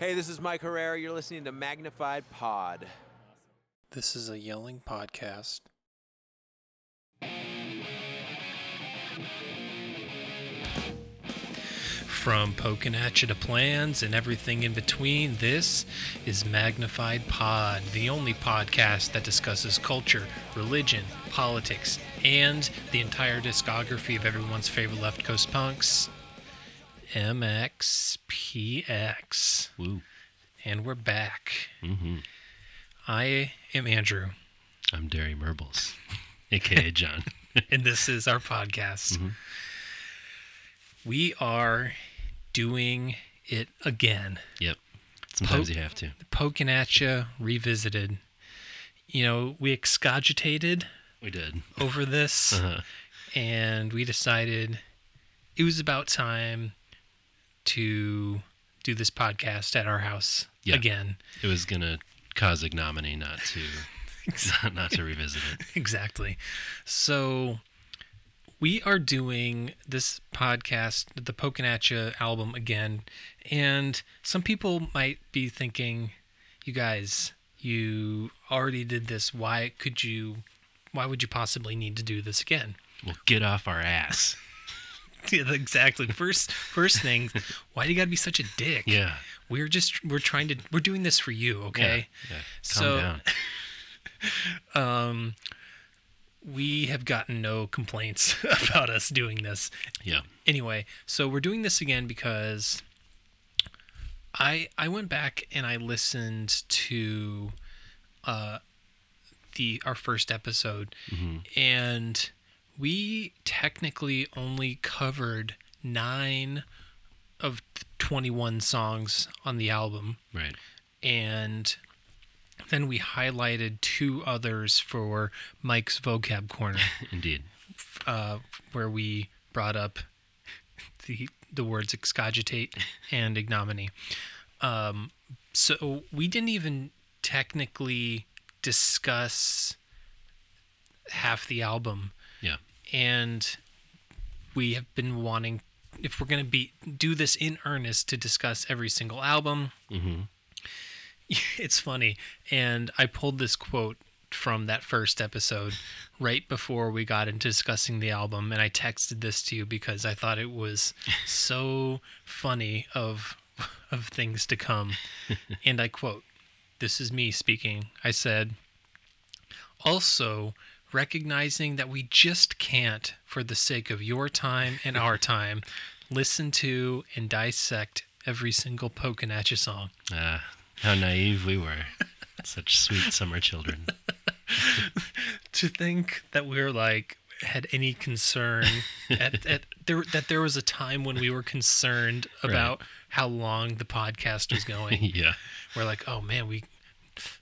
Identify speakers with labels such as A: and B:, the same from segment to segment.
A: Hey, this is Mike Herrera. You're listening to Magnified Pod.
B: This is a yelling podcast. From poking at you to plans and everything in between, this is Magnified Pod, the only podcast that discusses culture, religion, politics, and the entire discography of everyone's favorite Left Coast punks, MXPX.
C: Woo.
B: And we're back.
C: hmm
B: I am Andrew.
C: I'm Derry Merbles, aka John.
B: and this is our podcast.
C: Mm-hmm.
B: We are doing it again,
C: yep. Sometimes
B: Pope-
C: you have to.
B: poking at you, revisited. You know, we excogitated
C: We did.
B: over this,
C: Uh-huh.
B: and we decided it was about time to do this podcast at our house
C: Yeah.
B: again.
C: It was gonna cause ignominy not to not, not to revisit it.
B: exactly. So we are doing this podcast, the Pokenatcha album again, and some people might be thinking, "You guys, you already did this. Why could you? Why would you possibly need to do this again?"
C: We'll get off our ass.
B: Yeah, exactly. First, first thing, why do you gotta be such a dick?
C: Yeah.
B: We're just we're trying to we're doing this for you, okay?
C: Yeah. yeah.
B: So-
C: Calm down.
B: We have gotten no complaints about us doing this.
C: Yeah.
B: anyway, so we're doing this again because I I went back and I listened to uh the our first episode and we technically only covered 9 of the 21 songs on the album
C: Right.
B: and then we highlighted two others for Mike's vocab corner
C: Indeed.
B: uh, where we brought up the the words excogitate and ignominy. Um, so we didn't even technically discuss half the album,
C: Yeah.
B: and we have been wanting if we're going to be do this in earnest to discuss every single album. It's funny, and I pulled this quote from that first episode right before we got into discussing the album and I texted this to you because I thought it was so funny of of things to come. And I quote, this is me speaking. I said, also recognizing that we just can't, for the sake of your time and our time, listen to and dissect every single Pokenatcha song.
C: Ah, how naive we were. Such sweet summer children.
B: To think that we were like had any concern at, at there that there was a time when we were concerned about how long the podcast was going.
C: Yeah.
B: we're like, oh man, we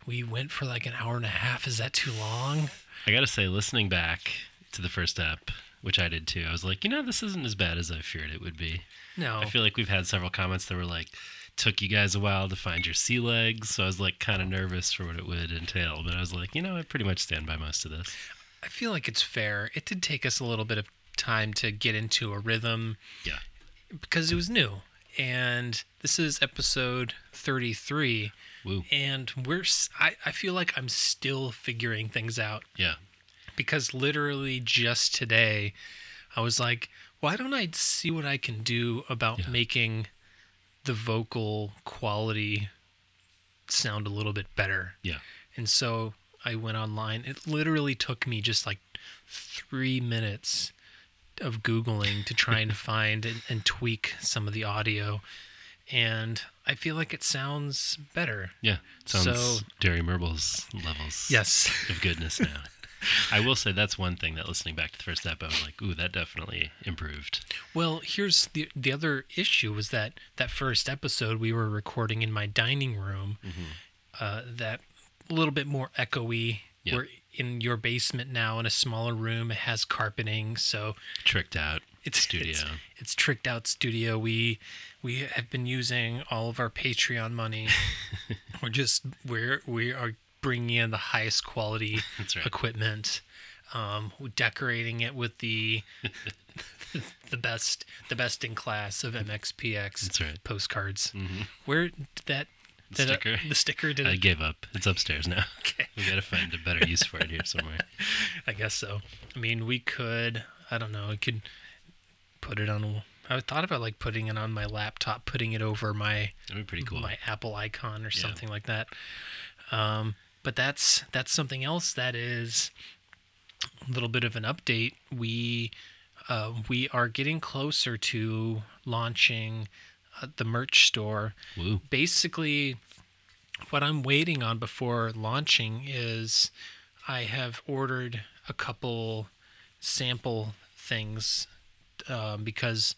B: we went for like an hour and a half. Is that too long?
C: I gotta say, listening back to the first app, which I did too, I was like, you know, this isn't as bad as I feared it would be.
B: No.
C: I feel like we've had several comments that were like, took you guys a while to find your sea legs. So I was like kind of nervous for what it would entail. But I was like, you know, I pretty much stand by most of this.
B: I feel like it's fair. It did take us a little bit of time to get into a rhythm
C: Yeah.
B: because it was new. And this is episode 33
C: Woo.
B: and we're s- I, I feel like I'm still figuring things out
C: Yeah.
B: because literally just today I was like, why don't I see what I can do about
C: Yeah.
B: making the vocal quality sound a little bit better?
C: Yeah.
B: And so I went online. It literally took me just like three minutes of Googling to try and find and, and tweak some of the audio. And I feel like it sounds better.
C: Yeah. It sounds
B: So-
C: Derry Merbles levels
B: Yes.
C: of goodness now. I will say that's one thing that listening back to the first app, I was like, ooh, that definitely improved.
B: Well, here's the the other issue was that that first episode we were recording in my dining room, uh, that a little bit more echoey.
C: Yeah.
B: We're in your basement now in a smaller room. It has carpeting, so
C: Tricked out.
B: it's
C: studio.
B: It's, it's tricked out studio. We we have been using all of our Patreon money. we're just we're we are bringing in the highest quality
C: That's right.
B: equipment. um, decorating it with the the best the best in class of MXPX
C: That's right. Mm-hmm.
B: postcards. Where did that did I-
C: sticker.
B: the sticker did
C: I
B: I,
C: gave up. It's upstairs now.
B: Okay.
C: We gotta find a better use for it here somewhere.
B: I guess so. I mean, we could. I don't know. I could put it on. a- I thought about like putting it on my laptop, putting it over my
C: That'd be pretty cool.
B: my Apple icon or something like that. Um, but that's that's something else that is a little bit of an update. We uh, we are getting closer to launching uh, the merch store.
C: Woo.
B: Basically, what I'm waiting on before launching is I have ordered a couple sample things um, because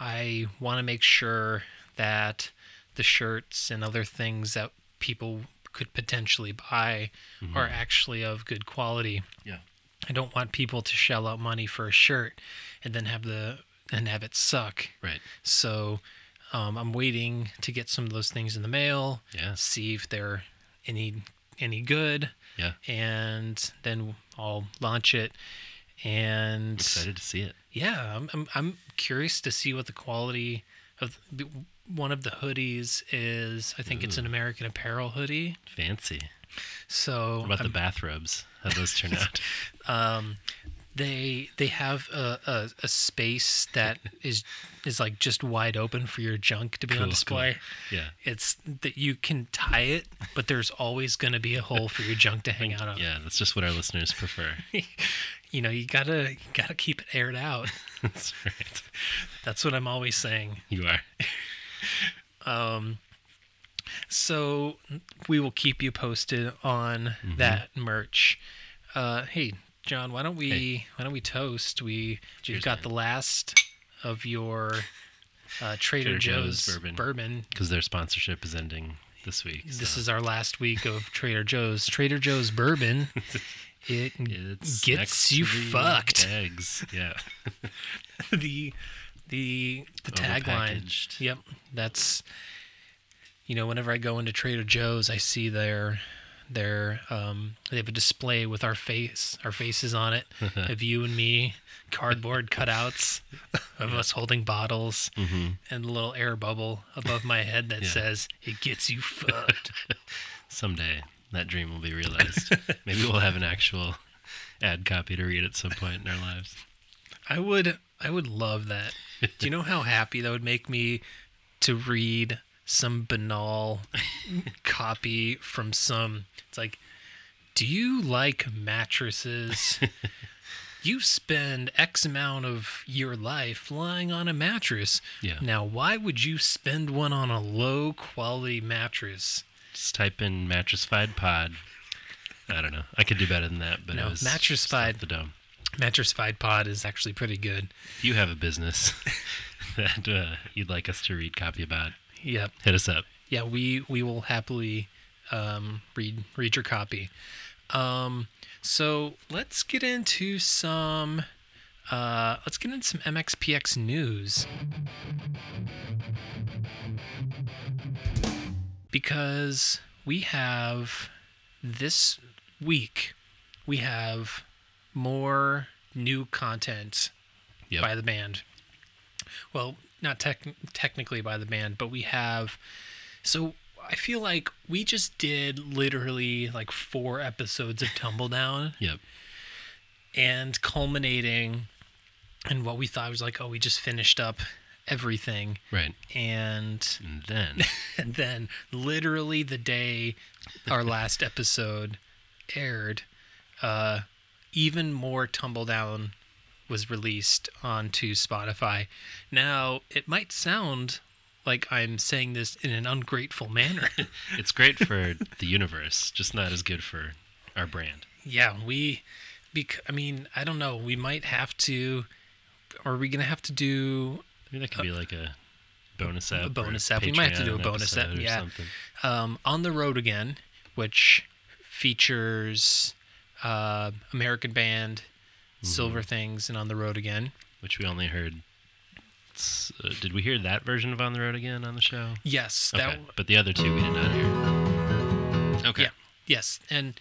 B: I want to make sure that the shirts and other things that people could potentially buy are actually of good quality.
C: Yeah.
B: I don't want people to shell out money for a shirt and then have the and have it suck.
C: Right.
B: So um, I'm waiting to get some of those things in the mail.
C: Yeah.
B: See if they're any any good,
C: Yeah.
B: and then I'll launch it. And
C: Excited to see it.
B: yeah, I'm, I'm I'm curious to see what the quality of one of the hoodies is. I think
C: Mm.
B: it's an American Apparel hoodie.
C: Fancy.
B: So
C: What about
B: I'm-
C: the bathrobes? How those turn out?
B: they they have a, a, a space that is is like just wide open for your junk to be on
C: Cool,
B: display.
C: cool. Yeah.
B: It's that you can tie it, but there's always going to be a hole for your junk to hang out on.
C: Yeah, that's just what our listeners prefer.
B: You know, you gotta you gotta keep it aired out.
C: that's right.
B: That's what I'm always saying.
C: You are.
B: So we will keep you posted on
C: Mm-hmm.
B: that merch. Uh, hey, John, why don't we why don't we toast? We we've got the last of your uh, Trader,
C: Trader
B: Joe's,
C: Joe's bourbon.
B: bourbon
C: Because their sponsorship is ending this week. So
B: This is our last week of Trader Joe's. Trader Joe's bourbon. It
C: it's next
B: gets you
C: to the
B: fucked.
C: Eggs. Yeah.
B: the the the tagline.
C: Overpackaged.
B: Yep, that's. You know, whenever I go into Trader Joe's, I see their their um they have a display with our face our faces on it of you and me cardboard cutouts of us holding bottles and a little air bubble above my head that says it gets you fucked
C: Someday that dream will be realized. Maybe we'll have an actual ad copy to read at some point in our lives.
B: I would I would love that. Do you know how happy that would make me to read some banal copy from some it's like do you like mattresses? you spend X amount of your life lying on a mattress.
C: Yeah.
B: Now why would you spend one on a low quality mattress?
C: Just type in mattressified pod. I don't know. I could do better than that, but
B: No,
C: it was
B: mattressified.
C: off the dome.
B: Mattressified pod is actually pretty good.
C: If you have a business that uh, you'd like us to read copy about,
B: Yep.
C: hit us up.
B: yeah we we will happily um, read read your copy um, so let's get into some uh, let's get into some mxpx news because we have this week we have more new content
C: Yep.
B: by the band. Well, not tech- technically by the band, but we have. So I feel like we just did literally like four episodes of Tumbledown
C: Yep.
B: and culminating in what we thought was like, oh, we just finished up everything.
C: Right.
B: And
C: And then
B: and then literally the day our last episode aired, uh, even more Tumbledown was released onto Spotify. Now it might sound like I'm saying this in an ungrateful manner.
C: it's great for the universe, just not as good for our brand.
B: yeah, we. Bec- I mean, I don't know. We might have to. Are we gonna have to do
C: Maybe that could be like a bonus app. or
B: Uh, bonus app. We might have to do a
C: Patreon
B: bonus app,
C: episode or
B: yeah.
C: something.
B: um, On the Road Again, which features uh, American Band,
C: Mm-hmm.
B: Silver Things, and On the Road Again.
C: Which we only heard. s- Uh, did we hear that version of On the Road Again on the show?
B: Yes, that
C: Okay. But the other two we did not hear. Okay.
B: yeah, yes, and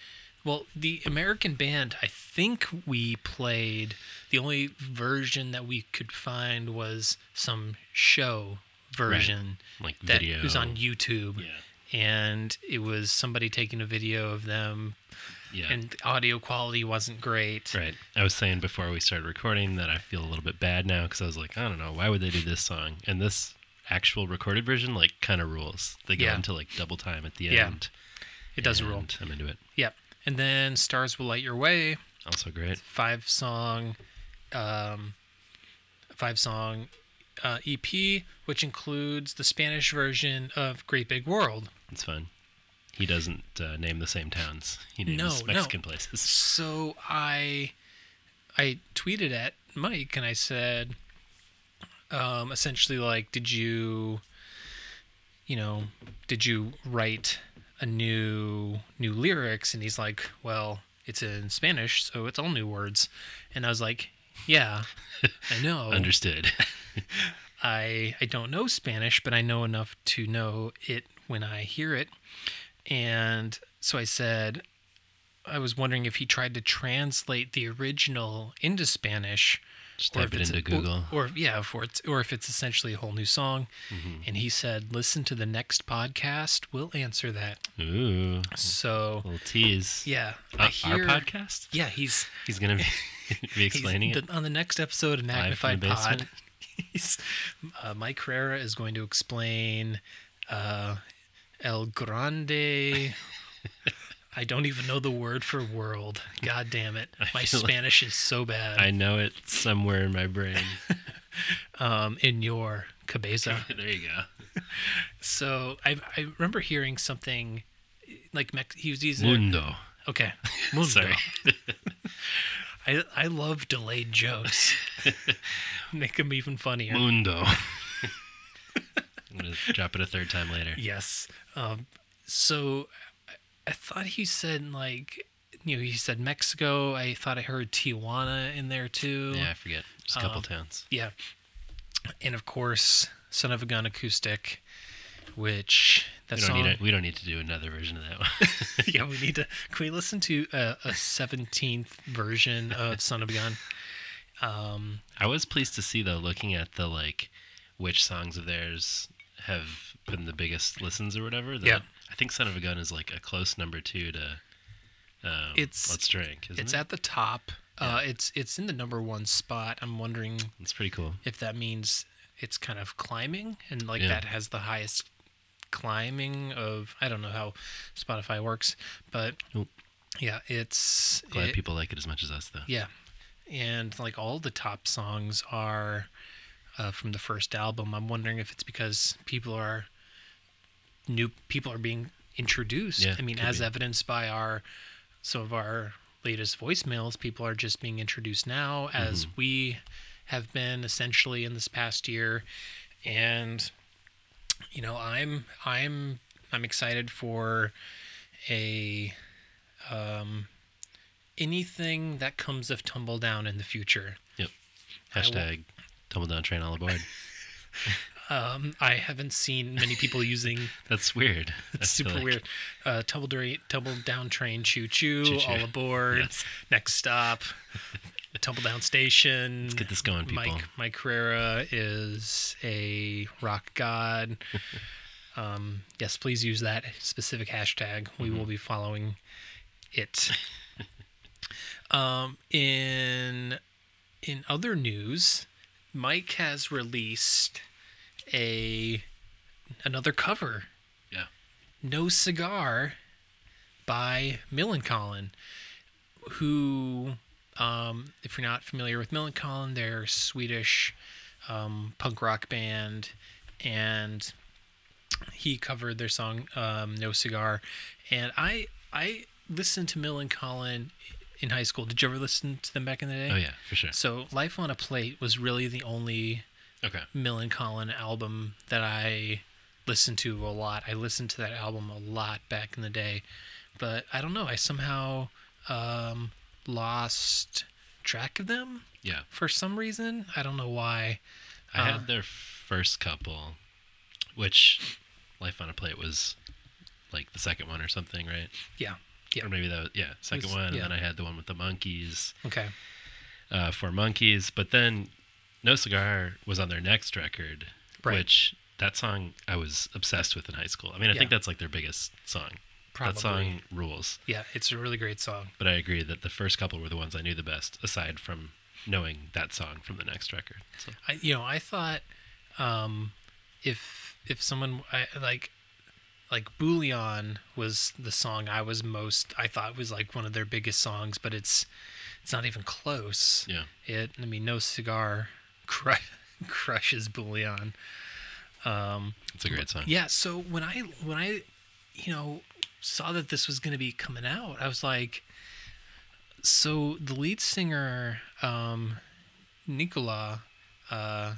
B: Well, the American band, I think we played the only version that we could find was some show version
C: Like
B: that
C: video.
B: was on YouTube.
C: Yeah.
B: And it was somebody taking a video of them,
C: Yeah.
B: and the audio quality wasn't great.
C: Right. I was saying before we started recording that I feel a little bit bad now because I was like, I don't know, why would they do this song? And this actual recorded version, like, kind of rules. They go
B: Yeah.
C: into like double time at the
B: Yeah.
C: end.
B: It does rule.
C: and I'm into it.
B: Yep. And then Stars Will Light Your Way,
C: Also great.
B: five song, um, five song uh, EP, which includes the Spanish version of Great Big World.
C: It's fun. He doesn't uh, name the same towns. He names
B: No, no.
C: Mexican places.
B: So I, I tweeted at Mike and I said, um, essentially like, did you, you know, did you write a new new lyrics? And he's like, well, it's in Spanish, so it's all new words. And I was like, yeah, I know.
C: Understood.
B: I I don't know Spanish, but I know enough to know it when I hear it. And so I said I was wondering if he tried to translate the original into Spanish
C: Just type it
B: it's
C: into
B: or-
C: Google.
B: Or, yeah, if it's or if it's essentially a whole new song.
C: Mm-hmm.
B: And he said, "Listen to the next podcast. We'll answer that."
C: Ooh,
B: So,
C: little tease.
B: yeah,
C: Uh, Mm-hmm. Our podcast.
B: Yeah, he's
C: He's gonna be, be
B: He's-
C: explaining it.
B: the- on the next episode of
C: Live from
B: Magnified
C: the
B: Pod.
C: basement.
B: He's, uh, Mike Carrera is going to explain uh, El Grande. I don't even know the word for world. God damn it! My
C: feel like-
B: Spanish is so bad.
C: I know it somewhere in my brain.
B: um, in your cabeza.
C: there you go.
B: so I, I remember hearing something like Mex- he was using
C: Mundo.
B: okay.
C: Sorry.
B: I I love delayed jokes. Make them even funnier.
C: Mundo. I'm gonna drop it a third time later.
B: Yes. Um, so I- I thought he said like you know he said Mexico. I thought I heard Tijuana in there too.
C: Yeah, I forget. Just a
B: Um,
C: couple towns.
B: Yeah. And of course, Son of a Gun acoustic, which that
C: We don't,
B: song.
C: need a, we don't need to do another version of that one.
B: yeah, we need to. Can we listen to a, a 17th version of Son of a Gun? Um,
C: I was pleased to see though, looking at the like, which songs of theirs have been the biggest listens or whatever. That
B: Yeah.
C: I think "Son of a Gun" is like a close number two to. Um,
B: It's-
C: let's drink. Isn't
B: It's
C: it?
B: at the top. Uh, it's it's in the number one spot. I'm wondering
C: it's pretty cool.
B: if that means it's kind of climbing and like
C: Yeah.
B: that has the highest climbing of I don't know how Spotify works, but
C: Nope.
B: yeah, it's
C: Glad
B: it-
C: people like it as much as us though.
B: yeah, and like all the top songs are uh, from the first album. I'm wondering if it's because people are new people are being introduced.
C: Yeah,
B: I mean,
C: could
B: as
C: be.
B: evidenced by our some of our latest voicemails, people are just being introduced now,
C: Mm-hmm.
B: as we have been essentially in this past year, and you know, I'm I'm I'm excited for a um anything that comes of tumble down in the future
C: Yep. Hashtag tumble down train all aboard.
B: i haven't seen many people using
C: That's weird.
B: It's
C: I feel
B: super
C: like-
B: weird. Uh, tumble, dra- tumble down train, choo choo,
C: Choo-choo.
B: all aboard.
C: Yes.
B: Next stop, tumble down station. Let's
C: get this going, people.
B: Mike, Mike Carrera is a rock god. um, yes, please use that specific hashtag. We
C: Mm-hmm.
B: will be following it. um, in in other news, Mike has released a another cover
C: Yeah.
B: no Cigar by Millencolin, who, um, if you're not familiar with Millencolin, they're Swedish um, punk rock band, and he covered their song um, "No Cigar," and I I listened to Millencolin in high school. Did you ever listen to them back in the day?
C: Oh yeah, for sure.
B: So "Life on a Plate" was really the only
C: Okay.
B: Millencolin album that I listened to a lot. I listened to that album a lot back in the day, but I don't know. I somehow um, lost track of them
C: Yeah.
B: for some reason. I don't know why.
C: I
B: Uh,
C: had their first couple, which Life on a Plate was like the second one or something, right?
B: Yeah. Yeah.
C: Or maybe that was, yeah, second
B: was-
C: one. And
B: yeah.
C: then I had the one with the monkeys,
B: Okay.
C: uh, for monkeys. But then No Cigar was on their next record,
B: Right.
C: which that song I was obsessed with in high school. I mean, I think
B: Yeah.
C: that's like their biggest song.
B: Probably.
C: That song rules.
B: Yeah, it's a really great song.
C: But I agree that the first couple were the ones I knew the best, aside from knowing that song from the next record. So
B: I, you know, I thought um, if if someone I, like like Bouillon was the song I was most I thought was like one of their biggest songs, but it's it's not even close.
C: yeah,
B: It I mean, no cigar cru- crushes Bouillon.
C: it's a great song.
B: Yeah. So when I when I you know saw that this was going to be coming out, I was like, so the lead singer um, Nicola, uh,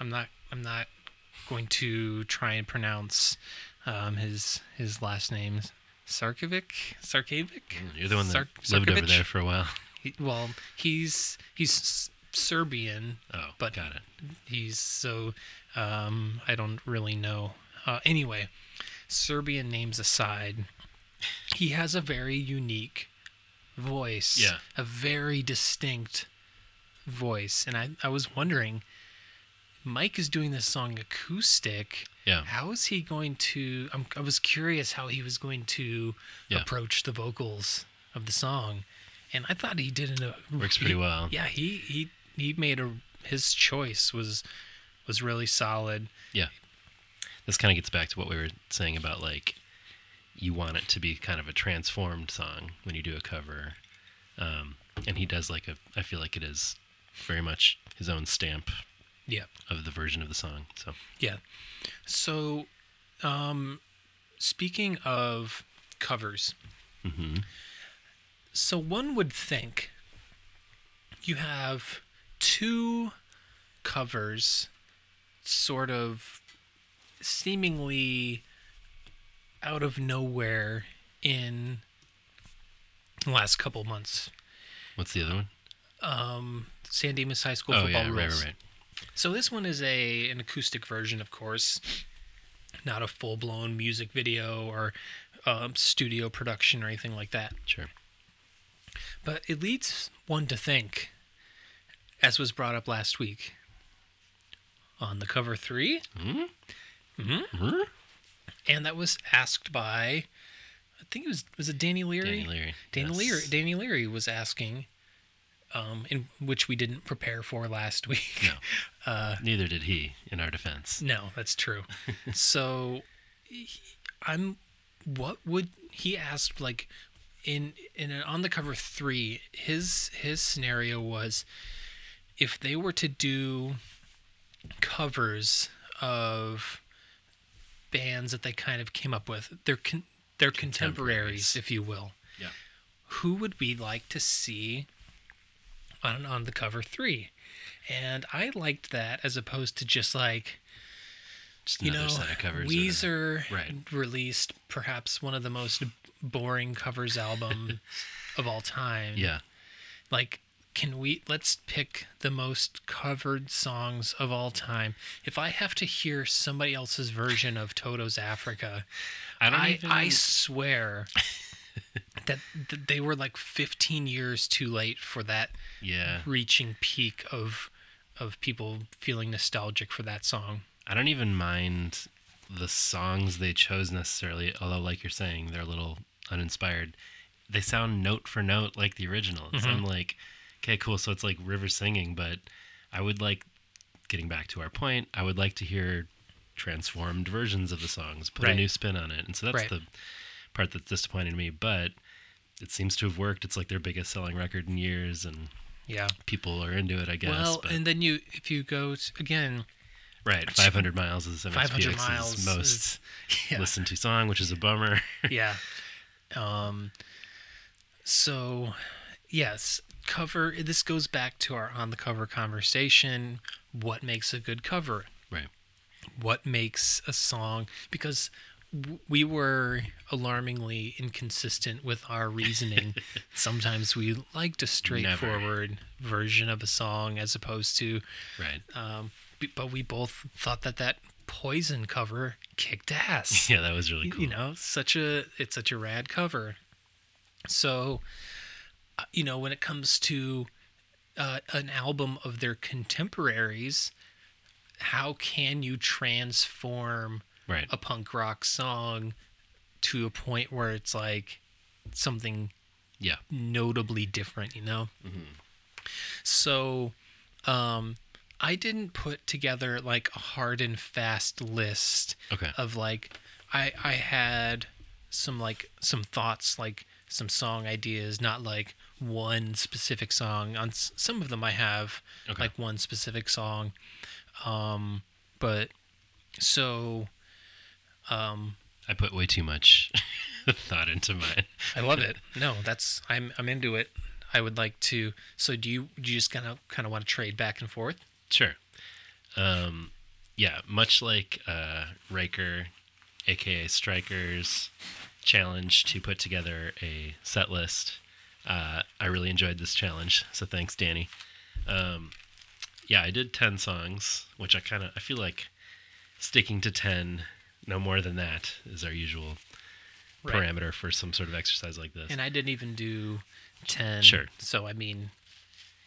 B: I'm not I'm not going to try and pronounce um, his his last name. Sarkovic, Sarkovic.
C: Mm, You're the one that
B: Sark-
C: lived over
B: Sarkovic?
C: there for a while.
B: He- well, he's he's S- Serbian,
C: Oh,
B: But-
C: got it.
B: he's so um, I don't really know. Uh, anyway, Serbian names aside, he has a very unique voice.
C: Yeah.
B: A very distinct voice. And I, I was wondering, Mike is doing this song acoustic.
C: Yeah.
B: How is he going to? I'm, I was curious how he was going to
C: Yeah.
B: approach the vocals of the song, and I thought he did it.
C: Works pretty well.
B: Yeah, he he he made a his choice was was really solid.
C: Yeah. This kind of gets back to what we were saying about like you want it to be kind of a transformed song when you do a cover. Um, and he does like a I feel like it is very much his own stamp
B: Yeah,
C: of the version of the song. So
B: yeah. So, um, speaking of covers,
C: Mm-hmm.
B: so one would think you have two covers sort of seemingly out of nowhere in the last couple months. Um,
C: what's the other one?
B: San Dimas High School
C: Oh
B: football
C: yeah, right,
B: rules.
C: right, right.
B: So this one is a an acoustic version, of course, not a full blown music video or um, studio production or anything like that.
C: Sure.
B: But it leads one to think, as was brought up last week, on the cover 3
C: Hmm?
B: and that was asked by, I think it was was it Danny Leary.
C: Danny Leary.
B: Danny
C: yes.
B: Leary, Danny Leary was asking, um, in which we didn't prepare for last week.
C: Neither did he in our defense.
B: No, that's true. so he- I'm what would he asked like in in an on the cover 3 his his scenario was if they were to do covers of bands that they kind of came up with their con- their contemporaries if you will
C: Yeah.
B: who would we like to see on on the cover 3 and i liked that as opposed to just like
C: Just
B: you
C: another
B: know,
C: set of covers. or another-
B: Weezer
C: Right.
B: released perhaps one of the most boring covers album of all time.
C: Yeah.
B: Like, can we let's pick the most covered songs of all time? If I have to hear somebody else's version of Toto's Africa,
C: I don't
B: I,
C: even
B: I swear that th- they were like 15 years too late for that
C: Yeah.
B: reaching peak of of people feeling nostalgic for that song.
C: I don't even mind the songs they chose necessarily, although, like you're saying, they're a little uninspired. They sound note for note like the original. So
B: Mm-hmm.
C: I'm like, okay, cool. So it's like River singing, but I would like, getting back to our point, I would like to hear transformed versions of the songs, put a
B: Right.
C: new spin on it. And so that's
B: Right.
C: the part that's disappointing to me, but it seems to have worked. It's like their biggest selling record in years, and
B: Yeah.
C: people are into it, I guess.
B: Well,
C: but,
B: and then you, if you go to, again,
C: right, 500 miles is
B: 500
C: MXPX's
B: miles
C: most.
B: is- yeah,
C: listen to song, which is a bummer.
B: yeah. Um, so, yes, cover. This goes back to our on the cover conversation. What makes a good cover?
C: right.
B: What makes a song? Because w- we were alarmingly inconsistent with our reasoning. Sometimes we liked a straightforward version of a song as opposed to
C: Right.
B: Um, b- but we both thought that that poison cover kicked ass.
C: yeah, that was really cool.
B: You know, such a it's such a rad cover. So, uh, you know, when it comes to uh, an album of their contemporaries, how can you transform
C: Right.
B: a punk rock song to a point where it's like something
C: Yeah.
B: notably different, you know? So um, I didn't put together like a hard and fast list
C: Okay.
B: of like, I, I had some like some thoughts, like some song ideas, not like one specific song. On s- some of them, I have
C: Okay.
B: like one specific song. Um, but so
C: I put way too much thought into mine.
B: I love it. No, that's I'm I'm into it. I would like to. So do you do you just kind of kind of want to trade back and forth?
C: Sure. Um, yeah, much like uh, Riker, aka Strikers, challenge to put together a set list. Uh, I really enjoyed this challenge, so thanks, Danny. Um, yeah, I did ten songs, which I kind of I feel like sticking to ten, no more than that, is our usual
B: Right.
C: parameter for some sort of exercise like this.
B: And I didn't even do ten.
C: Sure.
B: So I mean,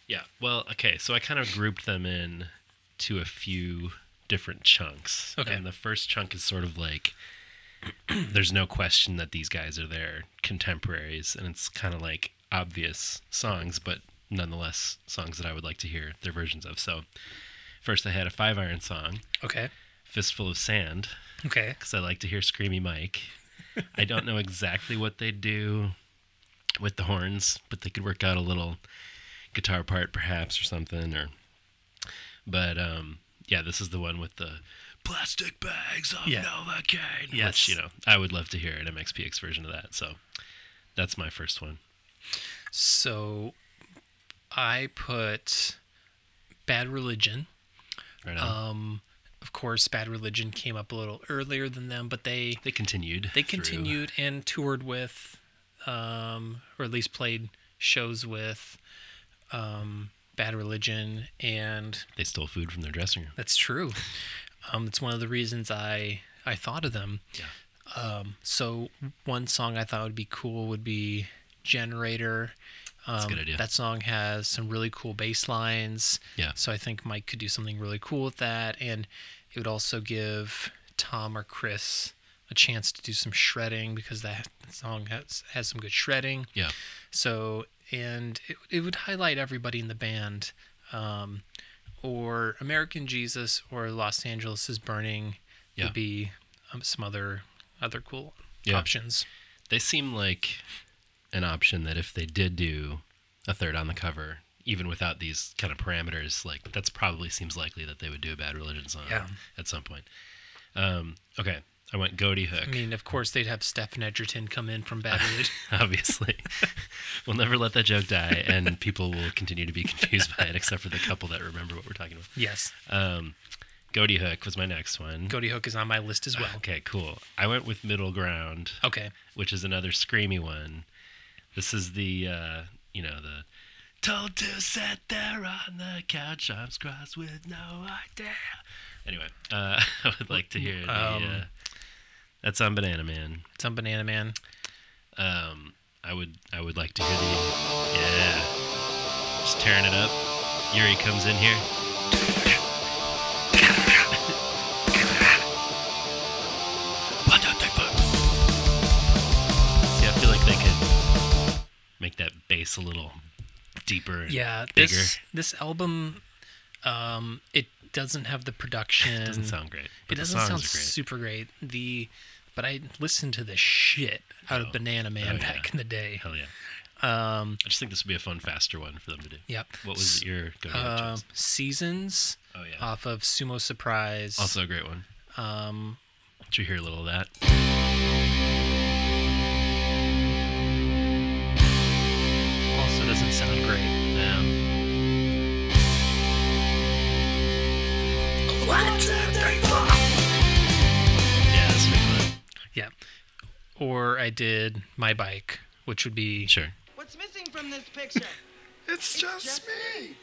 C: Yeah. Well, okay. So I kind of grouped them in to a few different chunks.
B: Okay.
C: And the first chunk is sort of like there's no question that these guys are their contemporaries, and it's kind of like obvious songs, but nonetheless songs that I would like to hear their versions of. So first, I had a Five Iron song,
B: okay,
C: "Fistful of Sand,"
B: okay,
C: because I like to hear Screamy Mike. I don't know exactly what they do with the horns, but they could work out a little guitar part perhaps or something or but um yeah, this is the one with the plastic bags of
B: Yeah.
C: Novocaine.
B: Yes.
C: Which, you know, I would love to hear an MXPX version of that. So that's my first one.
B: so I put Bad Religion.
C: Right on.
B: Um, of course, Bad Religion came up a little earlier than them, but they
C: they continued.
B: they
C: through-
B: continued and toured with, um, or at least played shows with, um, Bad Religion and
C: They stole food from their dressing room.
B: That's true. Um, it's one of the reasons I I thought of them.
C: Yeah.
B: Um, so one song I thought would be cool would be Generator. Um,
C: a good idea.
B: That song has some really cool bass lines.
C: Yeah.
B: So I think Mike could do something really cool with that, and it would also give Tom or Chris a chance to do some shredding because that song has has some good shredding.
C: Yeah.
B: So, and it, it would highlight everybody in the band, um, or American Jesus, or Los Angeles is Burning
C: Yeah.
B: would be um, some other other cool
C: Yeah.
B: options.
C: they seem like an option that if they did do a third on the cover, even without these kind of parameters, like that's probably seems likely that they would do a bad religion song
B: Yeah.
C: at some point. Um, okay, I went Goaty Hook,
B: I mean, of course, they'd have Stephen Edgerton come in from Bad Religion.
C: obviously. we'll never let that joke die, and people will continue to be confused by it, except for the couple that remember what we're talking about.
B: yes,
C: Um, Goaty Hook was my next one.
B: Cody Hook is on my list as well.
C: okay, cool. I went with Middle Ground.
B: Okay.
C: which is another screamy one. This is the uh, you know the told to sit there on the couch, arms crossed with no idea. Anyway, uh, I would like to hear the,
B: Um,
C: uh, that's on Banana Man.
B: It's on Banana Man.
C: Um, I would I would like to hear the yeah, just tearing it up. Yuri comes in here. One, two, three, four. See, I feel like they could make that bass a little deeper. And
B: Yeah,
C: bigger.
B: this this album, um, it doesn't have the production.
C: doesn't sound great.
B: It
C: But the
B: doesn't
C: songs
B: sound
C: are great.
B: super great. The but I listened to the shit out
C: Oh.
B: of Banana Man
C: Oh,
B: back
C: yeah.
B: in the day.
C: Hell yeah. Um, I just think this would be a fun, faster one for them to do.
B: Yep.
C: What was
B: S-
C: your go to
B: Um, Seasons
C: Oh yeah.
B: off of Sumo Surprise.
C: Also a great one.
B: um,
C: Did you hear a little of that?
B: also doesn't sound great. Um,
C: Yeah. Yeah, that's pretty fun.
B: Yeah. Or I did My Bike, which would be
C: Sure.
D: What's missing from this picture?
E: It's just,
D: just
E: me.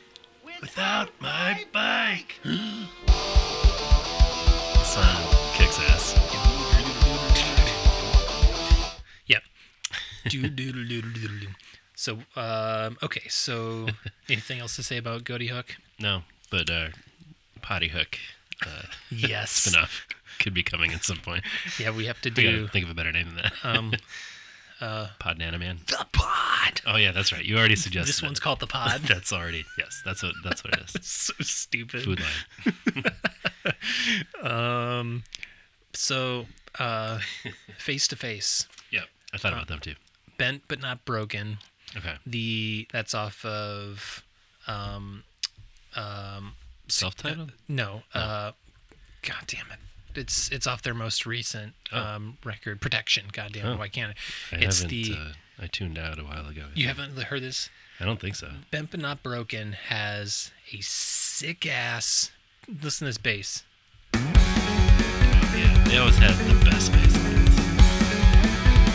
C: Without my bike. Son kicks ass.
B: Yep. Doo doodle doodle doodle doo. So, um, okay. So, anything else to say about Goaty Hook?
C: No, but uh, Potty Hook uh,
B: Yes.
C: enough could be coming at some point.
B: yeah, we have to
C: We gotta
B: do
C: think of a better name than that.
B: um, uh,
C: Pod Nanoman.
B: the pod.
C: Oh yeah, that's right. You already suggested
B: This
C: it.
B: one's called the pod.
C: That's already yes. That's what that's what it is.
B: so stupid.
C: Food line.
B: So, uh, face to face,
C: Yep. I thought about them too.
B: bent but not broken.
C: Okay.
B: The that's off of um, um,
C: Self-titled.
B: no,
C: Oh.
B: uh, god damn it, it's it's off their most recent
C: Oh.
B: um record, Protection. God damn it,
C: Oh.
B: why can't
C: I
B: I? It's
C: haven't.
B: the
C: Uh, I tuned out a while ago. I
B: you
C: think.
B: haven't heard this.
C: I don't think so.
B: Bent but not broken has a sick ass. Listen to this bass.
C: Yeah, they always have the best bass lines.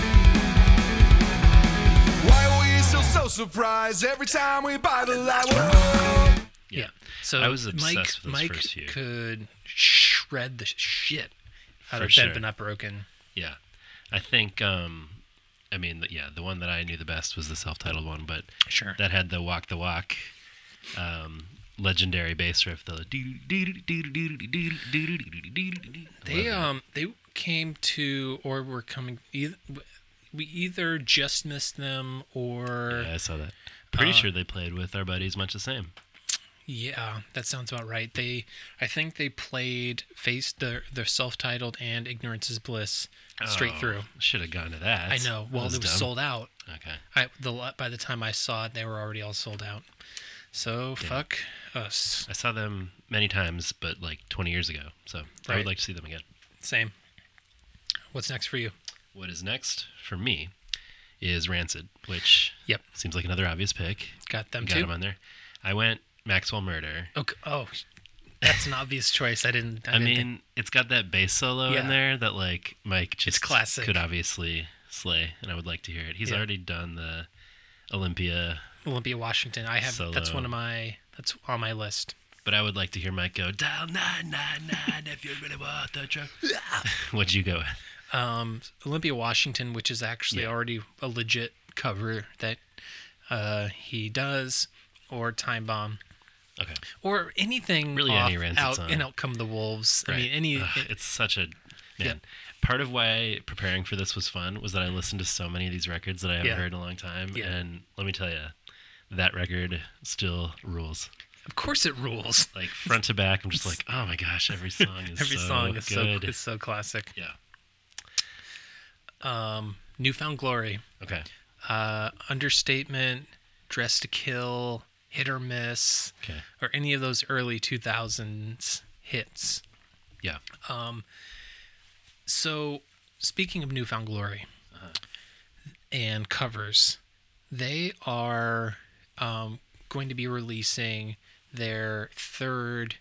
A: Why are we still so surprised every time we buy the light?
C: Yeah.
B: So
C: I was
B: Mike,
C: obsessed with those
B: Mike
C: first few.
B: could shred the shit out
C: For
B: of
C: sure.
B: Bent but not broken.
C: Yeah. I think. um I mean, the- yeah, the one that I knew the best was the self-titled one, but
B: Sure.
C: that had the walk the walk. Um, legendary bass riff though.
B: They um they came to or were coming either we either just missed them or
C: Yeah, I saw that. Pretty sure they played with our buddies much the same.
B: yeah. that sounds about right. They I think they played face their their self-titled and Ignorance is Bliss straight through.
C: Should have Oh, gone to that.
B: I know. Well,
C: That
B: it was
C: dumb.
B: sold out.
C: Okay.
B: I the lot by the time I saw it they were already all sold out. So fuck us.
C: I saw them many times, but like 20 years ago. So I
B: Right.
C: would like to see them again.
B: Same. What's next for you?
C: What is next for me is Rancid, which
B: Yep.
C: seems like another obvious pick.
B: Got them
C: You got
B: too.
C: him on there. I went Maxwell Murder.
B: Okay. Oh, that's an obvious choice. I didn't. I,
C: I
B: didn't think-
C: mean, it's got that bass solo
B: Yeah.
C: in there that like Mike just
B: classic.
C: could obviously slay, and I would like to hear it. He's
B: Yeah.
C: already done the Olympia,
B: Olympia, Washington. I have. That's
C: Solo.
B: one of my. That's on my list.
C: but I would like to hear Mike go dial nine nine nine if you really want the truck. What'd you go with?
B: Um, Olympia, Washington, which is actually
C: Yeah.
B: already a legit cover that uh, he does, or Time Bomb,
C: Okay,
B: or anything.
C: Really
B: off,
C: any Rancid
B: out
C: song.
B: and out come the wolves. I mean, any.
C: Ugh,
B: it-
C: it's such a
B: Yeah.
C: man. Part of why preparing for this was fun was that I listened to so many of these records that I haven't
B: Yeah.
C: heard in a long time,
B: Yeah.
C: and let me tell you, that record still rules.
B: of course, it rules.
C: Like front to back, I'm just like, oh my gosh, every song is
B: Every
C: so
B: song is
C: good.
B: so is so classic.
C: yeah.
B: Newfound Glory,
C: Okay.
B: uh, Understatement, Dress to Kill, Hit or Miss.
C: Okay.
B: or any of those early 2000s hits.
C: Yeah.
B: So, speaking of Newfound Glory and covers, they are um, going to be releasing their third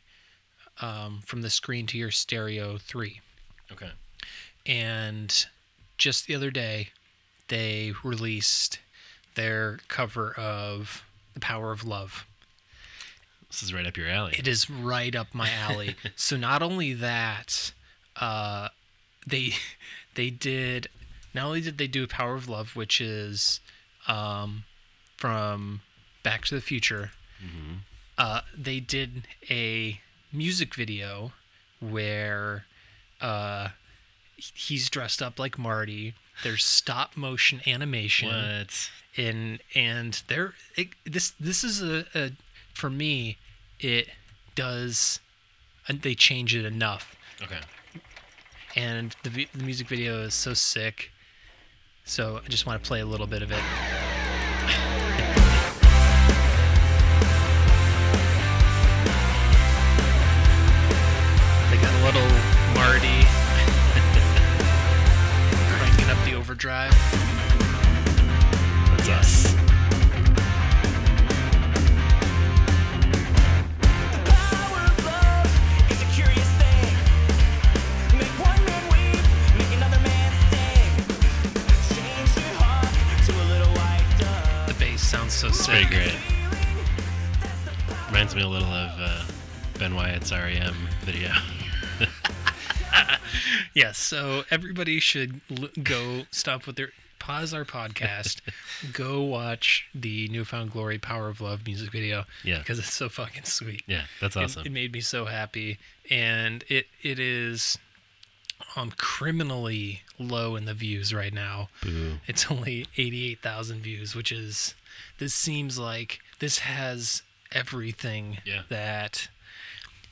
B: um, From the Screen to Your Stereo 3.
C: Okay.
B: And just the other day, they released their cover of The Power of Love.
C: This is right up your alley.
B: it is right up my alley. so not only that, uh, they they did not only did they do Power of Love, which is um, from Back to the Future. Uh, they did a music video where uh, he's dressed up like Marty. There's stop motion animation
C: What?
B: and and there it, this this is a, a for me it does and they change it enough
C: Okay.
B: and the, vi- the music video is so sick so i just want to play a little bit of it they got a little marty cranking up the overdrive
C: That's us.
B: the bass sounds so
C: It's
B: sick
C: very great. Reminds me a little of uh, Ben Wyatt's REM video.
B: Yes, so everybody should l- go stop what they're pause our podcast, go watch the Newfound Glory Power of Love music video.
C: Yeah.
B: Because it's so fucking sweet.
C: Yeah, that's
B: It-
C: awesome.
B: It, made me so happy. And it it is um criminally low in the views right now.
C: Boo.
B: It's only 88,000 views, which is this seems like this has everything
C: Yeah.
B: that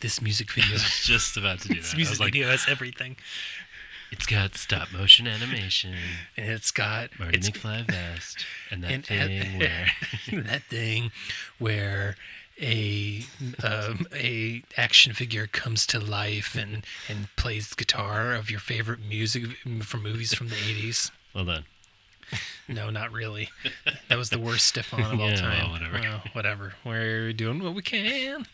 B: this music video
C: I was just about to do
B: this
C: that. I
B: music
C: was like,
B: video has everything.
C: it's got stop motion animation,
B: And it's got
C: Marty
B: it's-
C: McFly vest, and that
B: and-
C: thing where
B: that thing where a um, a action figure comes to life and and plays guitar of your favorite music from movies from the 80s.
C: well done.
B: No, not really. That was the worst stiff on of all
C: Yeah,
B: time.
C: well, whatever.
B: Well, whatever. We're doing what we can.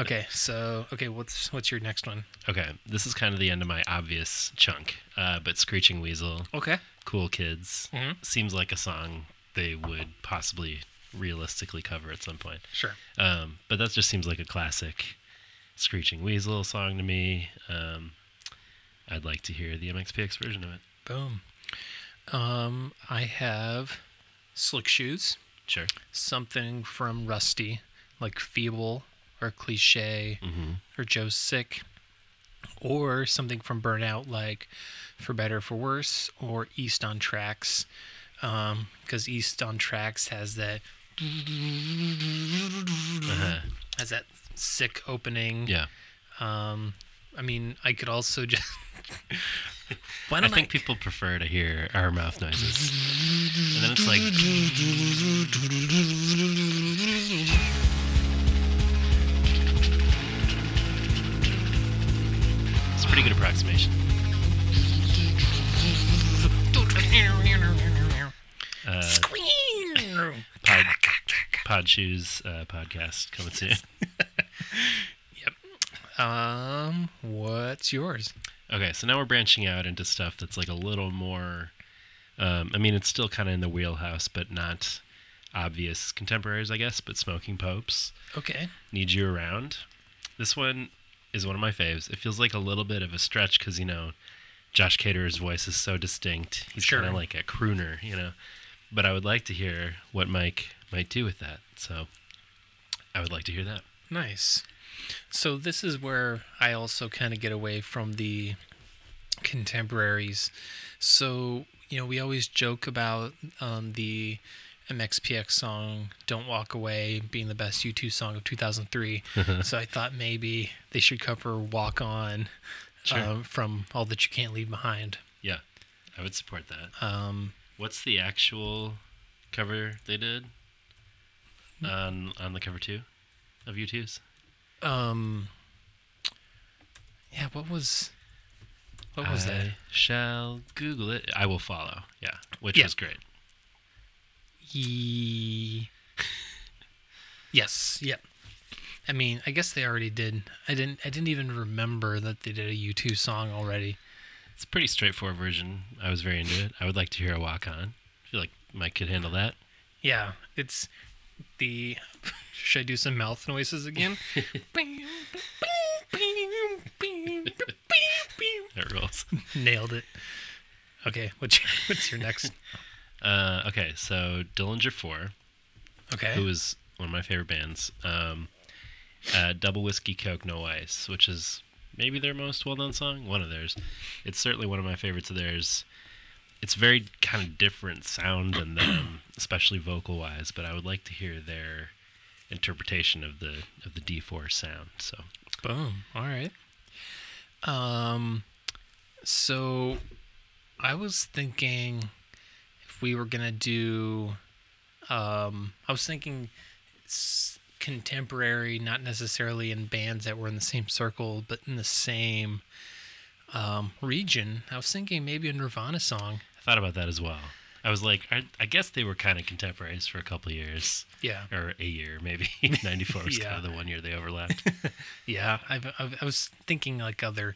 B: Okay, so okay, what's what's your next one?
C: Okay, this is kind of the end of my obvious chunk, uh, but Screeching Weasel,
B: Okay.
C: Cool Kids,
B: Mhm.
C: seems like a song they would possibly realistically cover at some point.
B: Sure.
C: Um, but that just seems like a classic Screeching Weasel song to me. Um, I'd like to hear the MXPX version of it.
B: Boom. Um, I have slick shoes.
C: Sure.
B: something from Rusty, like feeble or cliche
C: Mm-hmm.
B: or Joe's sick, or something from Burnout, like for better or for worse, or East on Tracks, because East on Tracks has that
C: Uh,
B: has that sick opening.
C: yeah.
B: I mean, I could also just. Why
C: I
B: don't I,
C: think people prefer to hear our mouth noises. And then it's like, it's a pretty good approximation.
B: Squeal!
C: Uh, Pod, pod Shoes uh, podcast coming soon.
B: Um, what's yours?
C: Okay, so now we're branching out into stuff that's like a little more. Um, I mean, it's still kind of in the wheelhouse, but not obvious contemporaries, I guess. But Smoking Popes.
B: Okay.
C: Need You Around. This one is one of my faves. It feels like a little bit of a stretch because, you know, Josh Cater's voice is so distinct. He's
B: Sure.
C: kind of like a crooner, you know. But I would like to hear what Mike might do with that. So I would like to hear that.
B: Nice. So this is where I also kind of get away from the contemporaries. So you know, we always joke about um, the MXPX song "Don't Walk Away" being the best U2 song of 2003.
C: Mm-hmm.
B: so I thought maybe they should cover "Walk On"
C: Sure.
B: um, from "All That You Can't Leave Behind."
C: Yeah, I would support that.
B: Um,
C: What's the actual cover they did
B: Hmm?
C: on on the cover two of U2's?
B: um, yeah, what was what was
C: I
B: that?
C: Shall Google it. I will follow. Yeah, which
B: Yeah.
C: was great.
B: Ye- E. yes. Yep. I mean, I guess they already did. I didn't. I didn't even remember that they did a U two song already.
C: It's a pretty straightforward version. I was very into it. I would like to hear a walk on. I feel like Mike could handle that.
B: Yeah. It's the. Should I do some mouth noises again?
C: That rules.
B: Nailed it. Okay. What's your, what's your next?
C: uh, okay, so Dillinger 4,
B: Okay.
C: who is one of my favorite bands, um, uh, Double Whiskey Coke No Ice, which is maybe their most well known song, one of theirs. It's certainly one of my favorites of theirs. It's very kind of different sound than them, especially vocal wise, but I would like to hear their interpretation of the of the D4 sound. So
B: Boom. All right. Um so I was thinking if we were going to do um I was thinking s- contemporary, not necessarily in bands that were in the same circle but in the same um region. I was thinking maybe a Nirvana song.
C: I thought about that as well. I was like, I, I guess they were kind of contemporaries for a couple of years,
B: Yeah.
C: or a year maybe. Ninety-four was
B: Yeah.
C: kind of the one year they overlapped.
B: Yeah, I've, I've, I was thinking like other,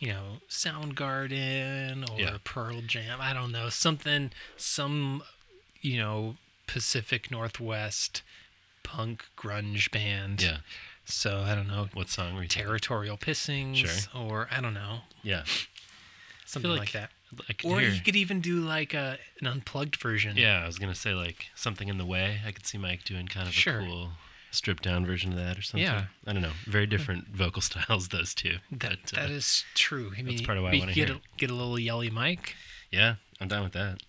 B: you know, Soundgarden or
C: Yeah.
B: Pearl Jam. I don't know something, some, you know, Pacific Northwest punk grunge band.
C: yeah.
B: So I don't know,
C: What song were you? thinking?
B: territorial pissings
C: Sure.
B: or I don't know
C: Yeah.
B: something like,
C: like-
B: that.
C: I could
B: Or
C: hear.
B: you could even do like a an unplugged version.
C: yeah, I was gonna say like something in the way. I could see Mike doing kind of
B: Sure.
C: a cool stripped down version of that or something.
B: Yeah.
C: I don't know. Very different vocal styles those two.
B: That,
C: but, uh,
B: that is true. I mean,
C: part of why I
B: we
C: wanna
B: get
C: hear
B: a, get a little yelly mic.
C: Yeah, I'm down with that.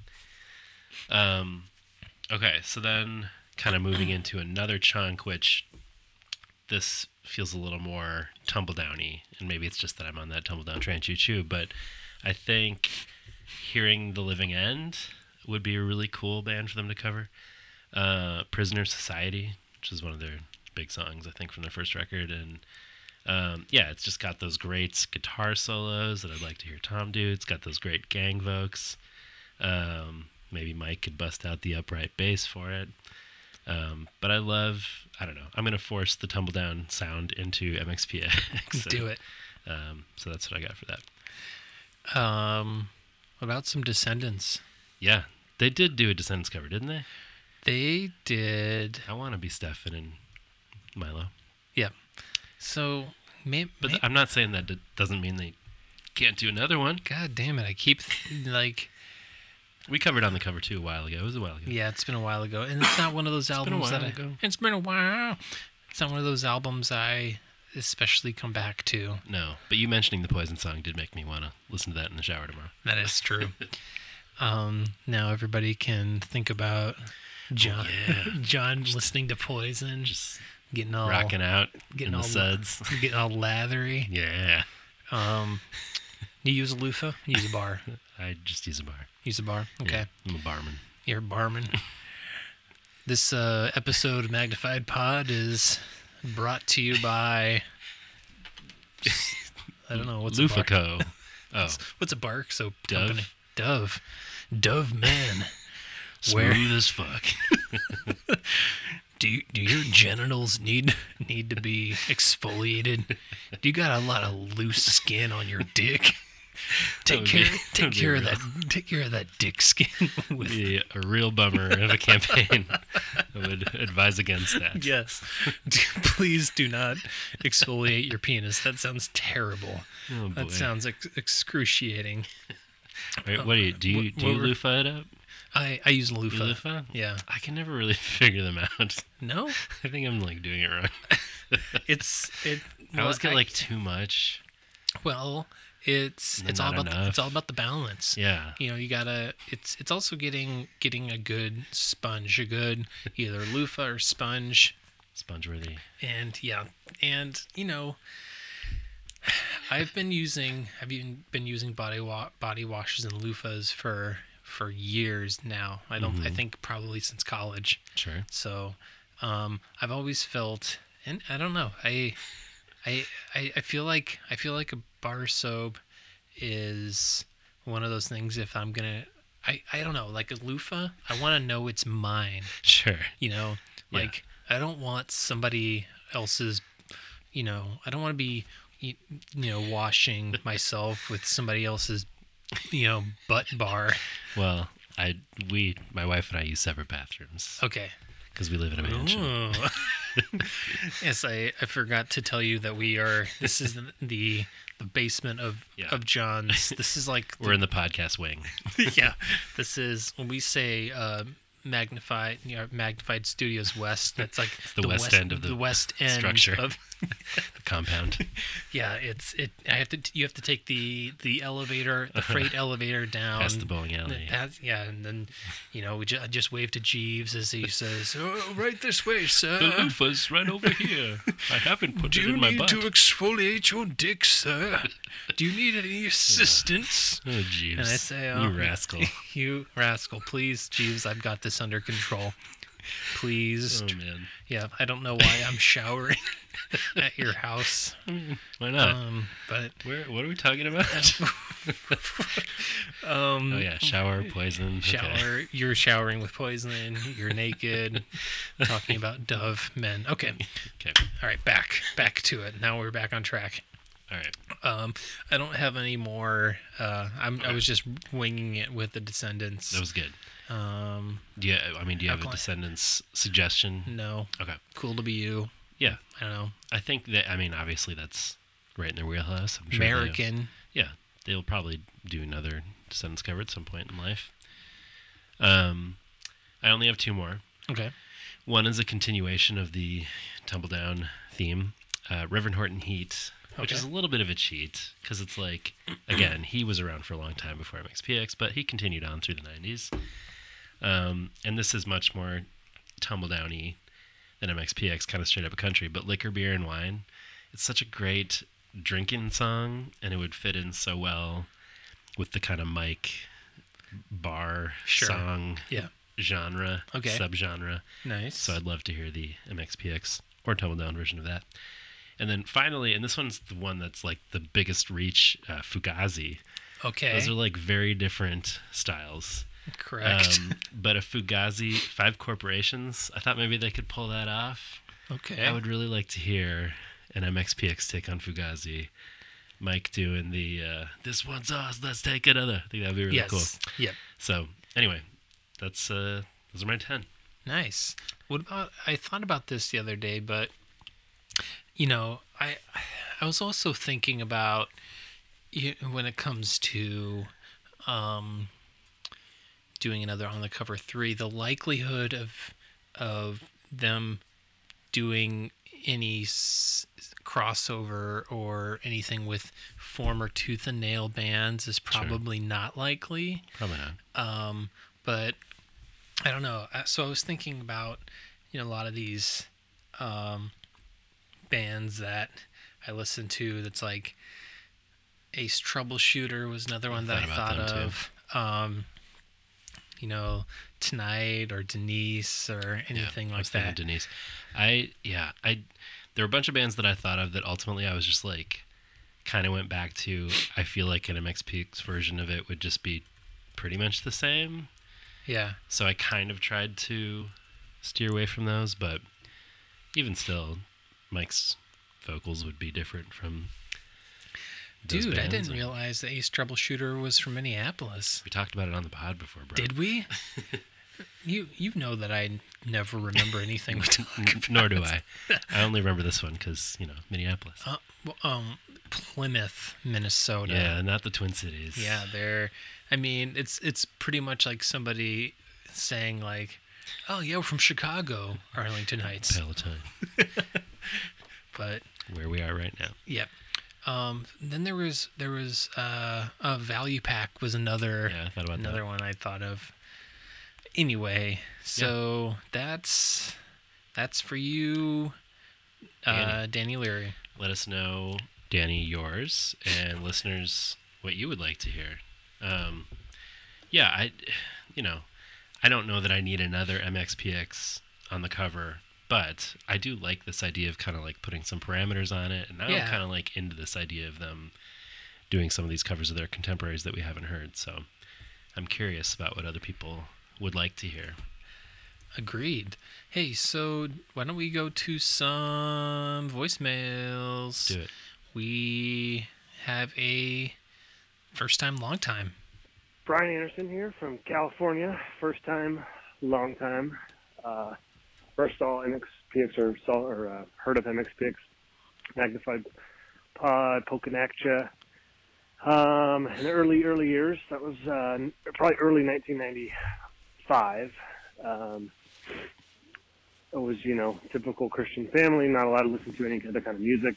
C: Um, okay, so then kind of moving into another chunk, which this feels a little more tumble downy, and maybe it's just that I'm on that tumble down train choo choo, but I think hearing the living end would be a really cool band for them to cover. Uh, Prisoner Society, which is one of their big songs, I think, from their first record, and um, yeah, it's just got those great guitar solos that I'd like to hear Tom do. It's got those great gang vocals. Um, maybe Mike could bust out the upright bass for it. Um, but I love, I don't know, I'm going to force the tumble down sound into MXPX. so,
B: Do it.
C: Um, so that's what I got for that.
B: Um, what about some Descendants?
C: Yeah, they did do a Descendants cover, didn't they?
B: They did.
C: I want to be Stefan and Milo.
B: Yeah. So, may,
C: But
B: may-
C: I'm not saying that d- doesn't mean they can't do another one.
B: God damn it! I keep th- like,
C: We covered on the cover too a while ago. It was a while ago.
B: yeah, it's been a while ago, and it's not one of those
C: been a
B: albums that
C: while
B: I,
C: ago.
B: It's been a while. It's not one of those albums I especially come back to.
C: No, but you mentioning the Poison song did make me want to listen to that in the shower tomorrow.
B: That is true. um, now everybody can think about
C: Oh,
B: John. John listening to Poison, just getting all
C: Rocking out
B: Oh. getting
C: in
B: all
C: the suds.
B: getting all lathery.
C: yeah,
B: Um, you use a loofah? Use a bar.
C: I just use a bar.
B: Use a bar. Okay.
C: Yeah, I'm a barman.
B: You're a barman. this uh, episode of Magnified Pod is brought to you by. I don't know what's a bar.
C: Lufaco. Oh,
B: What's a bar soap
C: Dove?
B: company? Dove. Dove man. Where-
C: smooth as fuck.
B: Do you, do your genitals need need to be exfoliated? Do you got a lot of loose skin on your dick? Take
C: would
B: care
C: be- that
B: take
C: would be
B: care of
C: real.
B: that take care of that dick skin with
C: Be a real bummer of a campaign. I would advise against that.
B: Yes. Do- Please do not exfoliate your penis. That sounds terrible.
C: Oh, boy.
B: that sounds ex- excruciating.
C: Wait, what do you do? You,
B: What-
C: do you
B: what were-
C: loofah it up?
B: I, I use
C: You
B: loofah.
C: loofah?
B: Yeah.
C: I can never really figure them out.
B: No,
C: I think I'm like doing it wrong.
B: it's it.
C: I always get
B: well,
C: like too much.
B: well, it's
C: And
B: it's all
C: not
B: about the,
C: enough.
B: it's all about the balance.
C: Yeah.
B: You know, you gotta. It's it's also getting getting a good sponge, a good either loofah or sponge,
C: Sponge-worthy.
B: and yeah, and you know, I've been using I've even been using body wa- body washes and loofahs for for years now. I don't. I think probably since college.
C: Sure.
B: So um, I've always felt, and I don't know, I, I, I, I feel like I feel like a bar soap is one of those things. If I'm gonna, I, I don't know, like a loofah, I want to know it's mine.
C: Sure.
B: You know,
C: Yeah.
B: like I don't want somebody else's. You know, I don't want to be, you, you know, washing myself with somebody else's, you know, butt bar.
C: Well, I we my wife and I use separate bathrooms
B: Okay.
C: because we live in a mansion.
B: Ooh. yes, I, I forgot to tell you that we are. This is the the, the basement of
C: Yeah.
B: of John's. This is like
C: We're in the podcast wing.
B: yeah. This is when we say uh, magnified you know, magnified studios west. That's like
C: the west end of the
B: west end
C: structure.
B: of
C: the compound.
B: yeah. It's it. I have to. You have to take the the elevator, the freight elevator down.
C: Past the bowling alley.
B: Past- yeah, and then, you know, we ju- I just wave to Jeeves as he says, oh, "Right this way, sir."
C: The loofah's right over here. I haven't put
B: Do
C: it
B: you
C: in my
B: need
C: butt.
B: to exfoliate your dick, sir? Do you need any assistance?
C: oh, jeez.
B: And I say,
C: you
B: um,
C: rascal.
B: you rascal, please, Jeeves, I've got this under control. Please.
C: oh
B: tr-
C: man,
B: Yeah, I don't know why I'm showering at your house.
C: why not?
B: Um, but
C: Where? What are we talking about?
B: um
C: oh yeah, shower poison. okay.
B: shower you're showering with poison, you're naked, talking about dove men. Okay.
C: Okay.
B: All right, back back to it. Now we're back on track.
C: All right.
B: Um, I don't have any more. Uh, I'm, I was just winging it with the Descendants.
C: That was good.
B: um,
C: Do you, I mean, do you have a
B: Alkaline.
C: descendants suggestion?
B: no,
C: Okay.
B: cool to be you.
C: Yeah.
B: I don't know,
C: I think that. I mean, obviously, that's right in their wheelhouse. I'm sure they-
B: American.
C: yeah, they'll probably do another Descendants cover at some point in life. Um, I only have two more.
B: Okay.
C: One is a continuation of the Tumble Down theme, uh, Reverend Horton Heat, which
B: Okay.
C: is a little bit of a cheat because it's like, again, he was around for a long time before MXPX, but he continued on through the 90s. Um, and this is much more Tumble Downy than MXPX, kind of straight up a country, but liquor, beer, and wine. It's such a great drinking song, and it would fit in so well with the kind of Mike bar
B: Sure.
C: song
B: Yeah.
C: genre,
B: Okay.
C: subgenre.
B: Nice.
C: So I'd love to hear the MXPX or Tumble Down version of that. And then finally, and this one's the one that's like the biggest reach, uh, Fugazi.
B: okay.
C: Those are like very different styles.
B: Correct.
C: Um, but a Fugazi, Five Corporations, I thought maybe they could pull that off.
B: okay.
C: I would really like to hear an MXPX take on Fugazi. Mike doing the uh, this one's us, let's take another. I think that'd be really
B: yes.
C: cool.
B: Yep.
C: So anyway, that's uh, those are my ten.
B: Nice. What about? I thought about this the other day, but you know, I I was also thinking about you, when it comes to um, doing another on the cover three, the likelihood of of them doing any s- crossover or anything with former Tooth and Nail bands is probably not likely
C: Probably not.
B: um, but I don't know. Uh, So I was thinking about you know a lot of these um, bands that I listen to. That's like Ace Troubleshooter was another one that I
C: thought
B: thought
C: about them,
B: of. Um, you know, Tonight or Denise or anything
C: I
B: like
C: was thinking
B: that.
C: Denise. I yeah, I there were a bunch of bands that I thought of that ultimately I was just like kind of went back to I feel like an MXPX version of it would just be pretty much the same.
B: yeah,
C: So I kind of tried to steer away from those, but even still Mike's vocals would be different from those
B: dude, I
C: bands,
B: didn't
C: and
B: realize the Ace Troubleshooter was from Minneapolis.
C: We talked about it on the pod before, bro.
B: Did we? you you know that I never remember anything we talk
C: N- Nor do I. I only remember this one because you know Minneapolis.
B: Uh, well, um, Plymouth, Minnesota.
C: yeah, not the Twin Cities.
B: yeah. They're. I mean, it's it's pretty much like somebody saying like, "Oh yeah, we're from Chicago, Arlington Heights."
C: Palatine,
B: But
C: where we are right now.
B: yeah. Um, then there was there was uh, a value pack was another
C: Yeah, I thought about
B: another
C: that.
B: one I thought of. Anyway, so that's that's for you, uh, Danny Leary.
C: Let us know, Danny, yours and listeners, what you would like to hear. Um, yeah, I, you know, I don't know that I need another MXPX on the cover, but I do like this idea of kind of like putting some parameters on it, and I'm
B: Yeah.
C: kind of like into this idea of them doing some of these covers of their contemporaries that we haven't heard. So I'm curious about what other people would like to hear.
B: Agreed. Hey, so why don't we go to some voicemails?
C: Do it.
B: We have a first time, long time.
E: Brian Anderson here from California. First time, long time. Uh, first all MXPX or, saw, or uh, heard of MXPX, Magnified Pod, Pokenacha. Um, in the early, early years, that was uh, probably early 1995. Um, it was, you know, typical Christian family, not allowed to listen to any other kind of music.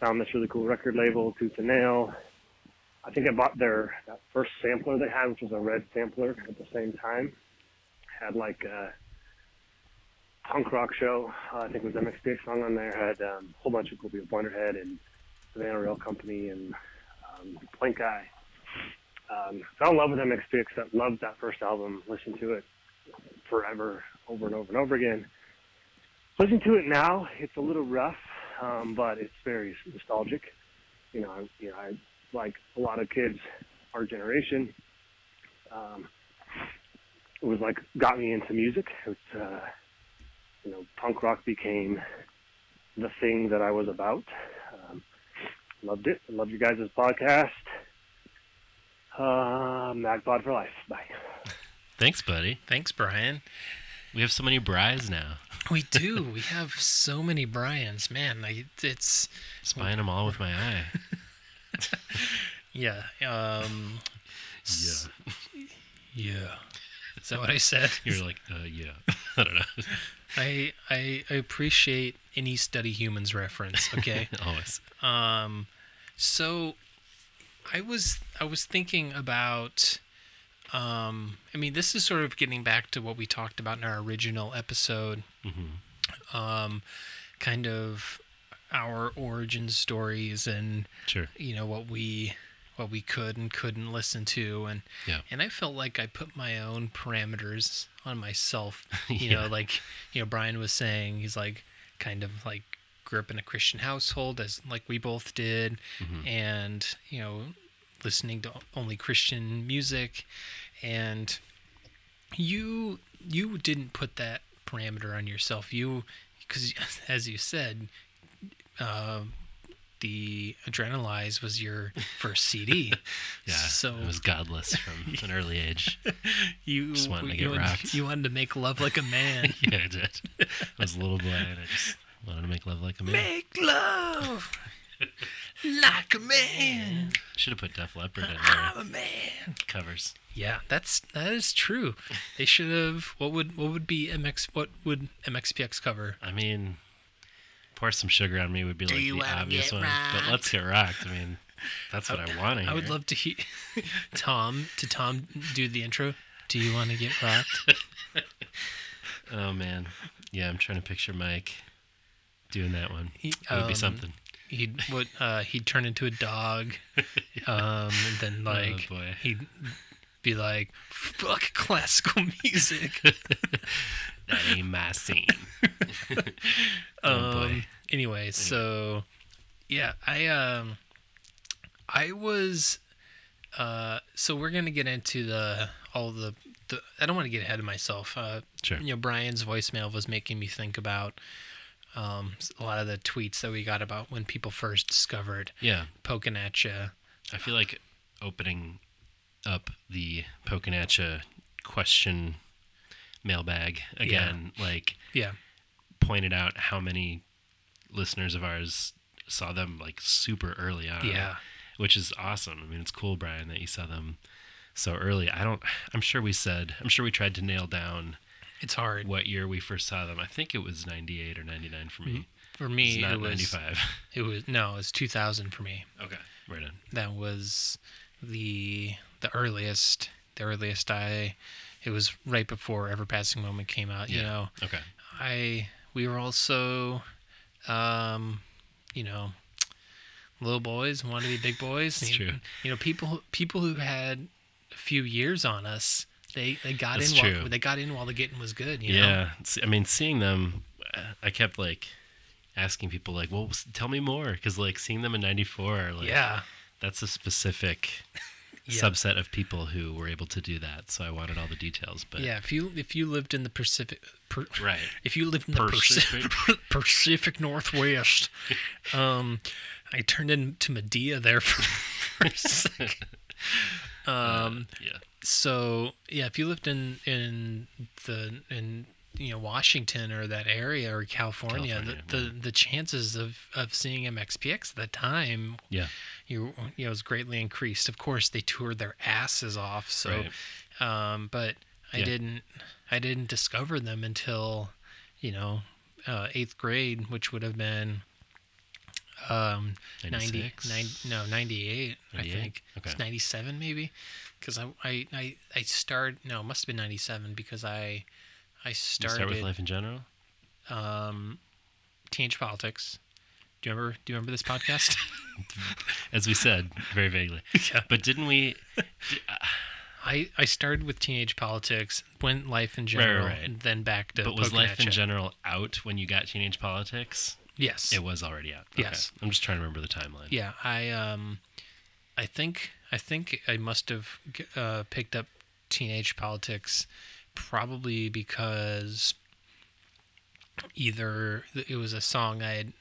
E: Found this really cool record label, Tooth and Nail. I think I bought their that first sampler they had, which was a red sampler. At the same time, had like a punk rock show. Uh, I think it was MXPX song on there. Had um, a whole bunch of cool people, Pointerhead and Savannah Rail Company and um, Plank Eye. Um, fell in love with MXPX. That loved that first album. Listened to it forever, over and over and over again. Listen to it now. It's a little rough, um, but it's very nostalgic. You know, I, you know, I like a lot of kids our generation. Um, it was like got me into music. It's uh, you know punk rock became the thing that I was about. Um, loved it. Loved your guys' podcast. Uh, Magpod for life. Bye.
C: Thanks, buddy.
B: Thanks, Brian.
C: We have so many bries now.
B: We do. we have so many Brians. Man, I, it's
C: Spying them all with my eye.
B: Yeah. Um,
C: Yeah.
B: yeah. Is that what I said?
C: You're like, uh, yeah. I don't know.
B: I, I I appreciate any study humans reference. Okay.
C: Always.
B: So I was I was thinking about um I mean this is sort of getting back to what we talked about in our original episode. Um kind of our origin stories and
C: Sure.
B: you know what we what we could and couldn't listen to and
C: Yeah.
B: and I felt like I put my own parameters on myself. You
C: Yeah.
B: know, like you know, Brian was saying he's like kind of like grew up in a Christian household as like we both did,
C: Mm-hmm.
B: and you know, listening to only Christian music, and you you didn't put that parameter on yourself. You because as you said. Uh, the Adrenalize was your first CD.
C: Yeah.
B: So
C: I was godless from an early age.
B: you
C: Just wanted to
B: you
C: get
B: wanted-
C: rocked.
B: You wanted to make love like a man.
C: Yeah, I did. I was a little boy and I just wanted to make love like a man.
B: make love like a man.
C: Should have put Def Leppard in there.
B: a man.
C: Covers.
B: Yeah, that's that is true. They should have. What would what would be MX? What would MXPX cover?
C: I mean, pour some sugar on me would be like
B: you
C: the
B: wanna
C: obvious
B: get
C: one. But let's get rocked. I mean, that's what I, want to hear.
B: I would love to hear Tom to Tom do the intro. Do you want to get rocked?
C: Oh man, yeah. I'm trying to picture Mike doing that one. It would be
B: um,
C: something.
B: He'd what? Uh, he'd turn into a dog, um, and then like
C: Oh, boy.
B: he'd be like, "Fuck classical music."
C: That ain't my scene.
B: um,
C: boy.
B: Anyway, so yeah, I um, I was uh, so we're gonna get into the all the the. I don't want to get ahead of myself. Uh,
C: Sure.
B: You know, Brian's voicemail was making me think about um a lot of the tweets that we got about when people first discovered
C: Yeah,
B: poking at you.
C: I feel like opening up the Pokenacha question mailbag again. Like
B: Yeah.
C: pointed out how many listeners of ours saw them like super early on.
B: Yeah.
C: Which is awesome. I mean, it's cool, Brian, that you saw them so early. I don't, I'm sure we said, I'm sure we tried to nail down
B: It's hard.
C: what year we first saw them. I think it was 98 or 99 for me.
B: For
C: It's
B: me,
C: not
B: it was
C: 95.
B: it was no, it was 2000 for me.
C: okay. Right on.
B: that was the the earliest the earliest i it was right before ever passing moment came out you know
C: Okay.
B: i we were also um you know little boys wanted to be big boys
C: It's
B: you,
C: true.
B: you know people who- people who had a few years on us they they got
C: That's
B: in while
C: true.
B: they got in while the getting was good you know
C: Yeah. It's- I mean, seeing them, uh, I kept like asking people, like, well, s- tell me more. Cause like seeing them in 94, like,
B: yeah
C: that's a specific
B: Yeah.
C: subset of people who were able to do that. So I wanted all the details, but
B: yeah if you if you lived in the pacific per,
C: right.
B: if you live in the Pacific, Pacific Northwest, um, I turned into Medea there for, for a second.
C: Yeah.
B: So yeah, if you lived in in the in you know Washington or that area or California,
C: California,
B: the, the the chances of of seeing MXPX at the time
C: Yeah.
B: you you know was greatly increased. Of course, they toured their asses off. So, um, but I
C: Yeah.
B: didn't I didn't discover them until you know uh, eighth grade, which would have been um 90,
C: 96?
B: nine- no 98 i
C: 98?
B: think
C: Okay.
B: it's 97 maybe because I, I i i started no it must have been 97 because i i
C: You
B: started
C: start with life in general.
B: teenage politics do you remember do you remember this podcast
C: as we said very vaguely. But didn't we?
B: I, I started with teenage politics, went life in
C: right,
B: general,
C: right.
B: and then back to.
C: But was
B: poking
C: life
B: at
C: in
B: ya.
C: general out when you got teenage politics?
B: Yes.
C: It was already out.
B: Yes.
C: I'm just trying to remember the timeline.
B: yeah. I um, I think I think I must have g- uh, picked up teenage politics, probably because either th- it was a song I had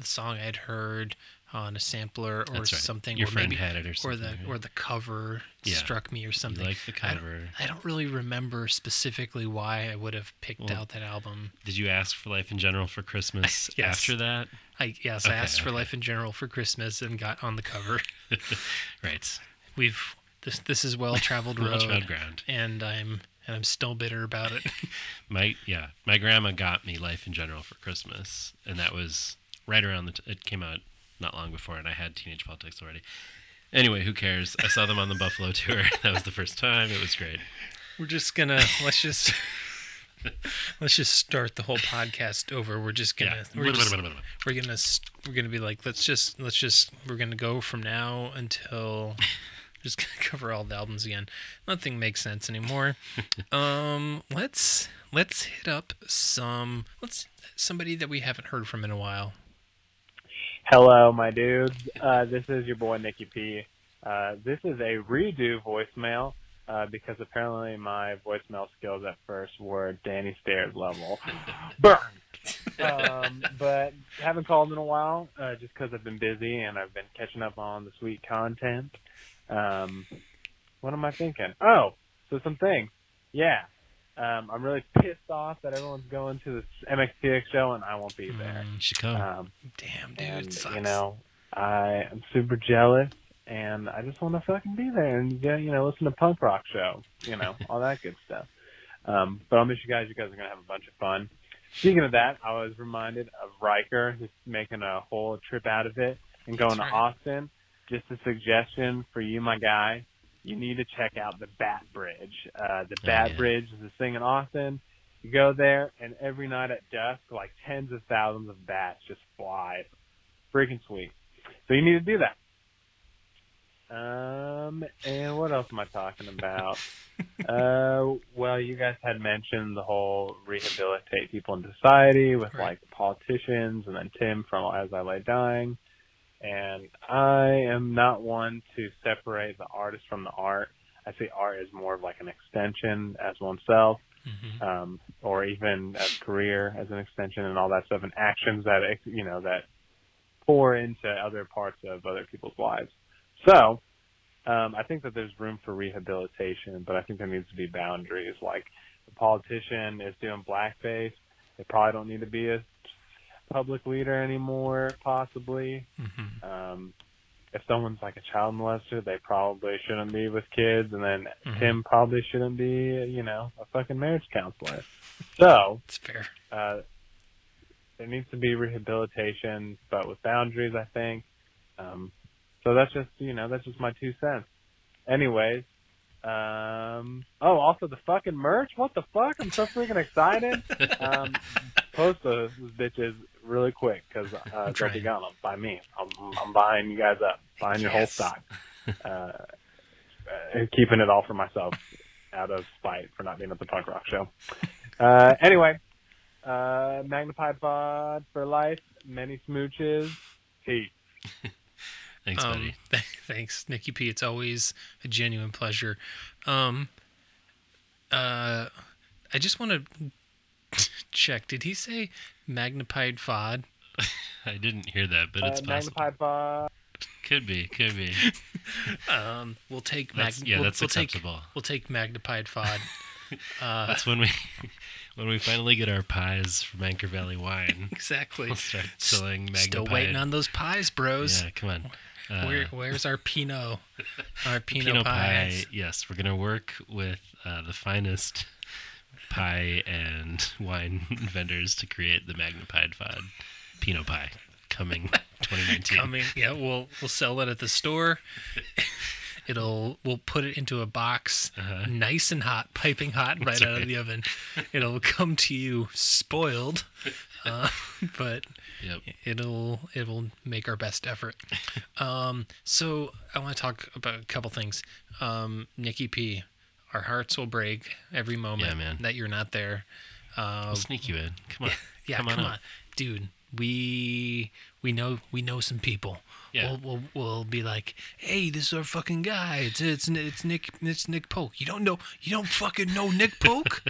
B: a song I had heard on a sampler or
C: That's right.
B: something.
C: Your
B: or
C: friend
B: maybe,
C: had it or
B: Or the
C: something, right?
B: or the cover
C: Yeah.
B: struck me or something.
C: liked the
B: I don't-
C: cover.
B: I don't really remember specifically why I would have picked
C: Well,
B: out that album.
C: Did you ask for life in general for Christmas
B: Yes.
C: after that?
B: I yes, I
C: Okay,
B: asked for
C: okay.
B: Life in General for Christmas and got on the cover.
C: right.
B: We've this this is well traveled road,
C: Well-traveled ground.
B: and I'm and I'm still bitter about it.
C: My yeah, my grandma got me Life in General for Christmas, and that was right around the. T- it came out not long before, and I had Teenage Politics already. Anyway, who cares? I saw them on the Buffalo tour. That was the first time. It was great.
B: We're just gonna let's just let's just start the whole podcast over. We're just
C: Yeah.
B: gonna we're, just, we're gonna s- we're gonna be like let's just let's just we're gonna go from now until just gonna cover all the albums again. Nothing makes sense anymore. um, let's let's hit up some let's somebody that we haven't heard from in a while.
F: Hello, my dudes. Uh, this is your boy Nikki P. Uh, this is a redo voicemail uh, because apparently my voicemail skills at first were Danny Stairs level. Burn. um, but haven't called in a while uh, just because I've been busy and I've been catching up on the sweet content. Um, what am I thinking? Oh, so some things. Yeah. Um, I'm really pissed off that everyone's going to this MXPX show and I won't be there.
C: Mm, She
B: Uh,
C: come.
F: Um,
B: Damn, dude,
F: and,
B: it sucks.
F: you know, I am super jealous, and I just want to fucking be there and yeah, you know, listen to punk rock show, you know, all that good stuff. Um, but I'll miss you guys. You guys are gonna have a bunch of fun. Speaking of that, I was reminded of Riker who's making a whole trip out of it and going
B: right.
F: to Austin. Just a suggestion for you, my guy. You need to check out the Bat Bridge. Uh, the
C: Oh,
F: Bat
C: yeah.
F: Bridge is this thing in Austin. You go there, and every night at dusk, like tens of thousands of bats just fly. It's freaking sweet. So you need to do that. Um, and what else am I talking about? uh, well, you guys had mentioned the whole rehabilitate people in society with
B: Right.
F: like politicians, and then Tim from As I Lay Dying. And I am not one to separate the artist from the art. I see art as more of like an extension as oneself
C: Mm-hmm.
B: Mhm.
F: um, or even a career as an extension and all that stuff, and actions that you know that pour into other parts of other people's lives. So, um, I think that there's room for rehabilitation, but I think there needs to be boundaries. Like, the politician is doing blackface; they probably don't need to be a public leader anymore, possibly.
B: Mhm.
F: Um, if someone's like a child molester, they probably shouldn't be with kids, and then
B: Mhm.
F: Tim probably shouldn't be, you know, a fucking marriage counselor. So,
B: It's fair.
F: uh, there needs to be rehabilitation, but with boundaries, I think. Um, so that's just, you know, that's just my two cents. Anyways, um, oh, also the fucking merch. What the fuck? I'm so freaking excited. Um, post those bitches really quick because uh, they'll be
B: trying.
F: gone by me. I'm, I'm buying you guys up, buying your whole
B: Yes.
F: stock, uh, and keeping it all for myself out of spite for not being at the punk rock show. Uh, anyway, uh, Magnify Pod for life. Many smooches. Peace.
C: Thanks,
B: Um,
C: buddy.
B: th- thanks, Nikki P. It's always a genuine pleasure. Um, uh, I just want to check. Did he say magnified fod?
C: I didn't hear that, but
F: Uh,
C: it's possible.
F: Magnify Pod.
C: Could be. Could be.
B: Um, we'll take mag-
C: That's, yeah,
B: we'll,
C: that's
B: we'll take
C: acceptable.
B: we'll take magnified fod. uh,
C: That's when we when we finally get our pies from Anchor Valley Wine.
B: exactly.
C: We'll start selling magnified.
B: Still waiting on those pies, bros.
C: Yeah, come on. Uh,
B: Where, where's our Pinot? Our Pinot,
C: Pinot pie.
B: pies.
C: Yes, we're gonna work with uh, the finest pie and wine vendors to create the magnified fod Pinot pie coming 2019.
B: coming. Yeah, we'll we'll sell it at the store. It'll we'll put it into a box,
C: Uh-huh.
B: nice and hot, piping hot, right
C: That's
B: out
C: right.
B: of the oven. It'll come to you spoiled, uh, but
C: Yep.
B: it'll it'll make our best effort. Um, so I want to talk about a couple things. Um, Nikki P, our hearts will break every moment
C: Yeah, man.
B: that you're not there. Uh,
C: I'll sneak you in. Come on.
B: yeah, come, on,
C: up.
B: dude. We we know we know some people.
C: Yeah.
B: We'll, we'll we'll be like, hey, this is our fucking guy. It's it's it's Nick it's Nick Polk. You don't know you don't fucking know Nick Polk.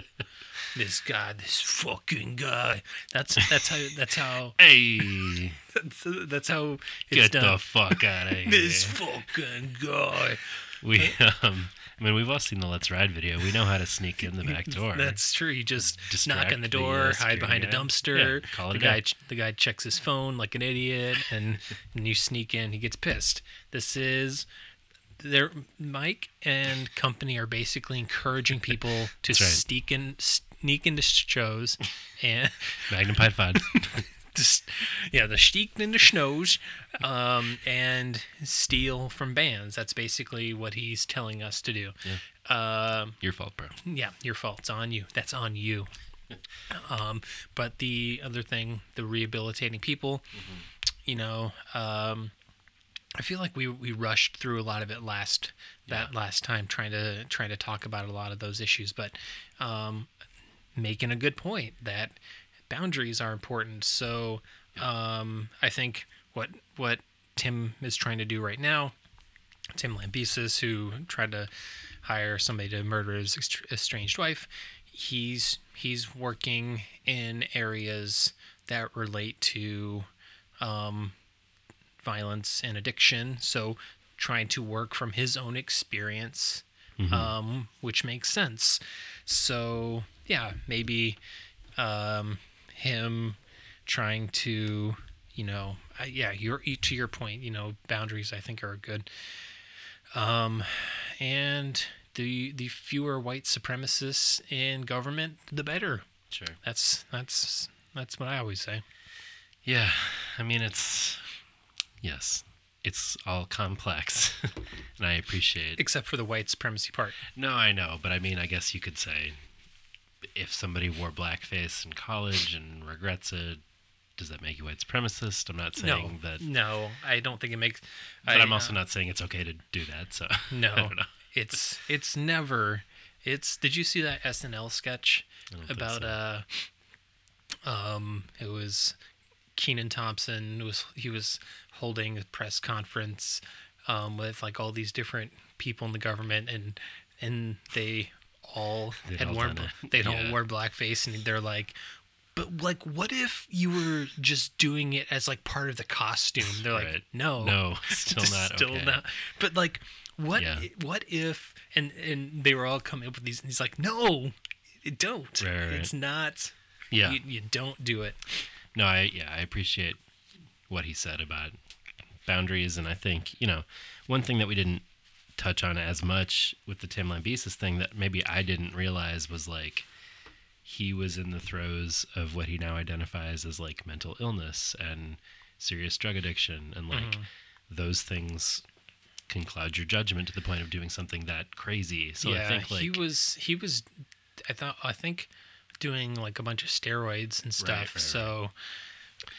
B: this guy, this fucking guy. That's that's how that's how
C: Hey,
B: that's, that's how it's
C: get
B: done.
C: the fuck out of here.
B: this fucking guy.
C: we um I mean, we've all seen the Let's Ride video. We know how to sneak in the back door.
B: That's true. You just knock
C: Distract
B: on the
C: the
B: door,
C: USB,
B: hide behind a
C: yeah.
B: dumpster.
C: Yeah, call it
B: the
C: a
B: guy
C: day.
B: ch- the guy checks his phone like an idiot and, and you sneak in, he gets pissed. This is there Mike and company are basically encouraging people to
C: That's right.
B: sneak in sneak into shows and
C: Magnum Pied Pod.
B: just yeah, the sneak into shows um, and steal from bands. That's basically what he's telling us to do. Um
C: Your fault, bro.
B: yeah, your fault. It's on you. That's on you. Um, but the other thing, the rehabilitating people, you know, um, I feel like we we rushed through a lot of it last that last time trying to trying to talk about a lot of those issues, but um, making a good point that boundaries are important. So um, I think what what Tim is trying to do right now Tim Lambesis, who tried to hire somebody to murder his ext- estranged wife. He's he's working in areas that relate to um, violence and addiction. So trying to work from his own experience, um, which makes sense. So yeah, maybe um, him trying to you know I- yeah your to your point you know boundaries I think are a good and the the fewer white supremacists in government, the better.
C: Sure.
B: That's that's that's what I always say.
C: Yeah, I mean it's yes, it's all complex, and I appreciate.
B: Except for the white supremacy part.
C: No, I know, but I mean, I guess you could say if somebody wore blackface in college and regrets it, does that make you white supremacist? I'm not saying
B: no,
C: that,
B: no, I don't think it makes.
C: but
B: I,
C: I, am also
B: uh,
C: not saying it's okay to do that. So
B: No,
C: I don't know.
B: it's it's never. It's. Did you see that SNL sketch
C: don't think
B: about uh, um, it was Keenan Thompson was he was holding a press conference um, with like all these different people in the government and and they all
C: They'd
B: had
C: all
B: worn
C: done
B: bla-
C: it.
B: they'd all
C: Yeah.
B: wore blackface and they're like but like what if you were just doing it as like part of the costume they're like
C: Right.
B: no
C: No, still
B: Just
C: not okay.
B: but like what
C: Yeah.
B: i- what if and and they were all coming up with these and he's like no it don't
C: Right, right, right.
B: it's not
C: Yeah,
B: you, you don't do it
C: no, I yeah, I appreciate what he said about boundaries, and I think you know one thing that we didn't touch on as much with the Tim Lambesis thing that maybe I didn't realize was like he was in the throes of what he now identifies as like mental illness and serious drug addiction and like
B: Mm-hmm.
C: those things can cloud your judgment to the point of doing something that crazy. So I think like
B: he was he was I thought I think doing like a bunch of steroids and stuff.
C: Right, right, right.
B: So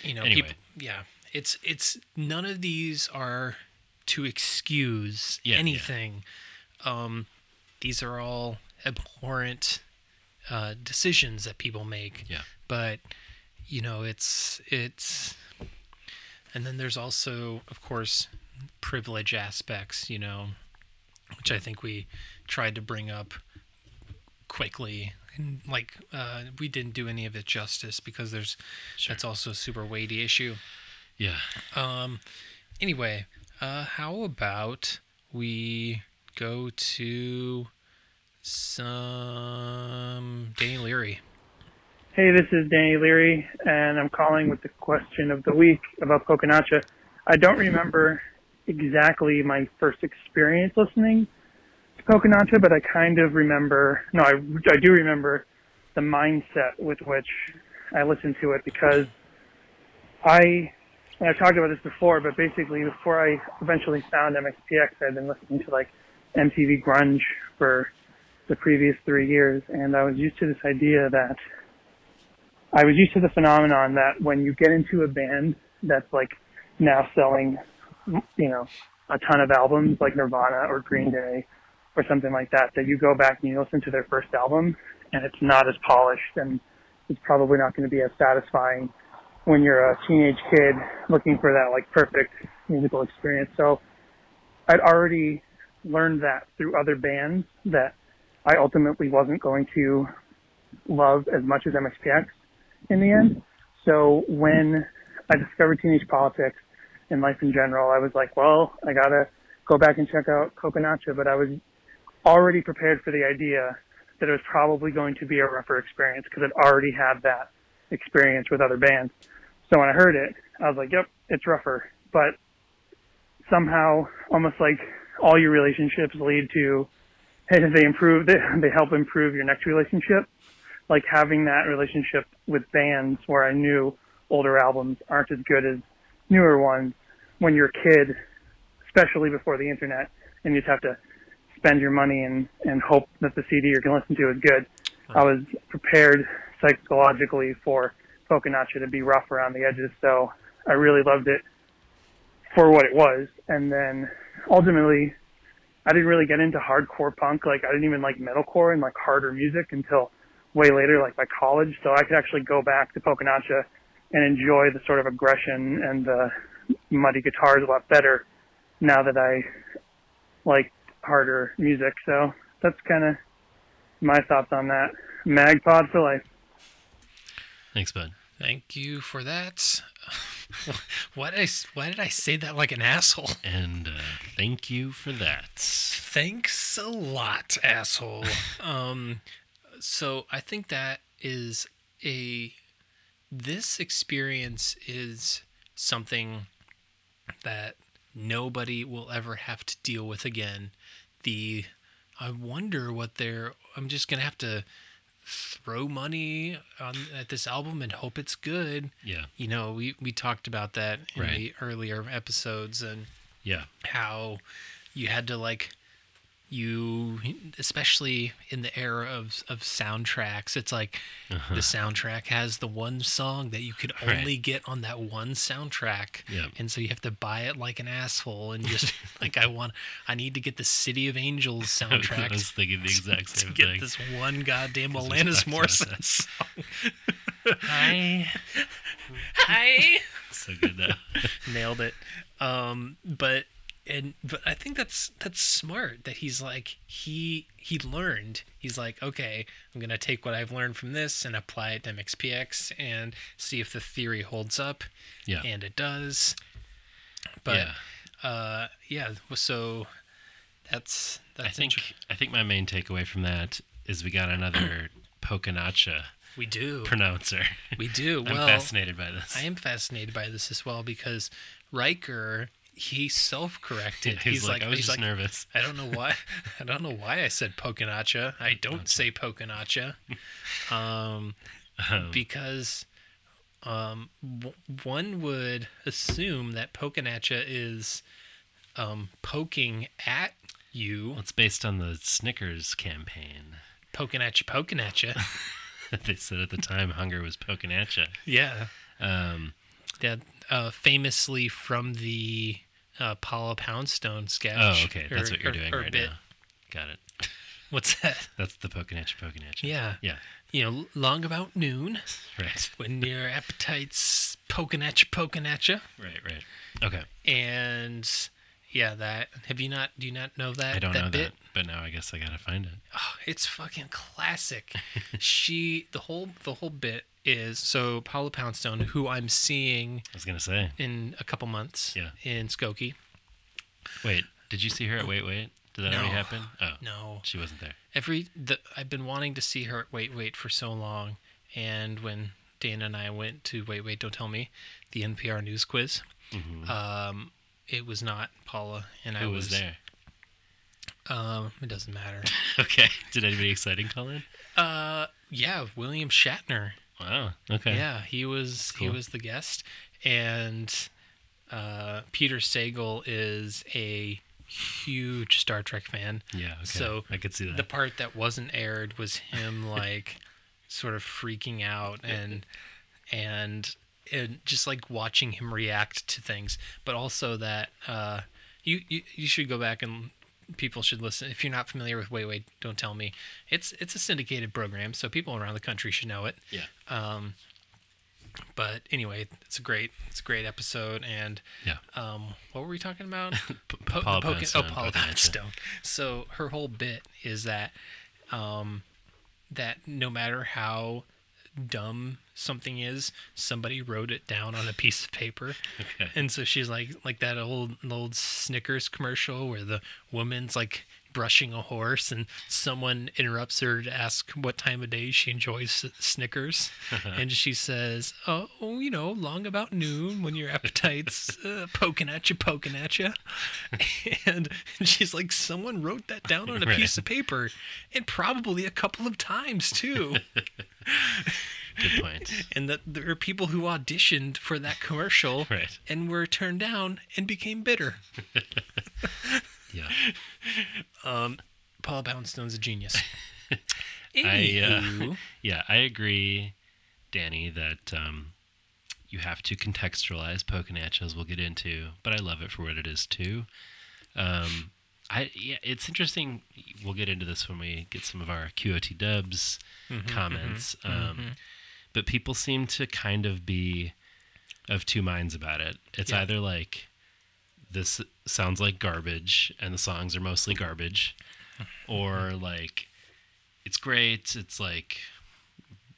B: you know,
C: Anyway.
B: peop- yeah, it's it's none of these are to excuse
C: Yeah, yeah.
B: anything. Um, these are all abhorrent uh, decisions that people make.
C: Yeah.
B: but you know, it's it's and then there's also, of course, privilege aspects, you know, which I think we tried to bring up quickly. And like, uh, we didn't do any of it justice because there's that's also a super weighty issue.
C: yeah,
B: Anyway, uh, how about we go to some Danny Leary?
F: Hey, this is Danny Leary, and I'm calling with the question of the week about Poconacha. I don't remember exactly my first experience listening to Poconacha, but I kind of remember, no, I, I do remember the mindset with which I listened to it because I, and I've talked about this before, but basically before I eventually found MXPX, I'd been listening to like MTV Grunge for the previous three years, and I was used to this idea that I was used to the phenomenon that when you get into a band that's like now selling, you know, a ton of albums like Nirvana or Green Day or something like that, that you go back and you listen to their first album and it's not as polished and it's probably not going to be as satisfying when you're a teenage kid looking for that like perfect musical experience. So I'd already learned that through other bands that I ultimately wasn't going to love as much as MXPX in the end. So when I discovered teenage politics and life in general, I was like, well, I gotta go back and check out Coconacha, but I was already prepared for the idea that it was probably going to be a rougher experience because I'd already had that experience with other bands. So when I heard it, I was like, yep, it's rougher. But somehow, almost like all your relationships lead to, hey, they improve, they, they help improve your next relationship. Like having that relationship with bands where I knew older albums aren't as good as newer ones when you're a kid, especially before the internet, and you just have to spend your money and, and hope that the CD you're going to listen to is good. I was prepared psychologically for Poconacha to be rough around the edges, so I really loved it for what it was. And then ultimately, I didn't really get into hardcore punk. Like, I didn't even like metalcore and like harder music until way later, like by college. So I could actually go back to Poconacha and enjoy the sort of aggression and the muddy guitars a lot better now that I like harder music. So that's kind of my thoughts on that. Magpod for life.
C: Thanks, bud.
B: Thank you for that. why, did I, s- why did I say that like an asshole?
C: And uh, thank you for that.
B: Thanks a lot, asshole. um, so I think that is a. This experience is something that nobody will ever have to deal with again. The. I wonder what they're. I'm just going to have to throw money on at this album and hope it's good.
C: Yeah,
B: You know, we, we talked about that in
C: Right.
B: the earlier episodes and
C: yeah,
B: how you had to like you especially in the era of of soundtracks it's like the soundtrack has the one song that you could
C: Uh-huh. Right.
B: only get on that one soundtrack
C: Yep.
B: and so you have to buy it like an asshole and just like i want i need to get the city of angels
C: I
B: soundtrack
C: was thinking the exact
B: to
C: same
B: get
C: thing.
B: this one goddamn
C: we
B: Alanis
C: talked about that.
B: Morissette song.
C: Hi.
B: Hi.
C: so good though.
B: nailed it um but and but i think that's that's smart that he's like he he learned he's like okay i'm gonna take what i've learned from this and apply it to mxpx and see if the theory holds up
C: Yeah.
B: and it does but
C: yeah.
B: uh yeah so that's
C: I
B: that's
C: think
B: inter-
C: I think my main takeaway from that is we got another Poconacha
B: we do
C: pronouncer.
B: we do
C: I'm
B: well
C: fascinated by this.
B: I am fascinated by this as well because Riker, he self-corrected.
C: He's, like, I was
B: he's
C: just
B: like,
C: nervous.
B: I don't know why. I don't know why I said Poconacha. I don't say Poconacha,
C: Hmm.
B: um, because um, w- one would assume that Poconacha is um, poking at you,
C: Well, it's based on the Snickers campaign.
B: poking at you, poking at you.
C: they said at the time hunger was poking at you.
B: yeah,
C: Um,
B: that uh, famously from the uh, Paula Poundstone
C: oh,
B: sketch.
C: okay, that's
B: or-
C: what you're
B: or-
C: doing
B: or
C: right
B: bit.
C: now. Got it.
B: What's that?
C: That's the poking at you, poking at you.
B: Yeah,
C: Yeah.
B: you know, long about noon.
C: Right.
B: when your appetite's poking at you, poking at you,
C: Right. Right. Okay.
B: and yeah, that have you not? Do you not know that?
C: I don't
B: that
C: know
B: bit?
C: that, but now I guess I gotta find it.
B: Oh, it's fucking classic. she the whole the whole bit is so Paula Poundstone, who I'm seeing
C: I was gonna say.
B: in a couple months
C: Yeah.
B: in Skokie.
C: Wait, did you see her at Wait Wait? Did that already
B: No.
C: happen? Oh,
B: No,
C: she wasn't there.
B: every the, I've been wanting to see her at Wait Wait for so long, and when Dana and I went to Wait Wait Don't Tell Me, the NPR news quiz, um, it was not Paula, and I
C: Mm-hmm. Who was
B: was
C: there?
B: Um, it doesn't matter.
C: Okay. Did anybody exciting call in?
B: Uh, yeah, William Shatner.
C: Wow. Okay.
B: Yeah, he was he
C: cool.
B: was the guest, and uh, Peter Sagal is a huge Star Trek fan.
C: Yeah. Okay.
B: So,
C: I could see that.
B: The part that wasn't aired was him like sort of freaking out and and and just like watching him react to things, but also that uh, you, you you should go back and people should listen if you're not familiar with Wait Wait Don't Tell Me. It's it's a syndicated program, so people around the country should know it
C: yeah.
B: but anyway, it's a great it's a great episode. And
C: Yeah.
B: um, what were we talking about? the
C: Paula
B: Poke-
C: Poundstone,
B: Oh, Paula
C: Poke Matcha.
B: Poundstone. So her whole bit is that um, that no matter how dumb something is, somebody wrote it down on a piece of paper.
C: Okay.
B: And so she's like like that old old Snickers commercial where the woman's like brushing a horse and someone interrupts her to ask what time of day she enjoys S- Snickers. and she says, Oh, you know, long about noon when your appetite's uh, poking at you, poking at you. And she's like, Someone wrote that down on a
C: Right.
B: piece of paper and probably a couple of times too.
C: Good point.
B: and that there are people who auditioned for that commercial
C: Right.
B: and were turned down and became bitter.
C: Yeah.
B: Um, Paul Boundstone's a genius.
C: I, uh,
B: Anywho,
C: Yeah, I agree, Danny, that um, you have to contextualize Pokenatch, as we'll get into, but I love it for what it is, too. Um, I yeah, It's interesting. We'll get into this when we get some of our QOT dubs
B: Mm-hmm,
C: comments. um, But people seem to kind of be of two minds about it. It's
B: Yeah.
C: either like, this sounds like garbage, and the songs are mostly garbage, or like, it's great. It's like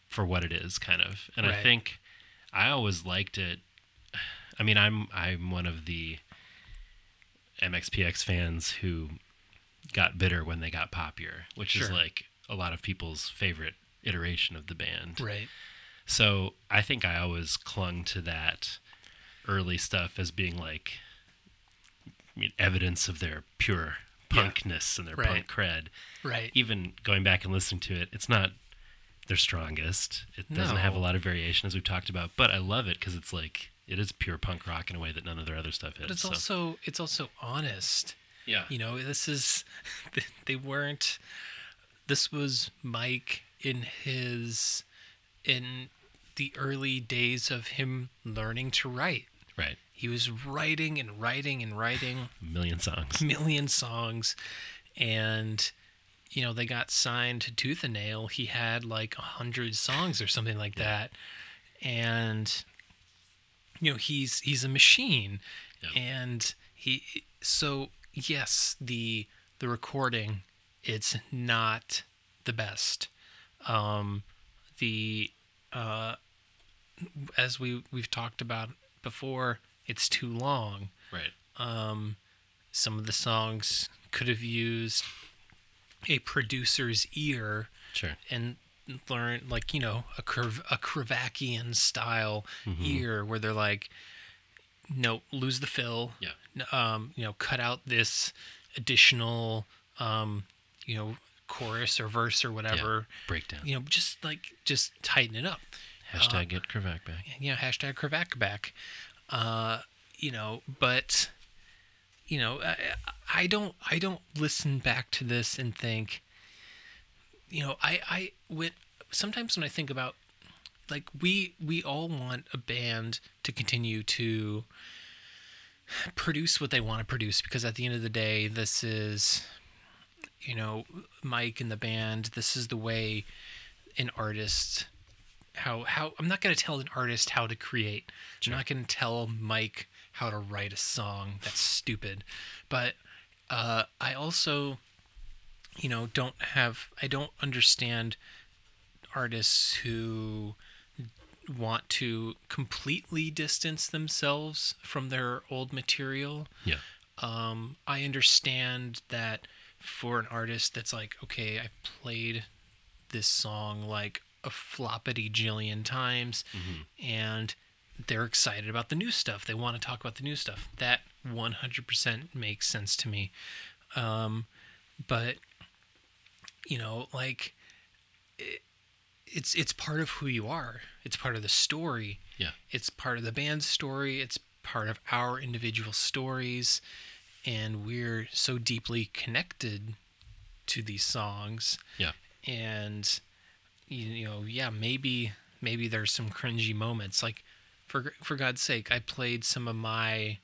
C: for what it is, kind of. And I
B: Right.
C: think I always liked it. I mean, I'm I'm one of the MXPX fans who got bitter when they got popular, which is
B: Sure.
C: like a lot of people's favorite iteration of the band.
B: right.
C: So I think I always clung to that early stuff as being like I mean, evidence of their pure punkness and their
B: Right.
C: punk cred
B: Right.
C: even going back and listening to it, it's not their strongest. It doesn't have a
B: No.
C: lot of variation, as we've talked about. But I love it because it's like it is pure punk rock in a way that none of their other stuff is.
B: But it's
C: so-
B: also it's also honest.
C: yeah,
B: You know, this is they weren't. This was Mike in his in the early days of him learning to write.
C: right.
B: He was writing and writing and writing
C: A million songs.
B: million songs and you know they got signed to tooth and nail he had like a hundred songs or something like that and you know he's he's a machine
C: Yeah.
B: and he so yes the the recording it's not the best um the uh as we we've talked about before it's too long
C: Right.
B: some of the songs could have used a producer's ear
C: Sure.
B: and learn like you know a curve a Kravakian style ear where they're like no lose the fill
C: Yeah.
B: N- um you know cut out this additional um you know chorus or verse or whatever
C: Breakdown.
B: you know just like just tighten it up
C: Hashtag get Kravak back.
B: you know, hashtag Kravak back. Uh, you know, but you know, I, I don't I don't listen back to this and think, you know, I I when sometimes when I think about like we we all want a band to continue to produce what they want to produce because at the end of the day this is you know mike and the band this is the way an artist how how I'm not going to tell an artist how to create. I'm not going to tell Mike how to write a song. That's stupid. But uh, I also, you know, don't have I don't understand artists who want to completely distance themselves from their old material
C: Yeah.
B: um, I understand that for an artist that's like, okay, I played this song like a floppity jillion times, and they're excited about the new stuff. They want to talk about the new stuff. That 100% makes sense to me. Um, but you know, like it, it's it's part of who you are. It's part of the story
C: Yeah.
B: it's part of the band's story it's part of our individual stories and we're so deeply connected to these songs
C: Yeah.
B: and you you know yeah maybe maybe there's some cringy moments like for for god's sake i played some of my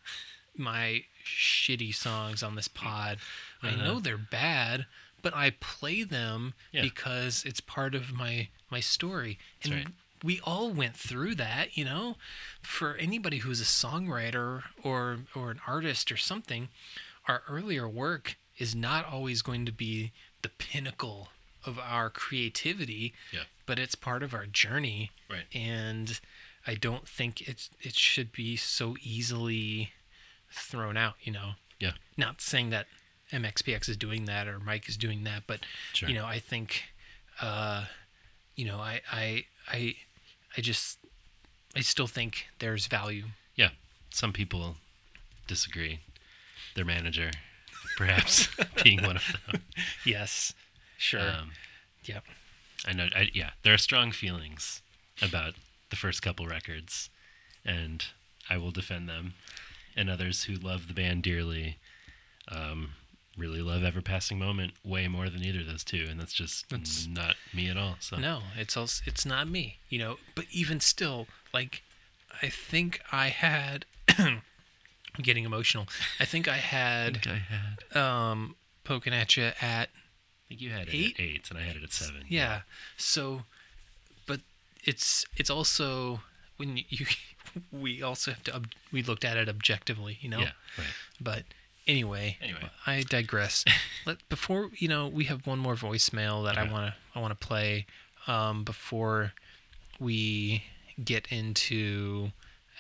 B: my shitty songs on this pod i know they're bad but i play them
C: Uh-huh. Yeah.
B: because it's part of my my story and
C: right.
B: we all went through that you know for anybody who's a songwriter or or an artist or something our earlier work is not always going to be the pinnacle of our creativity
C: Yeah.
B: but it's part of our journey
C: Right.
B: and i don't think it's it should be so easily thrown out you know
C: Yeah.
B: not saying that MXPX is doing that or Mike is doing that, but
C: Sure.
B: you know, I think, uh, you know, I I I I just I still think there's value. uh,
C: Yeah, some people disagree. Their manager, perhaps, being one of them.
B: Yes, sure.
C: Um,
B: yep.
C: I know. I, yeah, there are strong feelings about the first couple records, and I will defend them. And others who love the band dearly, um, really love "Ever Passing Moment" way more than either of those two, and that's just
B: That's-
C: not me at all. So
B: No, it's also, it's not me, you know. But even still, like, I think I had. I'm getting emotional. I think I
C: I
B: had
C: think I had. I
B: um, poking at you at
C: think you had it
B: Eight?
C: at eight, and I had it at seven.
B: yeah. So, but it's it's also when you, you we also have to ob- we looked at it objectively, you know.
C: Yeah. Right.
B: But anyway,
C: Anyway.
B: I digress. Let before you know, we have one more voicemail that I
C: Okay.
B: want to I want to play um, before we get into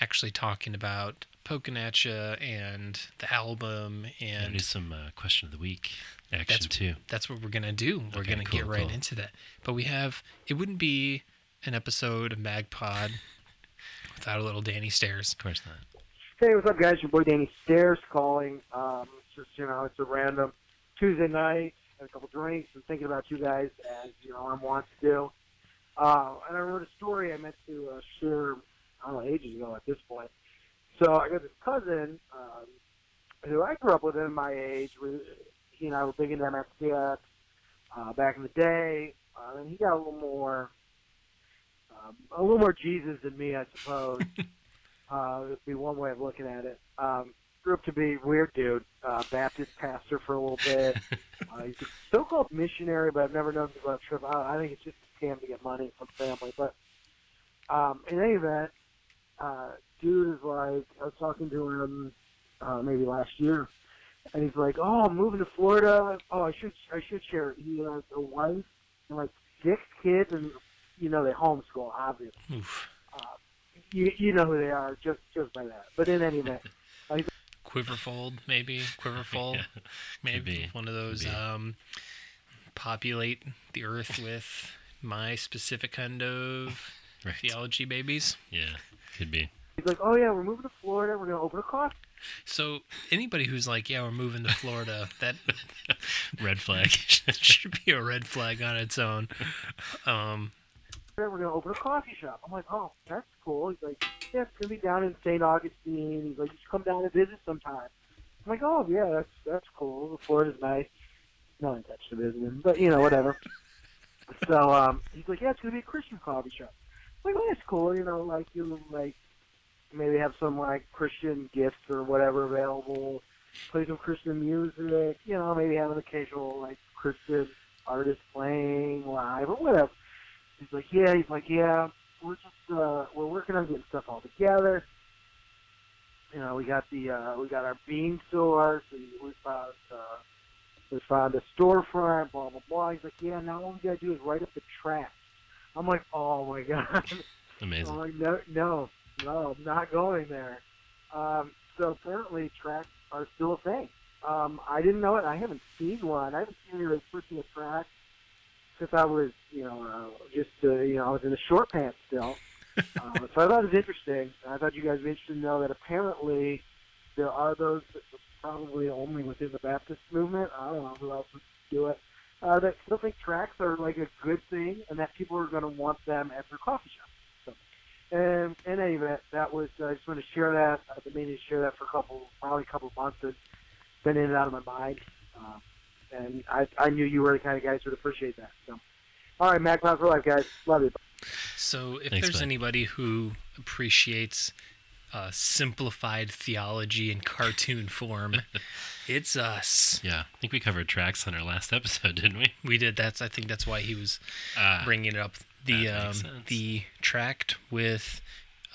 B: actually talking about Pokenacha and the album
C: And do
B: and
C: some uh, question of the week action
B: that's
C: too.
B: that's what we're gonna do. We're
C: Okay,
B: gonna
C: cool,
B: get right
C: cool.
B: into that. But we have it wouldn't be an episode of Magpod without a little Danny Stairs.
C: Of course not.
F: Hey, what's up, guys? Your boy Danny Stairs calling. Um, it's just you know, it's a random Tuesday night, had a couple drinks, and thinking about you guys as you know I'm wont to do. Uh, and I wrote a story I meant to uh, share, I don't know, ages ago at this point. So I got this cousin um, who I grew up with him my age. We, he and I were big into MXPX uh, back in the day, uh, and he got a little more, um, a little more Jesus than me, I suppose. uh, would be one way of looking at it. Um, grew up to be a weird dude, uh, Baptist pastor for a little bit. uh, he's a so-called missionary, but I've never known him about trip. I, I think it's just a scam to get money from family. But um, in any event, uh, dude is like, I was talking to him uh, maybe last year, and he's like, "Oh, I'm moving to Florida. Oh, I should, I should share." He has a wife and like six kids, and you know they homeschool, obviously
B: Oof.
F: you you know who they are just just by that. But in any event,
B: Quiverfold, maybe Quiverfold,
C: Yeah,
B: maybe
C: be,
B: one of those.
C: be.
B: Um, populate the earth with my specific kind of
C: Right.
B: theology, babies.
C: Yeah. Could be.
F: he's like, "Oh yeah, we're moving to Florida. We're gonna open a coffee
B: So anybody who's like, yeah, we're moving to Florida, that
C: Red flag.
B: should be a red flag on its own. Um,
F: we're gonna open a coffee shop." I'm like, "Oh, that's cool." He's like, "Yeah, it's gonna be down in St. Augustine." He's like, "You should come down and visit sometime." I'm like, "Oh yeah, that's that's cool. Florida's nice." No one touched the business, but you know whatever. so um, he's like, "Yeah, it's gonna be a Christian coffee shop." I'm like, "Oh, that's cool. You know, like you like maybe have some like Christian gifts or whatever available." play some Christian music, you know, maybe have an occasional like Christian artist playing live or whatever. He's like, yeah, he's like, yeah, we're just uh, we're working on getting stuff all together. You know, we got the uh, we got our bean store, so we found uh, we found a storefront, blah blah blah. He's like, yeah, now all we gotta do is write up the track. I'm like, oh my god.
C: Amazing.
F: I'm like, no, no, no, I'm not going there. Um, so apparently tracks are still a thing. Um, I didn't know it. I haven't seen one. I haven't seen anybody pushing a track since I was, you know, uh, just, uh, you know, I was in the short pants still. um, so I thought it was interesting. I thought you guys would be interested to know that apparently there are those, that are probably only within the Baptist movement. I don't know who else would do it. Uh, that still think tracks are like a good thing, and that people are going to want them at their coffee shop. And in any event, that was I just want to share that. I've been meaning to share that for a couple, probably a couple of months. It's been in and out of my mind, um, and I, I knew you were the kind of guys who would appreciate that. So, all right, Mac Cloud for life, guys. Love you.
B: So if
C: Thanks,
B: there's
C: Ben.
B: anybody who appreciates uh, simplified theology in cartoon form, it's us.
C: Yeah, I think we covered tracks on our last episode, didn't we?
B: We did that's I think that's why he was
C: Uh,
B: bringing it up the
C: that
B: um,
C: makes sense.
B: the tract with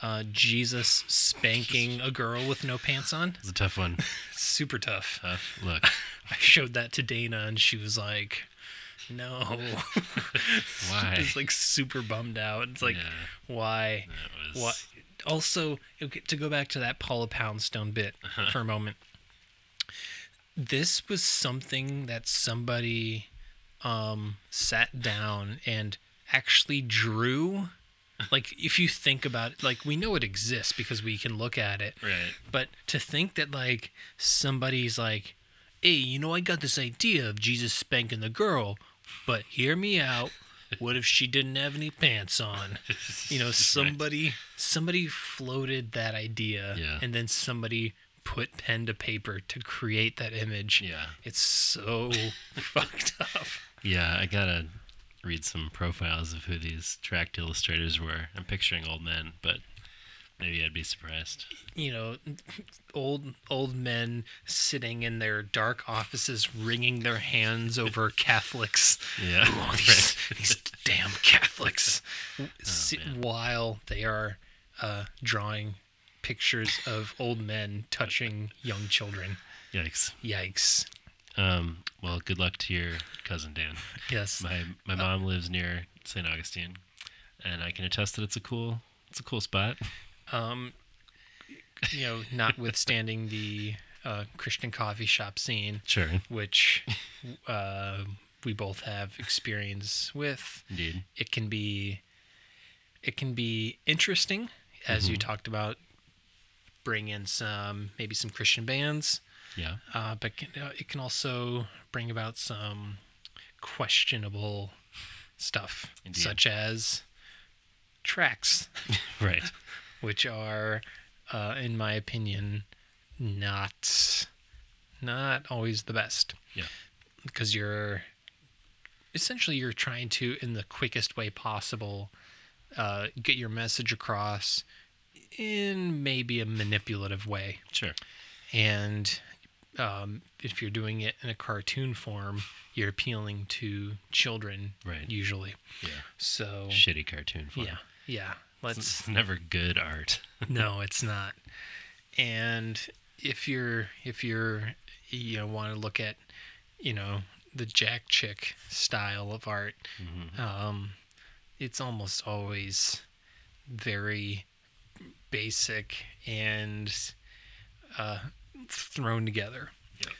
B: uh, Jesus spanking a girl with no pants on.
C: it's a tough one.
B: Super tough.
C: Tough. Look,
B: I showed that to Dana and she was like, "No."
C: Why?
B: She's like super bummed out. It's like,
C: Yeah.
B: "Why?"
C: that was
B: What?
C: Uh-huh.
B: Also, okay, to go back to that Paula Poundstone bit for a moment, this was something that somebody um sat down and actually drew like if you think about it like we know it exists because we can look at it
C: Right.
B: but to think that like somebody's like hey you know i got this idea of jesus spanking the girl but hear me out what if she didn't have any pants on you know
C: Right.
B: somebody somebody floated that idea
C: Yeah.
B: and then somebody put pen to paper to create that image
C: Yeah.
B: it's so fucked up
C: Yeah, I gotta read some profiles of who these tract illustrators were. I'm picturing old men, but maybe I'd be surprised.
B: you know old old men sitting in their dark offices wringing their hands over catholics
C: Yeah.
B: Oh,
C: right.
B: these, these damn Catholics. S-
C: man.
B: while they are uh, drawing pictures of old men touching young children.
C: Yikes.
B: Yikes.
C: Um, well, good luck to your cousin Dan.
B: Yes.
C: My my mom lives near St. Augustine, and I can attest that it's a cool it's a cool spot.
B: Um, you know, notwithstanding the uh, Christian coffee shop scene,
C: Sure,
B: which uh, we both have experience with,
C: indeed.
B: it can be it can be interesting as you talked about bring in some maybe some christian bands
C: Yeah,
B: uh, but can, uh, it can also bring about some questionable stuff
C: Indeed.
B: such as tracks
C: right.
B: which are uh, in my opinion not not always the best
C: Yeah.
B: because you're essentially you're trying to in the quickest way possible uh, get your message across in maybe a manipulative way
C: Sure.
B: and um, if you're doing it in a cartoon form you're appealing to children
C: Right.
B: usually
C: Yeah.
B: so
C: Shitty cartoon. Form.
B: yeah yeah let's
C: It's never good art.
B: no, it's not. And if you're if you're you know, want to look at you know the Jack Chick style of art, um, it's almost always very basic and uh, thrown together.
C: Yep.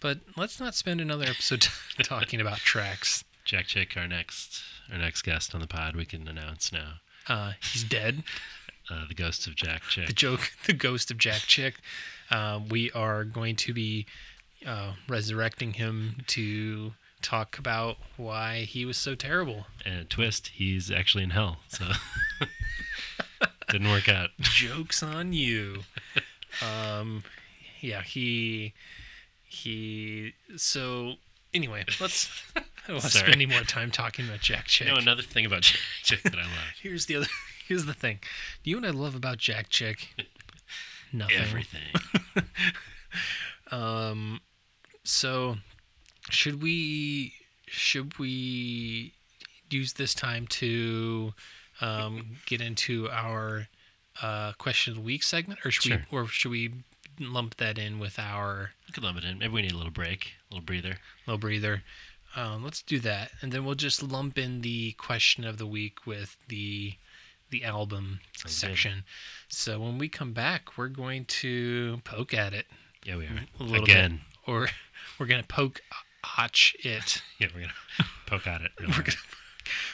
B: But let's not spend another episode talking about tracks.
C: Jack Chick, our next our next guest on the pod, we can announce now.
B: Uh, he's dead.
C: Uh, the ghost of Jack Chick.
B: the joke, the ghost of Jack Chick. Uh, we are going to be uh, resurrecting him to talk about why he was so terrible.
C: and twist, he's actually in hell. So didn't work out.
B: Jokes on you. Um, yeah, he he. So anyway, let's. I don't want to
C: Sorry.
B: spend any more time talking about Jack Chick.
C: You know another thing about Jack Chick that I love.
B: here's the other. Here's the thing. You know what I love about Jack Chick? Nothing.
C: Everything.
B: So, should we should we use this time to um, get into our uh, question of the week segment, or should
C: Sure.
B: we or should we lump that in with our
C: We could lump it in. Maybe we need a little break, a little breather.
B: little breather? Um, let's do that, and then we'll just lump in the question of the week with the the album section. So when we come back, we're going to poke at it
C: Yeah, we are.
B: a little
C: Again.
B: bit, or we're going to poke hotch it.
C: Yeah, we're gonna poke at it. real hard.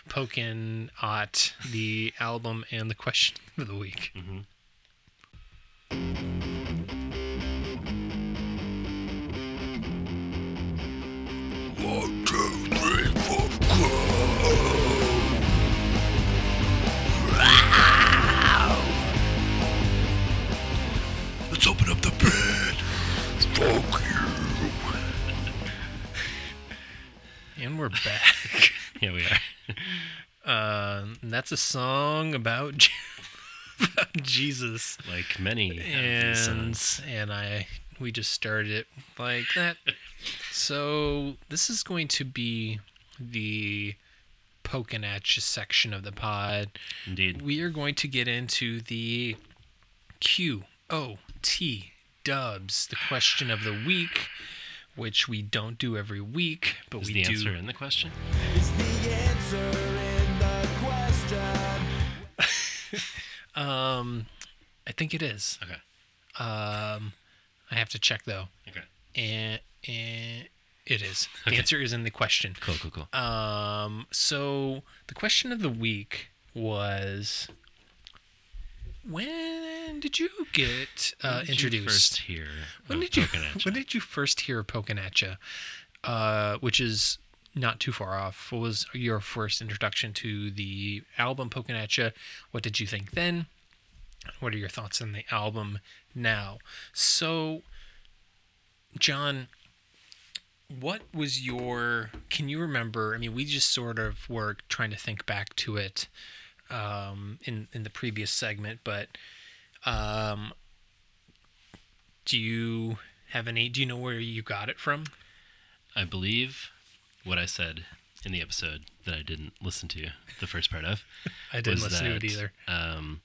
B: Pokin at the album and the question of the week.
A: One, two, three, four, go! Let's open up the bed. Fuck you.
B: And we're back.
C: Yeah, we are.
B: uh, that's a song about, Je- about Jesus.
C: Like many of these
B: And
C: songs.
B: and I we just started it like that. so this is going to be the poking at you section of the pod.
C: Indeed.
B: we are going to get into the Q O T dubs, the question of the week, which we don't do every week, but
C: Is
B: we
C: the
B: do.
C: answer in the question?
B: Um, I think it is.
C: Okay.
B: Um, I have to check though.
C: Okay.
B: And, it is. The answer is in the question.
C: Cool, cool, cool.
B: Um, so the question of the week was when did you get uh,
C: Did you
B: introduced?
C: first here.
B: when did you when did you first hear Pokenacha? Uh, which is not too far off. What was your first introduction to the album Pokenacha? What did you think then? What are your thoughts on the album now? So, John, what was your? Can you remember? I mean, we just sort of were trying to think back to it um, in in the previous segment, but um, do you have any? Do you know where you got it from?
C: I believe what I said in the episode that I didn't listen to the first part of.
B: I didn't
C: was
B: listen to it
C: that,
B: either.
C: Um,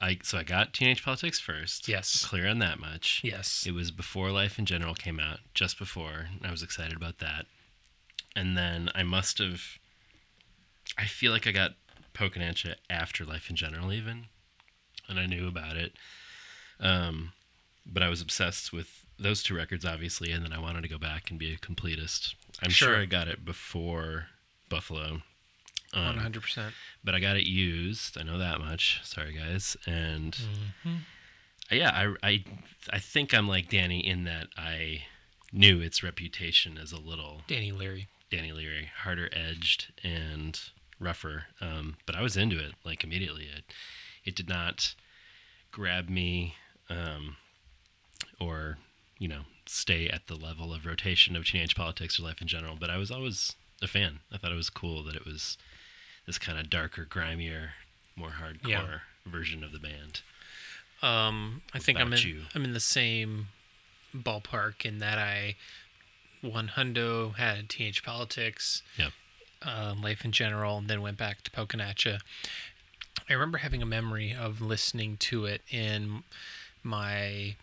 C: I so I got Teenage Politics first.
B: Yes.
C: clear on that much.
B: Yes.
C: It was before Life in General came out, just before. and I was excited about that. And then I must have. I feel like I got Pokenacha after Life in General, even. And I knew about it. Um, but I was obsessed with those two records, obviously. And then I wanted to go back and be a completist. I'm sure,
B: Sure.
C: I got it before Buffalo.
B: One
C: Um,
B: hundred percent.
C: but I got it used. I know that much. Sorry, guys. And yeah, I, I I think I'm like Danny in that I knew its reputation as a little
B: Danny Leary.
C: Danny Leary, harder edged and rougher. Um, but I was into it like immediately. It it did not grab me um, or you know stay at the level of rotation of teenage politics or life in general. But I was always a fan. I thought it was cool that it was this kind of darker, grimier, more hardcore
B: Yeah.
C: version of the band.
B: Um, I think I'm
C: about
B: in.
C: you?
B: I'm in the same ballpark in that I one hundo had teenage politics,
C: Yep.
B: um, life in general, and then went back to Pokenacha. I remember having a memory of listening to it in my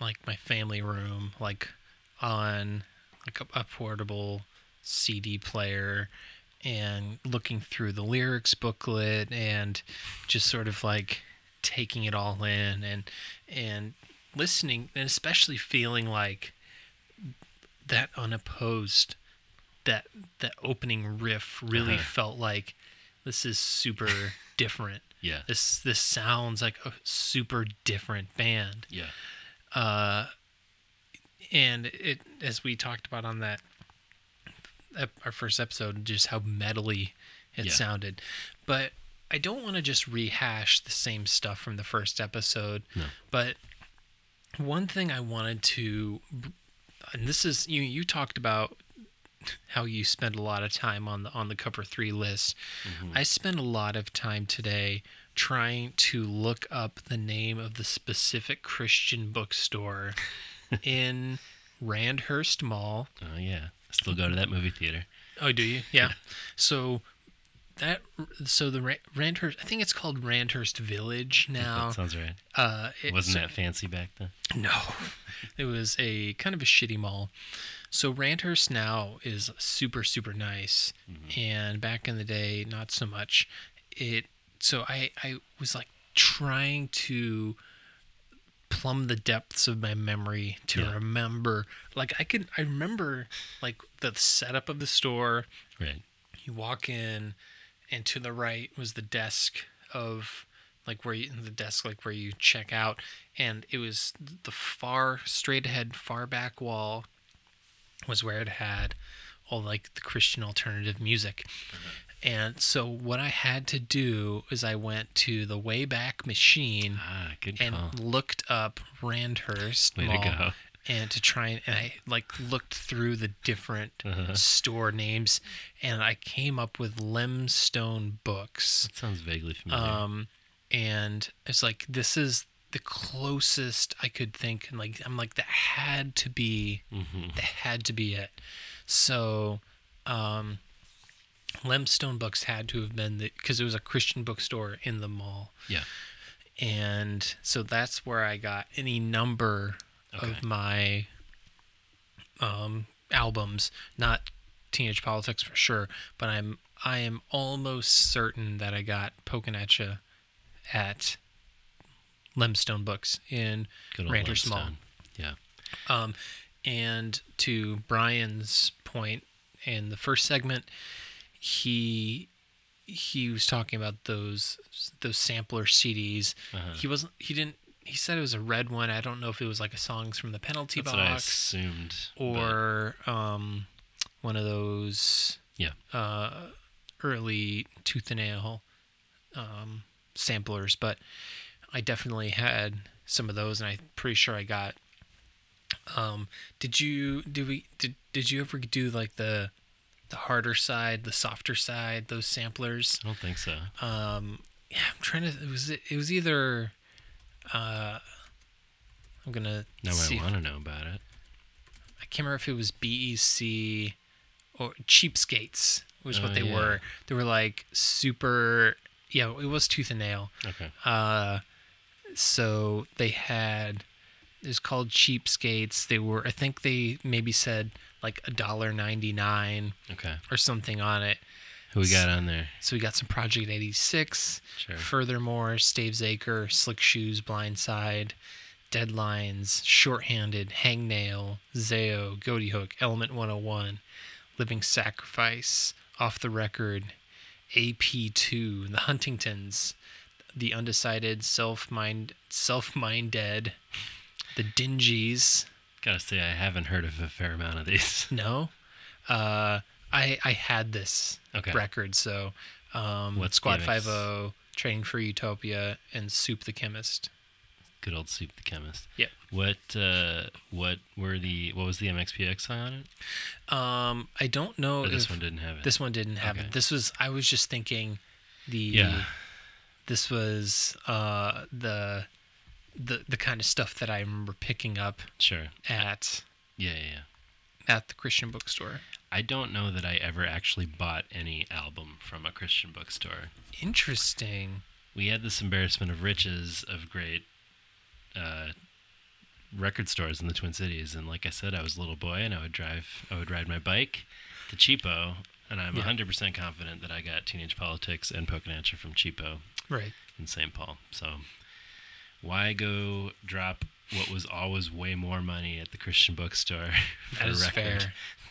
B: like my family room, like on like a, a portable CD player and looking through the lyrics booklet and just sort of like taking it all in and and listening and especially feeling like that unopposed that that opening riff really
C: Uh-huh.
B: felt like this is super different
C: Yeah.
B: this this sounds like a super different band
C: Yeah.
B: and it as we talked about on that ep- our first episode just how metally it
C: Yeah.
B: sounded but i don't want to just rehash the same stuff from the first episode but one thing i wanted to and this is you you talked about how you spend a lot of time on the on the cover 3 list i spent a lot of time today trying to look up the name of the specific christian bookstore in Randhurst Mall.
C: Oh yeah. I still go to that movie theater.
B: Oh, do you? Yeah. So that so the Ra- Randhurst I think it's called Randhurst Village now.
C: That sounds right.
B: Uh it,
C: Wasn't
B: so-
C: that fancy back then?
B: No. It was a kind of a shitty mall. So Randhurst now is super super nice and back in the day not so much. It so I I was like trying to plumb the depths of my memory to
C: Yeah.
B: remember like I can I remember like the setup of the store
C: Right.
B: you walk in and to the right was the desk of like where you the desk like where you check out and it was the far straight ahead far back wall was where it had all like the christian alternative music and so what i had to do is i went to the wayback machine
C: Ah, good
B: and
C: call.
B: looked up Randhurst
C: Way to
B: Mall
C: go.
B: and to try and, and I like looked through the different
C: Uh-huh.
B: store names and I came up with Limestone Books.
C: Sounds vaguely familiar.
B: Um, and it's like this is the closest I could think, and like I'm like that had to be that had to be it. So, um, Lemstone Books had to have been the because it was a Christian bookstore in the mall,
C: yeah.
B: and so that's where I got any number
C: Okay.
B: of my um albums, not Teenage Politics for sure, but I'm I am almost certain that I got Pokenacha at Lemstone Books in
C: Good old
B: Ranter Small.
C: Limestone. Yeah.
B: Um, And to Brian's point in the first segment, he he was talking about those those sampler CDs.
C: Uh-huh.
B: He wasn't he didn't he said it was a red one. I don't know if it was like a songs from the penalty
C: That's what I
B: box
C: assumed. but-
B: or um one of those
C: yeah,
B: uh, early tooth and nail um, samplers, but I definitely had some of those, and I'm pretty sure I got. Um, did you do we did did you ever do like the the harder side, the softer side, those samplers?
C: I don't think so.
B: Um, yeah, I'm trying to. It was it was either. Uh, I'm gonna
C: Now
B: see.
C: I
B: if-
C: want to know about it.
B: I can't remember if it was BEC or Cheapskates was
C: Oh,
B: what they
C: yeah.
B: were. They were like super. Yeah, it was Tooth and Nail.
C: Okay.
B: Uh, so they had it was called Cheapskates. They were I think they maybe said like a dollar ninety nine
C: Okay.
B: or something on it.
C: Who we got on there?
B: So we got some Project 86.
C: Sure.
B: Furthermore, Staves Acre, Slick Shoes, Blindside, Deadlines, Shorthanded, Hangnail, Zayo, Goaty Hook, Element 101, Living Sacrifice, Off the Record, AP2, The Huntingtons, The Undecided, Self Mind, Self Mind Dead, The Dingies.
C: Gotta say, I haven't heard of a fair amount of these.
B: No, uh, I I had this
C: Okay.
B: record. So, um,
C: What's
B: Squad
C: gimmicks?
B: Five O, Training for Utopia, and Soup the Chemist.
C: Good old Soup the Chemist.
B: Yep.
C: What uh, what were the what was the MXPX song on it?
B: Um, I don't know
C: Or this
B: if
C: one didn't have it.
B: this one didn't happen.
C: Okay.
B: This was I was just thinking the
C: Yeah.
B: this was uh the the the kind of stuff that I remember picking up
C: Sure.
B: at
C: Yeah, yeah, yeah.
B: at the Christian bookstore.
C: I don't know that I ever actually bought any album from a Christian bookstore.
B: Interesting.
C: We had this embarrassment of riches of great uh, record stores in the Twin Cities, and like I said, I was a little boy, and I would drive, I would ride my bike to Cheapo, and I'm 100% confident that I got Teenage Politics and Pocanatcha from Cheapo
B: Right.
C: in St. Paul. So why go drop what was always way more money at the Christian bookstore for
B: That
C: a
B: is
C: record
B: fair.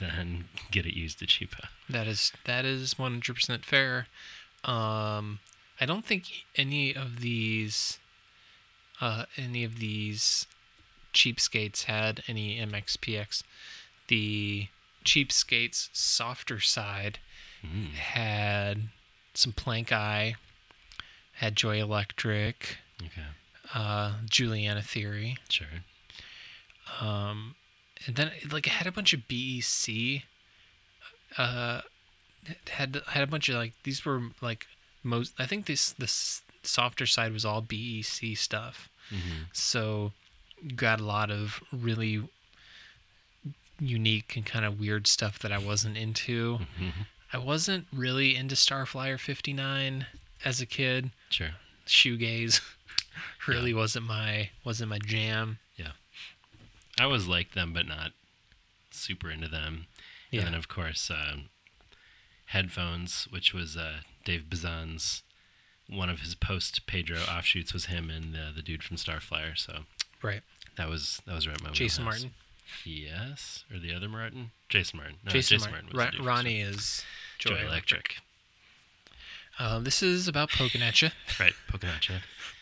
C: than get it used at Cheapo?
B: That is that is one hundred percent fair. Um, I don't think any of these, uh, any of these cheapskates had any MXPX. The cheapskates softer side had some Plank Eye, had Joy Electric,
C: Okay,
B: uh, Juliana Theory,
C: sure.
B: and then like it had a bunch of BEC. Uh, it had had a bunch of like these were like most. I think this this softer side was all BEC stuff.
C: Mm-hmm.
B: So got a lot of really unique and kind of weird stuff that I wasn't into.
C: Mm-hmm.
B: I wasn't really into Starflyer 59 as a kid.
C: Sure.
B: Shoegaze really wasn't my wasn't my jam.
C: I always liked them, but not super into them.
B: Yeah.
C: And then, of course, um Headphones, which was uh, Dave Bazan's. One of his post Pedro offshoots was him and uh, the dude from Starflyer. So
B: Right.
C: that was that was right. in My
B: Jason
C: wheelhouse.
B: Martin.
C: Yes, or the other Martin? Jason Martin. No,
B: Jason,
C: Jason,
B: Martin.
C: Martin. was the
B: Ro-
C: dude from
B: Ronnie is Joy,
C: Joy
B: Electric.
C: Electric.
B: Uh, this is about Pokenacha.
C: Right, Poconacha.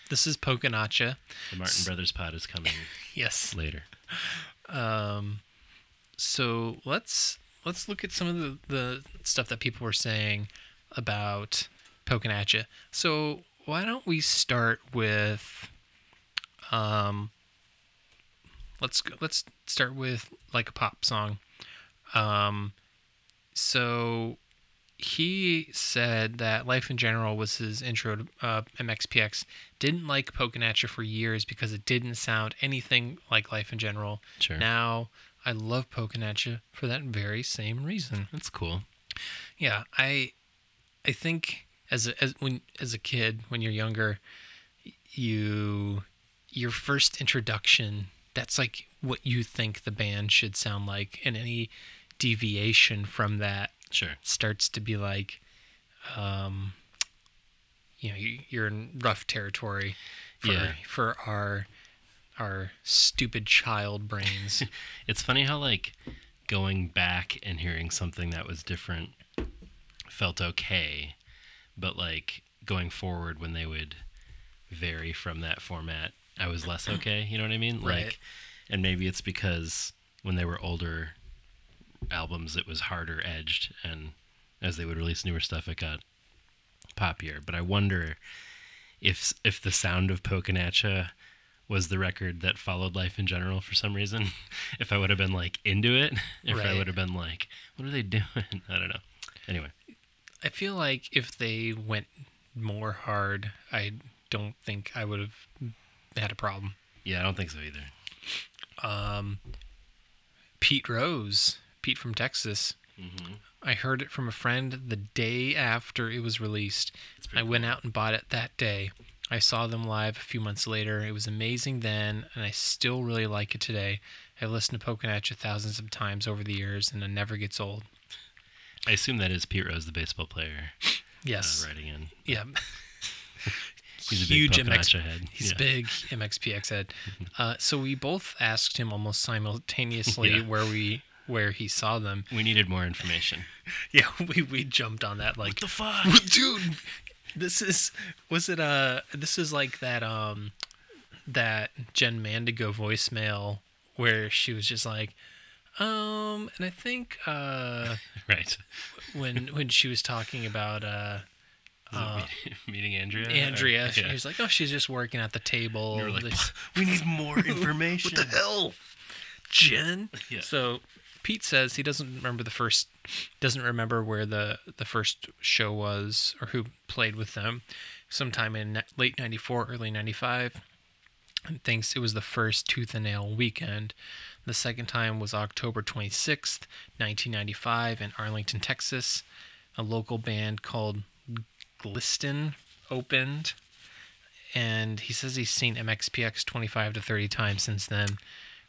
B: this is Pokenacha.
C: The Martin Brothers pod is coming
B: Yes.
C: later.
B: So let's let's look at some of the, the stuff that people were saying about Pokenacha. So why don't we start with um let's go- let's start with like a pop song. Um so he said that life in general was his intro to uh, MXPX. Didn't like poking at you for years because it didn't sound anything like life in general.
C: Sure.
B: Now I love poking at you for that very same reason.
C: That's cool.
B: Yeah, I, I think as a, as when as a kid when you're younger, you, your first introduction that's like what you think the band should sound like, and any deviation from that
C: Sure.
B: starts to be like, um, you know, you- you're in rough territory for
C: Yeah.
B: for our our stupid child brains.
C: It's funny how like going back and hearing something that was different felt okay, but like going forward when they would vary from that format, I was less okay. You know what I mean?
B: Right.
C: Like, and maybe it's because when they were older albums, it was harder edged, and as they would release newer stuff, it got poppier. But I wonder if if the sound of Poconacha was the record that followed life in general for some reason. If I would have been like into it, if I
B: Right.
C: would have been like, what are they doing? I don't know. Anyway,
B: I feel like if they went more hard, I don't think I would have had a problem.
C: yeah, I don't think so either.
B: Pete Rose, Pete from Texas. I heard it from a friend the day after it was released. I went out and bought it that day. I saw them live a few months later. It was amazing then, and I still really like it today. I've listened to Poconacha thousands of times over the years, and it never gets old.
C: I assume that is Pete Rose, the baseball player, uh,
B: Yes.
C: writing in.
B: Yeah.
C: He's a big
B: Huge
C: Poconacha
B: MX.
C: head.
B: He's
C: Yeah. Mm-hmm.
B: big MXPX head. Uh, so we both asked him almost simultaneously
C: Yeah.
B: where we where he saw them.
C: We needed more information.
B: Yeah, we, we jumped on that like
C: fuck?
B: dude this is was it uh this is like that um that jen mandigo voicemail where she was just like um and i think uh
C: right.
B: when when she was talking about uh
C: Meeting Andrea.
B: andrea
C: Or-
B: she
C: Uh, yeah.
B: was like oh she's just working at the table
C: We were like,
B: This-
C: we need more information.
B: what the hell jen
C: Yeah.
B: so pete says he doesn't remember the first doesn't remember where the the first show was or who played with them sometime in ni- late 94 early 95 and thinks it was the first tooth and nail weekend the second time was october 26th 1995 in arlington texas a local band called gliston opened and he says he's seen MXPX 25 to 30 times since then.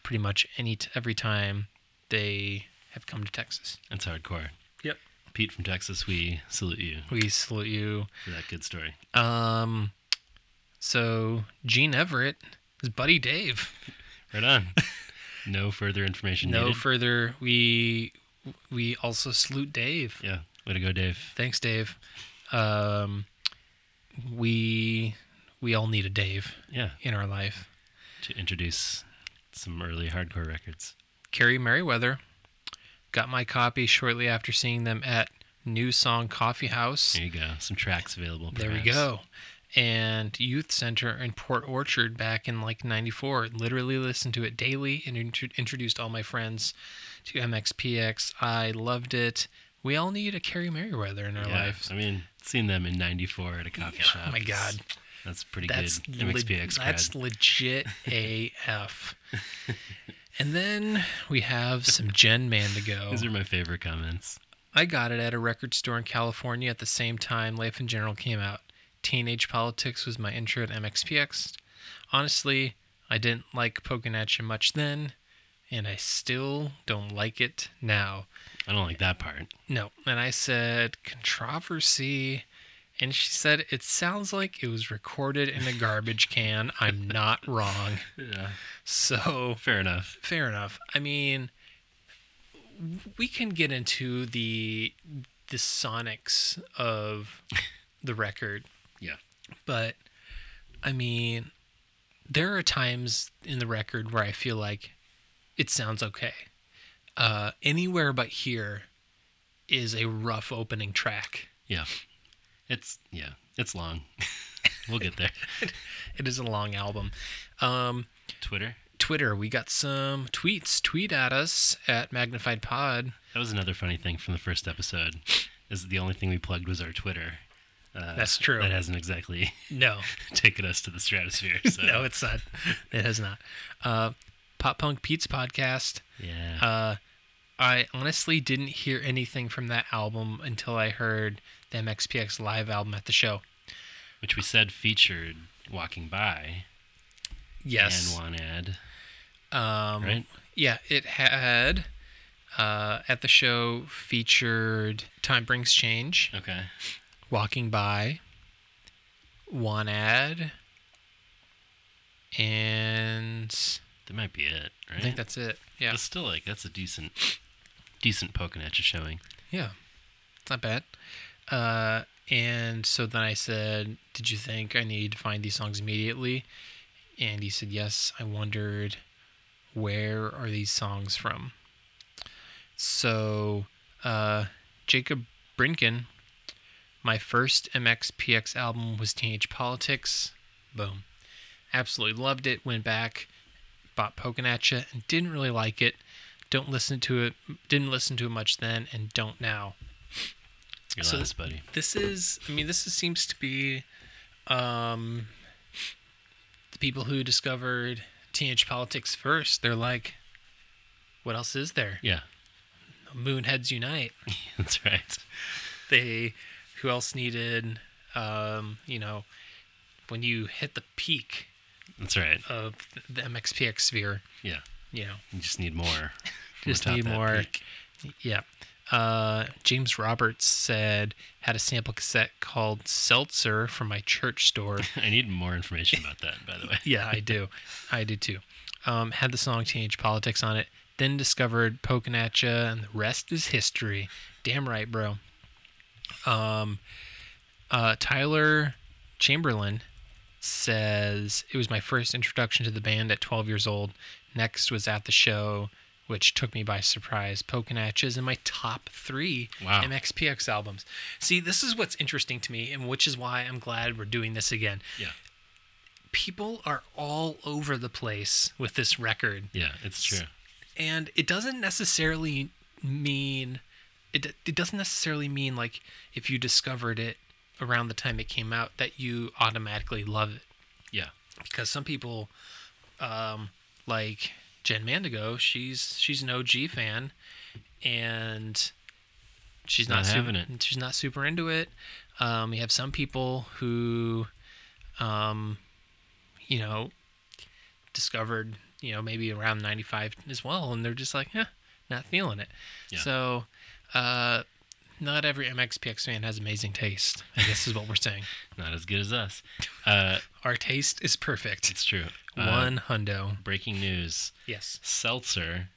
B: Pretty much any t- every time they have come to Texas.
C: That's hardcore.
B: Yep.
C: Pete from Texas, we salute you
B: We salute you.
C: for that good story.
B: Um, so Gene Everett is Buddy Dave.
C: Right on. No further information.
B: No
C: needed.
B: further. We we also salute Dave.
C: Yeah. Way to go, Dave.
B: Thanks, Dave. Um, we we all need a Dave
C: Yeah.
B: in our life.
C: To introduce some early hardcore records.
B: Carrie Merriweather. Got my copy shortly after seeing them at New Song Coffee House.
C: There you go. Some tracks available.
B: There we
C: perhaps.
B: go. And Youth Center in Port Orchard back in like 94. Literally listened to it daily and intro- introduced all my friends to MXPX. I loved it. We all need a Carrie Merriweather in our
C: Yeah.
B: lives.
C: I mean, seeing them in '94 at a coffee shop.
B: oh my
C: is-
B: God.
C: That's pretty
B: That's
C: good.
B: le-
C: MXPX cred.
B: that's legit AF. and then we have some Jen Mandigo.
C: These are my favorite comments.
B: I got it at a record store in California at the same time Life in General came out. Teenage Politics was my intro to MXPX. Honestly, I didn't like Poconacha much then, and I still don't like it now.
C: I don't like that part.
B: No. And I said, controversy. And she said, it sounds like it was recorded in a garbage can. I'm not wrong.
C: Yeah.
B: So
C: Fair enough.
B: Oh, fair enough. I mean, we can get into the the sonics of the record,
C: Yeah.
B: but I mean, there are times in the record where I feel like it sounds okay. Uh, anywhere but here is a rough opening track.
C: Yeah. It's yeah. It's long. we'll get there.
B: It is a long album. Um,
C: Twitter.
B: Twitter, we got some tweets. Tweet at us at Magnified Pod.
C: That was another funny thing from the first episode. Is the only thing we plugged was our Twitter. Uh,
B: That's true.
C: That hasn't exactly
B: No,
C: taken us to the stratosphere. So.
B: no, it's not. It has not. Uh, Pop Punk Pete's podcast.
C: yeah.
B: Uh, I honestly didn't hear anything from that album until I heard the MXPX live album at the show.
C: which we said featured walking by
B: Yes.
C: and one ad,
B: Um,
C: right?
B: Yeah, it had uh, at the show featured Time Brings Change,
C: Okay.
B: Walking By, One Ad, and
C: That might be it, right?
B: I think that's it. Yeah,
C: It's still like that's a decent, decent poking at you showing.
B: yeah, it's not bad. Uh, and so then I said, "Did you think I needed to find these songs immediately?" And he said, "Yes." I wondered, where are these songs from? So, uh, Jacob Brinken, my first MXPX album was Teenage Politics. Boom. Absolutely loved it. Went back, bought Poking At Ya, and didn't really like it. Don't listen to it. Didn't listen to it much then, and don't now.
C: Your
B: So-
C: last buddy.
B: This is. I mean, this is, seems to be, um, the people who discovered teenage politics first. They're like, what else is there?
C: Yeah,
B: Moonheads unite.
C: that's right.
B: they who else needed um you know when you hit the peak
C: That's right.
B: of the mxpx sphere
C: Yeah,
B: you know
C: you just need more.
B: just
C: top
B: need
C: that
B: more
C: peak.
B: yeah uh james roberts said had a sample cassette called seltzer from my church store
C: I need more information about that, by the way.
B: yeah i do i do too um had the song teenage politics on it then discovered poking at ya and the rest is history damn right bro um uh tyler chamberlain says it was my first introduction to the band at 12 years old. Next was at the show, which took me by surprise. Poking at is in my top three
C: Wow.
B: MXPX albums. See, this is what's interesting to me, and which is why I'm glad we're doing this again.
C: Yeah.
B: People are all over the place with this record
C: Yeah, it's true.
B: and it doesn't necessarily mean it, it doesn't necessarily mean like if you discovered it around the time it came out that you automatically love it
C: Yeah.
B: because some people um like jen mandigo she's she's an og fan and she's not,
C: Not
B: super,
C: having it.
B: she's not super into it um you have some people who um you know discovered, you know, maybe around 95 as well. And they're just like, eh, not feeling it.
C: Yeah.
B: So, uh, not every MXPX fan has amazing taste. I guess is what we're saying.
C: Not as good as us. Uh,
B: Our taste is perfect.
C: it's true. Uh,
B: One hundo.
C: breaking news:
B: Yes.
C: Seltzer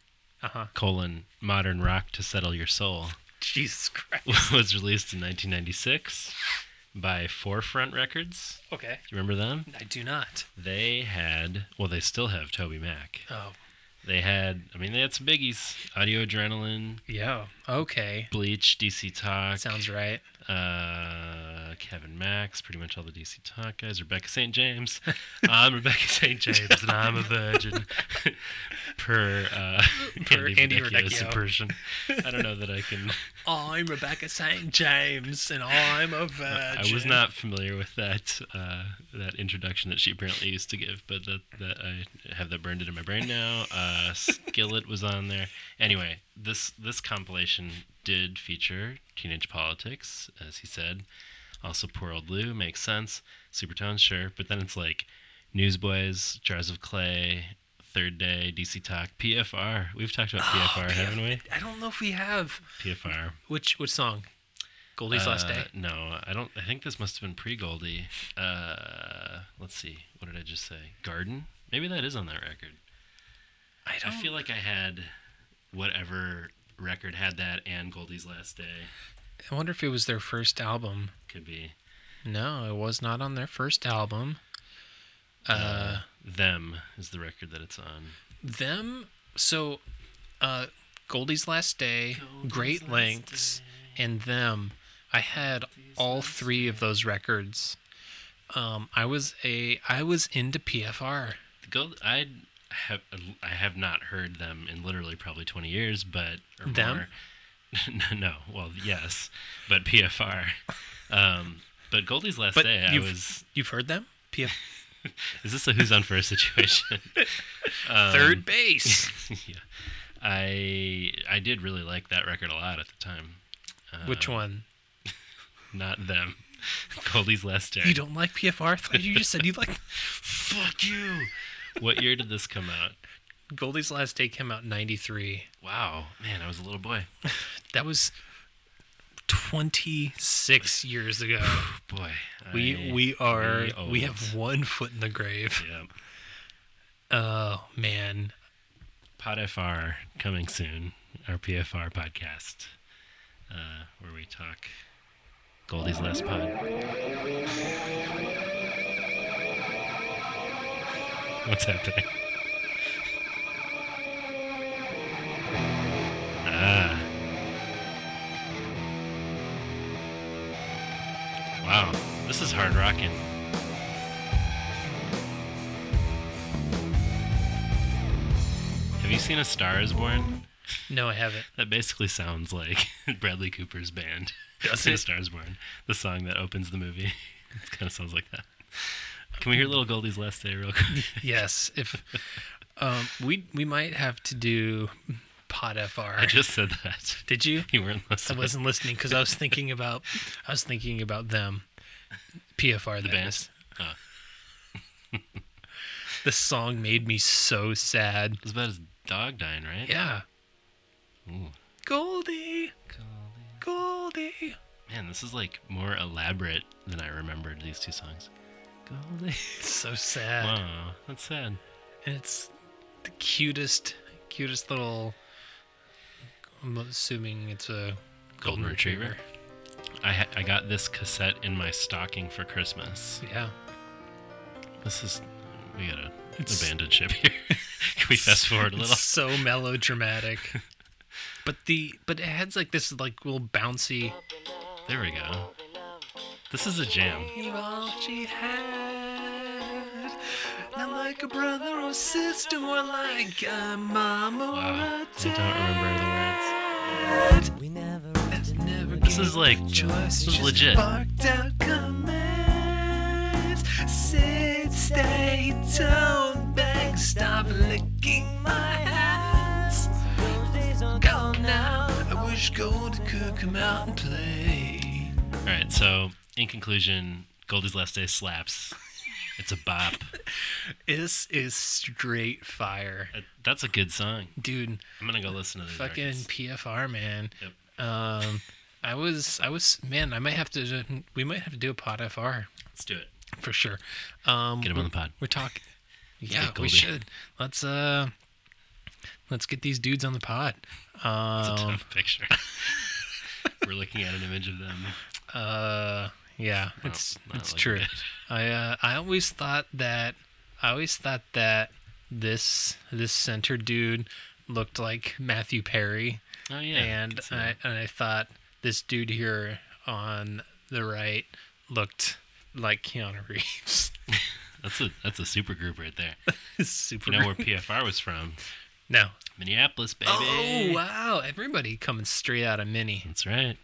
B: Uh huh.
C: colon modern rock to settle your soul
B: Jesus Christ.
C: was released in 1996 by Forefront Records.
B: Okay.
C: Do you remember them?
B: I do not.
C: They had, well, they still have Toby Mac.
B: Oh,
C: They had, I mean, they had some biggies: Audio Adrenaline,
B: yeah. Okay.
C: Bleach, DC Talk.
B: Sounds right.
C: uh, Kevin Max, pretty much all the DC Talk guys, Rebecca St. James. I'm Rebecca St. James, and I'm a virgin. per uh,
B: Per Andy Verdecchio.
C: impression. I don't know that I can.
B: I'm Rebecca St. James and I'm a virgin.
C: I was not familiar with that uh, that introduction that she apparently used to give, but that, that I have that burned into my brain now. Uh, Skillet was on there. Anyway, this this compilation did feature teenage politics, as he said. Also, poor old Lou makes sense. Supertones, sure, but then it's like Newsboys, Jars of Clay, Third Day, DC Talk, PFR. We've talked about PFR, haven't we?
B: I don't know if we have.
C: PFR.
B: Which which song? Goldie's Last
C: Uh,
B: Day?
C: No, I don't. I think this must have been pre Goldie. Uh, let's see. What did I just say? Garden? Maybe that is on that record.
B: I
C: I
B: don't
C: feel like I had whatever record had that and Goldie's Last Day.
B: I wonder if it was their first album.
C: Could be
B: No, it was not on their first album. Uh,
C: Them is the record that it's on.
B: them, so uh, Goldie's Last Day, Great Lengths, and Them. I had all three of those records. Um, I was a I was into PFR.
C: The Gold. I have I have not heard them in literally probably twenty years, but or
B: Them?
C: more. no, no, well, yes, but PFR. Um, but Goldie's Last
B: But
C: Day, I
B: you've-
C: was.
B: You've heard them? PF
C: Is this a who's on first situation?
B: Third Base.
C: yeah, I I did really like that record a lot at the time.
B: Which one?
C: Not them. Goldie's Last Day.
B: You don't like PFR? I thought you just said you like
C: Fuck you. what year did this come out?
B: Goldie's Last Day came out in '93.
C: Wow, man, I was a little boy.
B: That was 26 years ago.
C: Boy,
B: We
C: I-
B: we are
C: we
B: we have
C: old.
B: one foot in the grave.
C: Yeah.
B: Oh man,
C: PodFR coming soon, our PFR podcast, uh, where we talk Goldie's Last Pod. What's happening? Ah. Wow, this is hard rocking. Have you seen A Star is Born?
B: no, I haven't.
C: That basically sounds like Bradley Cooper's band.
B: Does
C: In
B: it?
C: A Star is Born, the song that opens the movie. It kind of sounds like that. Can we hear Little Goldie's Last Day real quick?
B: Yes, if um, we we might have to do Pod FR.
C: I just said that.
B: Did you?
C: You weren't
B: I
C: listening.
B: wasn't listening because I was thinking about I was thinking about them. PFR
C: The
B: that
C: band?
B: is. The song made me so sad.
C: It was about his dog dying, right?
B: Yeah.
C: Ooh.
B: Goldie. Goldie.
C: Man, this is like more elaborate than I remembered these two songs. Goldie.
B: It's so sad.
C: Wow, that's sad.
B: And it's the cutest, cutest little. I'm assuming it's a golden,
C: Golden
B: retriever.
C: retriever. I ha- I got this cassette in my stocking for Christmas.
B: Yeah.
C: This is we gotta
B: It's-
C: abandon ship here. Can we fast forward a
B: It's
C: little?
B: so melodramatic. but the but it has like this like little bouncy.
C: There we go. This is a jam.
B: all she had. Not like a brother or sister, more like a mom or
C: Wow, I don't remember the words.
G: We never
B: That's never
C: This is like
B: choice.
C: this is legit.
B: barked out commands. Sit, stay, tone back. Stop licking my hands.
G: days are
B: Go now. I wish gold could come out and play.
C: All right, so in conclusion, Goldie's Last Day slaps. It's a bop.
B: This is straight fire,
C: That- That's a good song.
B: dude.
C: I'm gonna go listen to this.
B: Fucking PFR, man.
C: Yep.
B: Um, I was, I was, man. I might have to. We might have to do a pod FR
C: Let's do it.
B: for sure. Um,
C: Get him on the pod.
B: We're talking. Yeah,
C: get
B: we
C: Goldie.
B: should. Let's uh, let's get these dudes on the pod.
C: It's a
B: Um,
C: tough picture. We're looking at an image of them.
B: uh, yeah,
C: Not-
B: it's
C: not
B: it's
C: looking
B: true.
C: good.
B: I uh, I always thought that I always thought that this this center dude looked like Matthew Perry.
C: Oh yeah.
B: and
C: can see
B: I,
C: that.
B: and I thought this dude here on the right looked like Keanu Reeves.
C: that's a that's a super group right there.
B: Super.
C: You know where PFR was from?
B: no.
C: Minneapolis, baby.
B: Oh wow! Everybody coming straight out of Mini.
C: That's right.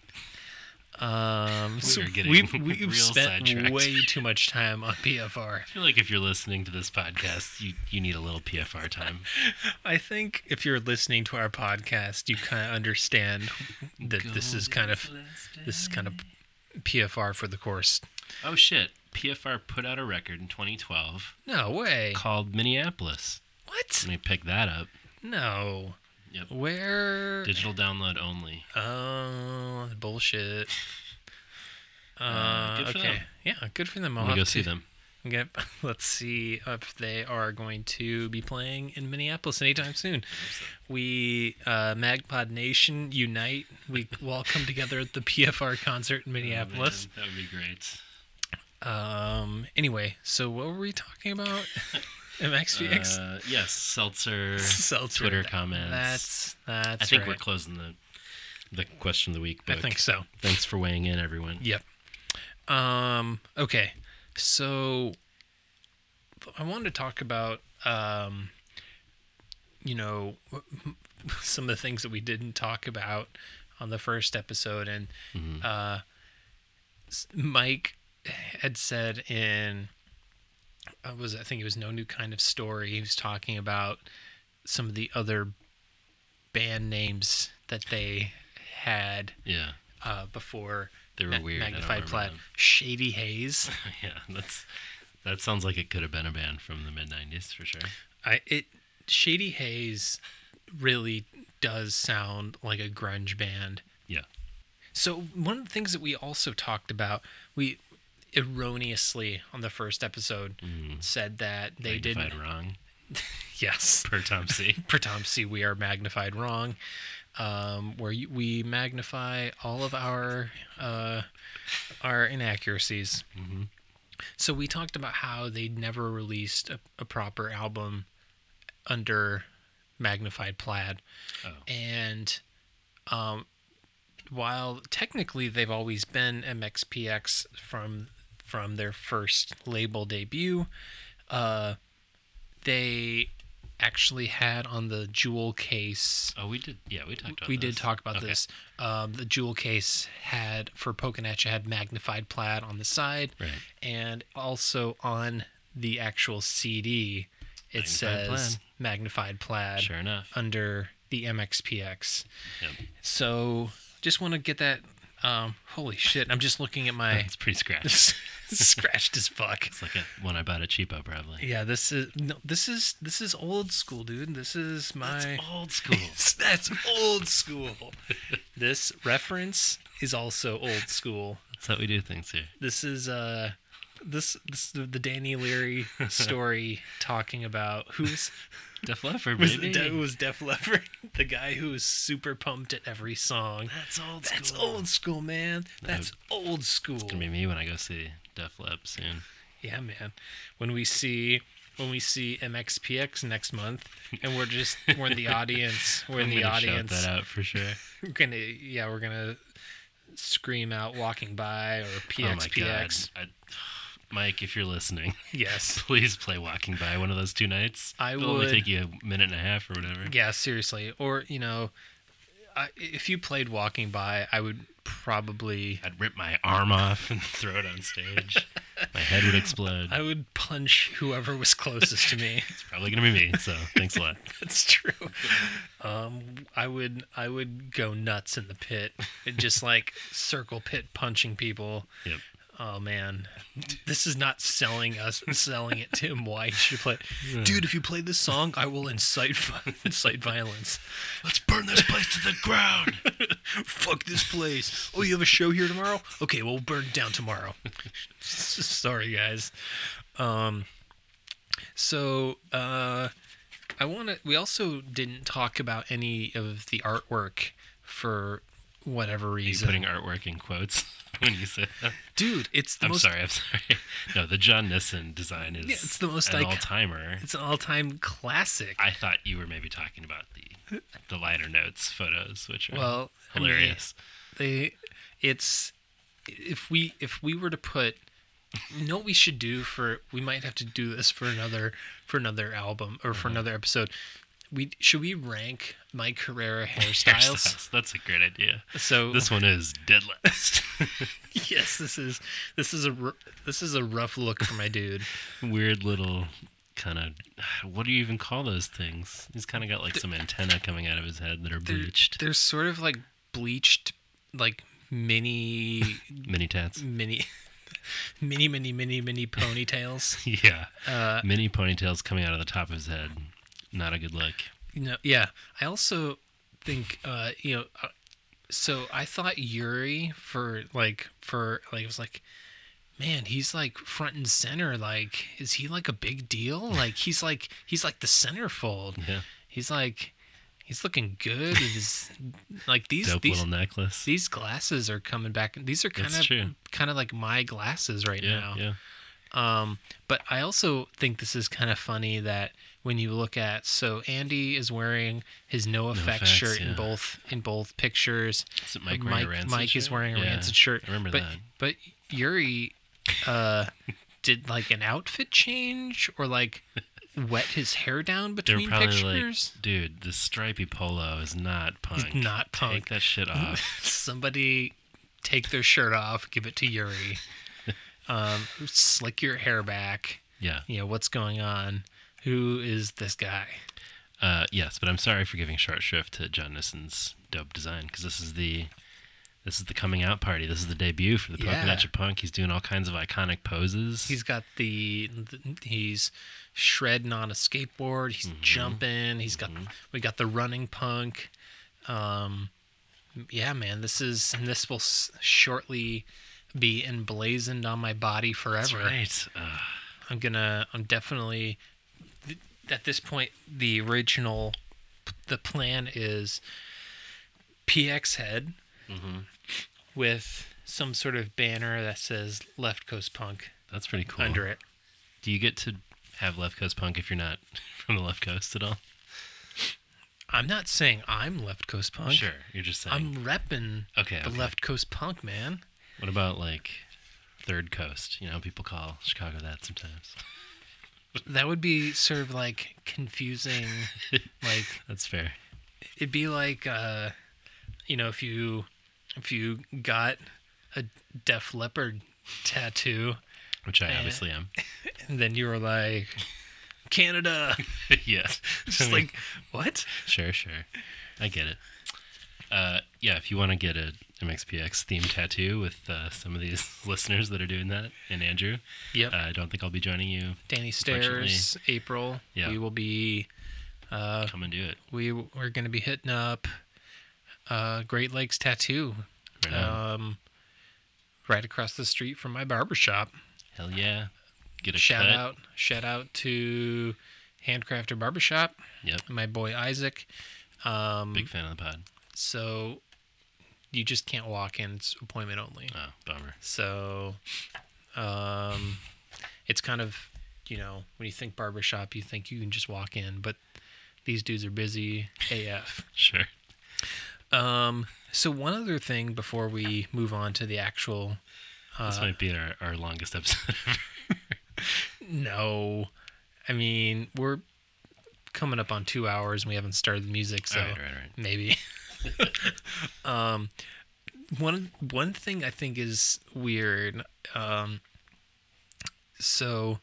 B: Um, we
C: are getting
B: we've,
C: real
B: we've spent
C: sidetracked.
B: way too much time on PFR.
C: I feel like if you're listening to this podcast, you, you need a little PFR time.
B: I think if you're listening to our podcast, you kind of understand that this is kind of this is kind of PFR for the course.
C: Oh shit! PFR put out a record in 2012
B: No way.
C: called Minneapolis.
B: What?
C: Let me pick that up.
B: No.
C: Yep.
B: Where?
C: Digital download only.
B: Oh, that's bullshit. Uh,
C: good for
B: okay.
C: them.
B: Yeah, good for them. I'll
C: Let me go
B: have
C: see
B: to
C: them.
B: Get, let's see if they are going to be playing in Minneapolis anytime soon. We, uh, Magpod Nation, unite. We will all come together at the PFR concert in Minneapolis.
C: Oh, Man, that would be great.
B: um. Anyway, so what were we talking about? MXPX?
C: Uh, yes, seltzer.
B: Seltzer.
C: Twitter comments.
B: That's that's.
C: I think
B: right.
C: we're closing the the question of the week.
B: I
C: book.
B: think so.
C: Thanks for weighing in, everyone.
B: Yep. Um, okay. So I wanted to talk about, um, you know, some of the things that we didn't talk about on the first episode. And
C: Mm-hmm.
B: uh, s- Mike had said in, I was, I think it was No New Kind of Story, he was talking about some of the other band names that they had
C: Yeah,
B: uh, before
C: They were
B: Ma-
C: weird. I don't
B: Magnified
C: remember
B: Plaid,
C: them.
B: Shady Haze.
C: yeah. That's that sounds like it could have been a band from the mid '90s for sure.
B: I it Shady Haze really does sound like a grunge band.
C: Yeah.
B: So one of the things that we also talked about, we erroneously on the first episode said that they
C: Magnified
B: didn't
C: wrong.
B: Yes.
C: per Tom C.
B: Per Tom C, we are magnified wrong, um, where you, we magnify all of our uh, our inaccuracies. So we talked about how they'd never released a, a proper album under magnified plaid,
C: Oh.
B: and um, while technically they've always been MXPX from from their first label debut, uh, they actually had on the jewel case.
C: Oh, we did. Yeah, we talked about.
B: We did
C: this.
B: talk about
C: Okay.
B: this. Um, the jewel case had for Pokenacha had magnified plaid on the side,
C: Right.
B: and also on the actual CD, it
C: Magnified
B: says
C: plaid.
B: magnified plaid
C: Sure enough.
B: under the MXPX.
C: Yep.
B: So just want to get that. Um, holy shit! I'm just looking at my
C: It's pretty scratched.
B: scratched as fuck.
C: It's like a, one I bought at cheapo, probably.
B: Yeah, this is no, this is this is old school, dude. This is my
C: It's old school.
B: That's old school. this reference is also old school.
C: That's how we do things here.
B: This is uh this, this the Danny Leary story talking about who's
C: Def Leppard,
B: was
C: baby.
B: it was Def Leppard, the guy who was super pumped at every song.
C: That's old
B: That's old school, man. That's old school.
C: It's gonna be me when I go see Def Leppard soon.
B: Yeah, man. When we see when we see MXPX next month, and we're just we're in the audience, we're in
C: I'm
B: the
C: gonna
B: audience.
C: Shout that out for sure.
B: We're gonna yeah, we're gonna scream out walking by or
C: Oh
B: E
C: my god.
B: PXPX.
C: I, Mike, if you're listening,
B: yes.
C: please play Walking By one of those two nights.
B: I
C: It'll only
B: would-
C: take you a minute and a half or whatever.
B: Yeah, seriously. Or you know, I, if you played walking by, I would probably
C: I'd rip my arm off and throw it on stage. my head would explode.
B: I would punch whoever was closest to me.
C: It's probably gonna be me. So thanks a lot.
B: That's true. Um, I would I would go nuts in the pit, just like circle pit punching people.
C: Yep.
B: Oh man, this is not selling us selling it to him. Why should you play,
C: Uh-huh.
B: dude? If you play this song, I will incite vi- incite violence.
C: Let's burn this place to the ground.
B: Fuck this place. Oh, you have a show here tomorrow? Okay, well, we'll burn it down tomorrow. Sorry, guys. Um, so uh, I want to. We also didn't talk about any of the artwork for whatever
C: Are you
B: reason.
C: putting artwork in quotes when you said that?
B: Dude, it's the
C: I'm
B: most.
C: sorry. I'm sorry. No, the John Nissen design is
B: Yeah, it's the most
C: an
B: icon-
C: all timer.
B: It's an all-time classic.
C: I thought you were maybe talking about the the liner notes photos, which are
B: well, I mean,
C: hilarious.
B: they it's if we if we were to put you know what we should do for we might have to do this for another for another album or
C: Mm-hmm.
B: for another episode we should we rank my Carrera hairstyles
C: Hairstyles. That's a great idea.
B: so
C: This one is dead last.
B: yes this is this is a r- this is a rough look for my dude
C: Weird little kind of what do you even call those things? He's kind of got like some antenna coming out of his head that are
B: They're-
C: bleached.
B: they're sort of like bleached like mini
C: Mini tats.
B: mini mini mini mini mini ponytails
C: Yeah.
B: Uh,
C: Mini ponytails coming out of the top of his head. Not a good look.
B: You know, yeah. I also think, uh, you know, uh, so I thought Yuri for like for like it was like, man, he's like front and center. Like, is he like a big deal? Like, he's like he's like the centerfold.
C: Yeah.
B: He's like he's looking good. with his like these
C: Dope
B: these
C: little necklace.
B: these glasses are coming back. These are kind
C: That's
B: of
C: true.
B: kind of like my glasses right
C: Yeah,
B: now.
C: yeah.
B: Um, but I also think this is kind of funny that when you look at so Andy is wearing his no effect
C: Effects,
B: shirt in
C: yeah.
B: both in both pictures.
C: Is it Mike wearing a rancid
B: Mike is
C: shirt?
B: wearing a
C: Yeah,
B: rancid shirt.
C: I remember
B: but,
C: that.
B: But Yuri uh, did like an outfit change or like wet his hair down
C: They're
B: between
C: probably
B: pictures.
C: like, dude, this stripy polo is not punk.
B: not punk.
C: Take that shit off.
B: Somebody take their shirt off, give it to Yuri. um, slick your hair back.
C: Yeah.
B: you know what's going on who is this guy
C: Uh, yes, but I'm sorry for giving short shrift to John Nissen's dope design because this is the this is the coming out party. This is the debut for the
B: Yeah.
C: Pokenacha Punk. He's doing all kinds of iconic poses.
B: he's got the, th- he's shredding on a skateboard he's jumping he's got we got the running punk um yeah man this is and this will s- shortly be emblazoned on my body forever
C: That's right. Uh,
B: i'm gonna i'm definitely at this point the original the plan is PX head with some sort of banner that says Left Coast Punk
C: That's pretty cool.
B: under it.
C: Do you get to have Left Coast Punk if you're not from the Left Coast at all?
B: I'm not saying I'm Left Coast Punk.
C: Sure, you're just saying.
B: I'm repping
C: Okay,
B: the
C: okay.
B: Left Coast Punk, man.
C: What about like Third Coast? You know, people call Chicago that sometimes.
B: That would be sort of like confusing. like
C: That's fair.
B: it'd be like uh you know, if you if you got a Def Leopard tattoo
C: Which
B: Eh.
C: I obviously am.
B: and then you were like Canada.
C: yeah.
B: Just like what?
C: Sure, sure. I get it. Uh, yeah, if you want to get a MXPX theme tattoo with uh, some of these listeners that are doing that, and Andrew,
B: Yep.
C: uh, I don't think I'll be joining you.
B: Danny
C: Unfortunately-
B: Stairs, April.
C: Yeah.
B: We will be Uh,
C: Come and do it.
B: we we're gonna be hitting up uh Great Lakes Tattoo.
C: Right on.
B: Um right across the street from my barber shop.
C: Hell yeah. Get a
B: shout
C: cut.
B: out shout out to handcrafter barbershop
C: Yep.
B: my boy isaac um
C: Big fan of the pod.
B: so you just can't walk in it's appointment only
C: Oh, bummer.
B: so um it's kind of you know when you think barbershop you think you can just walk in but these dudes are busy af
C: Sure.
B: um so one other thing before we move on to the actual Uh,
C: This might be our, our longest episode ever.
B: no i mean we're coming up on two hours and we haven't started Oh, the music so
C: All right, all right, all right.
B: maybe. um, one one thing I think is weird. Um, so,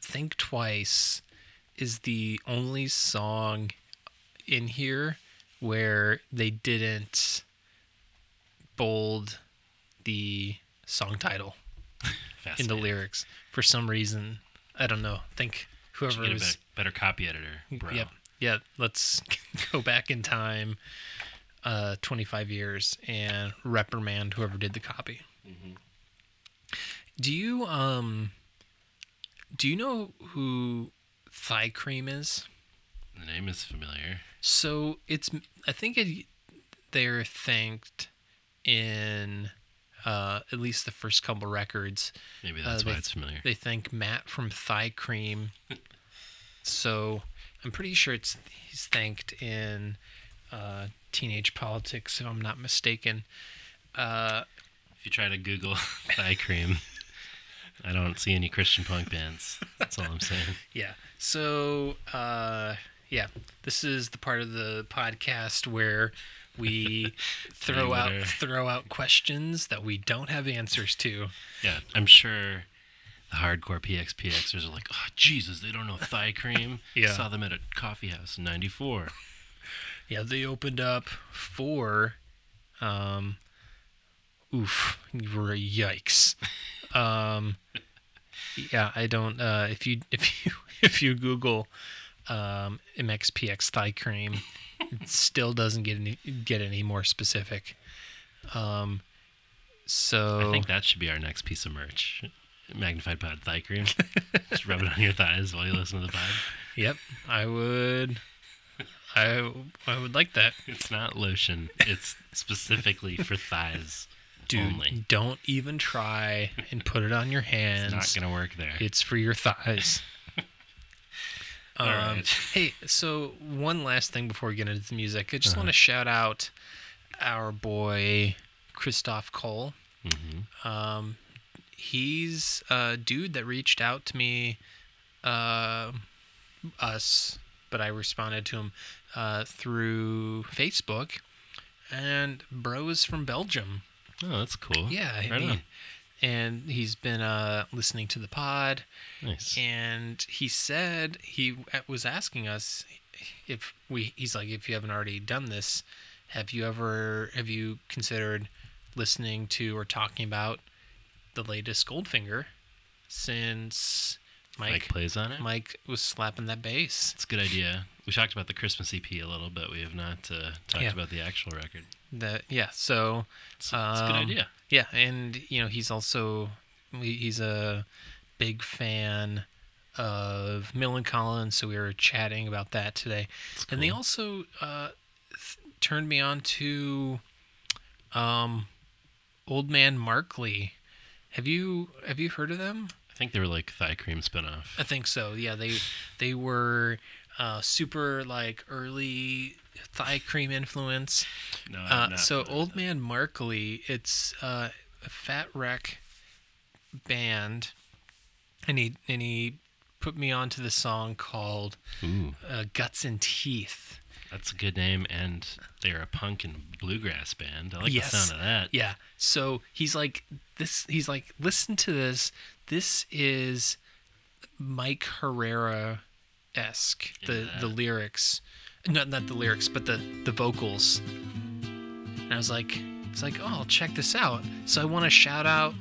B: think twice is the only song in here where they didn't bold the song title in the
C: Fascinating.
B: lyrics for some reason. I don't know. think
C: Should
B: whoever
C: Get a
B: was
C: better, better copy editor, bro.
B: Yep. Yeah. Let's go back in time uh, 25 years and reprimand whoever did the copy. Do you um do you know who Thigh Cream is?
C: The name is familiar.
B: So it's I think it, they're thanked in uh, at least the first couple records
C: Maybe that's
B: Uh, they-
C: why it's familiar.
B: they thank Matt from Thigh Cream. so I'm pretty sure it's he's thanked in uh, Teenage Politics, if I'm not mistaken.
C: If you try to Google thigh cream, I don't see any Christian punk bands. That's all I'm saying.
B: Yeah. So uh, yeah, this is the part of the podcast where we throw out
C: Better.
B: throw out questions that we don't have answers to.
C: Yeah, I'm sure the hardcore PXPXers are like, oh, Jesus, they don't know thigh cream.
B: Yeah.
C: Saw them at a coffee house in 94.
B: Yeah, they opened up for, um, oof, yikes. Um, yeah, I don't. Uh, if you if you if you Google um, MXPX thigh cream, it still doesn't get any get any more specific. Um, so
C: I think that should be our next piece of merch. Magnified pod thigh cream. Just rub it on your thighs while you listen to the pod.
B: yep, I would. I I would like that.
C: It's not lotion. It's specifically for thighs
B: Dude,
C: only.
B: don't even try and put it on your hands.
C: Not gonna work there.
B: It's for your thighs. um,
C: right.
B: Hey, so one last thing before we get into the music, I just
C: Uh-huh.
B: want to shout out our boy Christoph Cole.
C: Mm-hmm.
B: Um, he's a dude that reached out to me, uh, us, but I responded to him uh, through Facebook. And bro is from Belgium.
C: oh, that's cool.
B: um, Yeah, I
C: right
B: mean,
C: on.
B: and he's been uh, listening to the pod
C: Nice.
B: and he said he was asking us if we he's like if you haven't already done this have you ever have you considered listening to or talking about the latest goldfinger since
C: Mike,
B: mike mike,
C: plays on it.
B: was slapping that bass
C: It's a good idea. We talked about the Christmas EP a little, but we have not uh, talked
B: Yeah.
C: about the actual record.
B: that yeah so
C: It's, it's a good
B: Um,
C: idea.
B: Yeah, and you know he's also he- he's a big fan of Mill and Colin, so we were chatting about that today. And they also uh, th- turned me on to um, Old Man Markley. Have you have you heard of them?
C: I think they were like thigh cream spinoff.
B: I think so. Yeah, they they were uh, super like early thigh cream influence.
C: No, I'm
B: Uh,
C: not
B: so
C: familiar with
B: Old Man Markley, it's uh, a Fat Wreck band, and he and he put me onto the song called
C: that. Ooh,
B: uh, Guts and Teeth.
C: that's a good name, and they're a punk and bluegrass band. I like
B: Yes.
C: the sound of that.
B: Yeah. So he's like this. He's like, listen to this. This is Mike Herrera esque. The
C: Yeah.
B: the lyrics, not not the lyrics, but the the vocals. And I was like, it's like, oh, check this out. So I want to shout out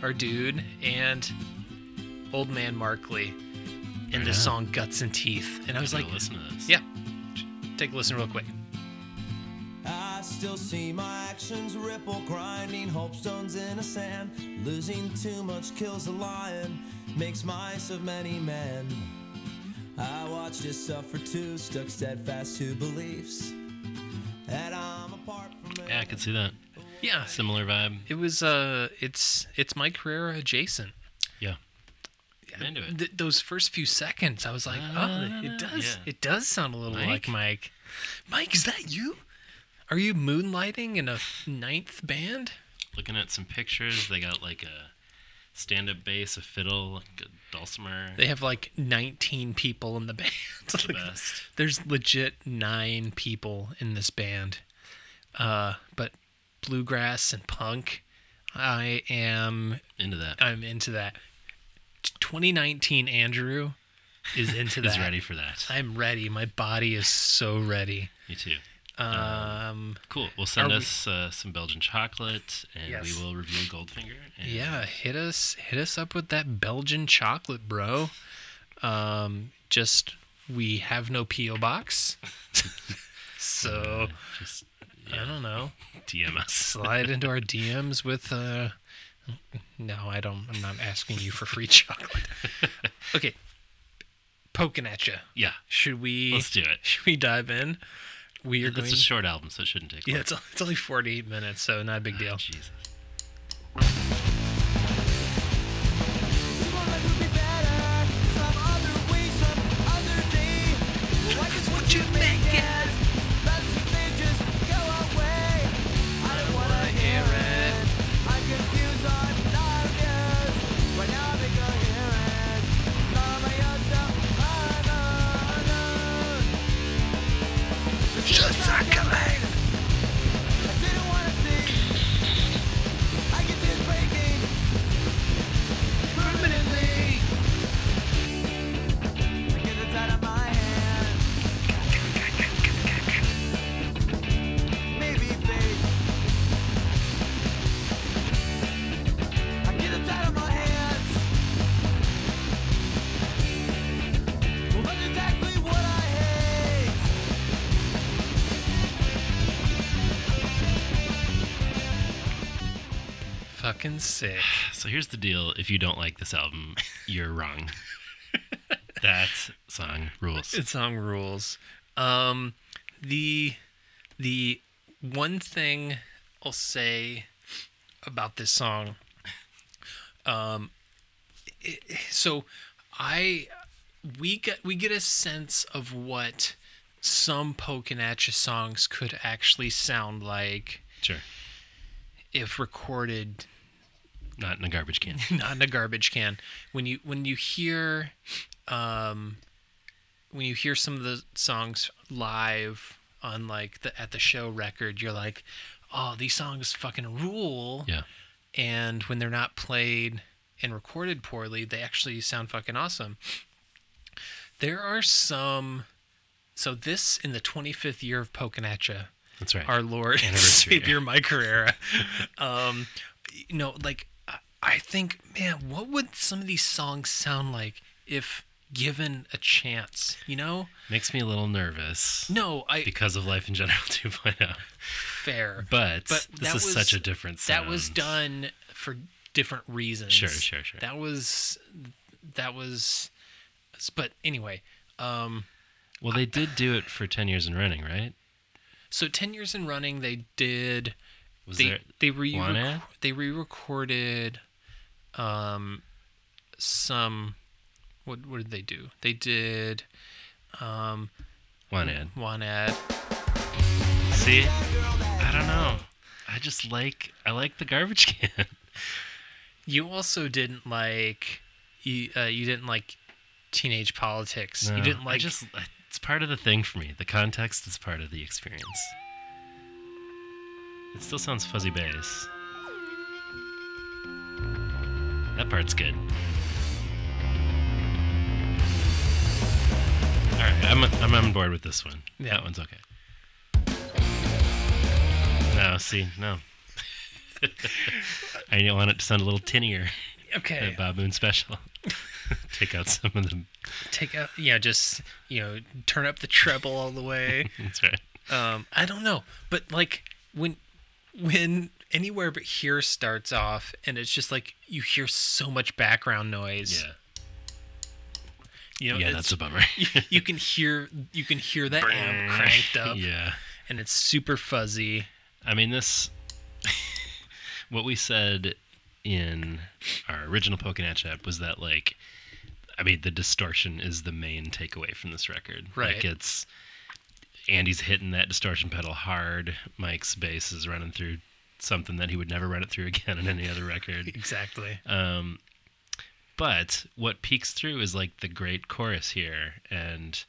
B: our dude and old man Markley in
C: Right
B: this
C: on.
B: song Guts and Teeth. And I was
C: I'm
B: like,
C: gonna listen to this.
B: yeah, take a listen real quick.
G: I still see my actions ripple, grinding hope stones in the sand. Losing too much kills a lion, makes mice of many men. I watch you suffer too, stuck steadfast to beliefs. That I'm apart from
C: yeah, I can see that.
B: Yeah.
C: Similar vibe.
B: It was uh, it's it's Mike Herrera adjacent.
C: Yeah, I'm into it.
B: Th- those first few seconds, I was like, oh, it does,
C: yeah.
B: it does sound a little like
C: Mike?
B: Mike. Mike, is that you? Are you moonlighting in a ninth band?
C: Looking at some pictures, they got like a stand-up bass, a fiddle, like a dulcimer.
B: They have like 19 people in the band.
C: the
B: Like,
C: best.
B: There's legit nine people in this band. Uh, but bluegrass and punk, I am,
C: Into that.
B: I'm into that. 2019 Andrew is into that.
C: He's ready for that.
B: I'm ready. My body is so ready.
C: Me too.
B: Um,
C: Cool. Well, send
B: we-
C: us uh, some Belgian chocolate, and
B: Yes.
C: we will review Goldfinger. And
B: yeah, Uh, hit us hit us up with that Belgian chocolate, bro. Um, just we have no PO box, so
C: Just
B: I don't know.
C: DM us.
B: Slide into our DMs with uh, no, I don't. I'm not asking you for free chocolate. Okay, poking at you.
C: Yeah.
B: Should we?
C: Let's do it.
B: Should we dive in? We are
C: It's
B: going.
C: a short album, so it shouldn't take
B: yeah,
C: long.
B: it's, it's only 48 minutes, so not a big deal.
C: Jesus.
B: Fucking sick.
C: So here's the deal: if you don't like this album, you're wrong. that song rules.
B: It song rules. Um, the the one thing I'll say about this song, um, it- so I we get we get a sense of what some poking at you songs could actually sound like
C: Sure.
B: if recorded
C: Not in a garbage can.
B: not in a garbage can. When you when you hear, um, when you hear some of the songs live on like the at the show record, you're like, oh, these songs fucking rule.
C: Yeah.
B: And when they're not played and recorded poorly, they actually sound fucking awesome. There are some. So this in the 25th year of Pokenacha,
C: That's right.
B: our Lord and
C: Anniversary.
B: Savior, Mike Herrera. um, you know, like I- I think, man, what would some of these songs sound like if given a chance? You know,
C: Makes me a little nervous
B: no, I
C: because of Life in General 2.0.
B: fair,
C: But,
B: But
C: this
B: that
C: is
B: was-
C: such a different sound.
B: that was done for different reasons.
C: Sure, sure, sure.
B: That was that was is. But anyway, um,
C: Well, they did do it for ten years in running, right?
B: so ten years in running, they did
C: Was
B: they
C: there
B: they re
C: one ad?
B: they re-recorded um some what what did they do? They did um
C: one ad?
B: one ad.
C: See, I don't know. I just like I like the garbage can.
B: You also didn't like you uh, you didn't like teenage politics. you
C: No,
B: didn't
C: I
B: like
C: just it's part of the thing for me. The context is part of the experience. It still sounds fuzzy bass. That part's good. All right, I'm I'm on board with this one.
B: Yeah.
C: That one's okay. No, see, no. I want it to sound a little tinnier.
B: okay.
C: The Bob Moon special. Take out some of the.
B: take out yeah just you know turn up the treble all the way
C: That's right.
B: um i don't know but like when when anywhere but here starts off and it's just like you hear so much background noise
C: Yeah.
B: you know
C: yeah,
B: it's-
C: that's a bummer.
B: you can hear you can hear that amp cranked up
C: yeah.
B: and it's super fuzzy
C: I mean, this. what we said in our original Pokenatch app was that, like, I mean, the distortion is the main takeaway from this record.
B: Right.
C: Like, it's. Andy's hitting that distortion pedal hard. Mike's bass is running through something that he would never run it through again on any other record.
B: exactly
C: Um, but what peeks through is like the great chorus here, and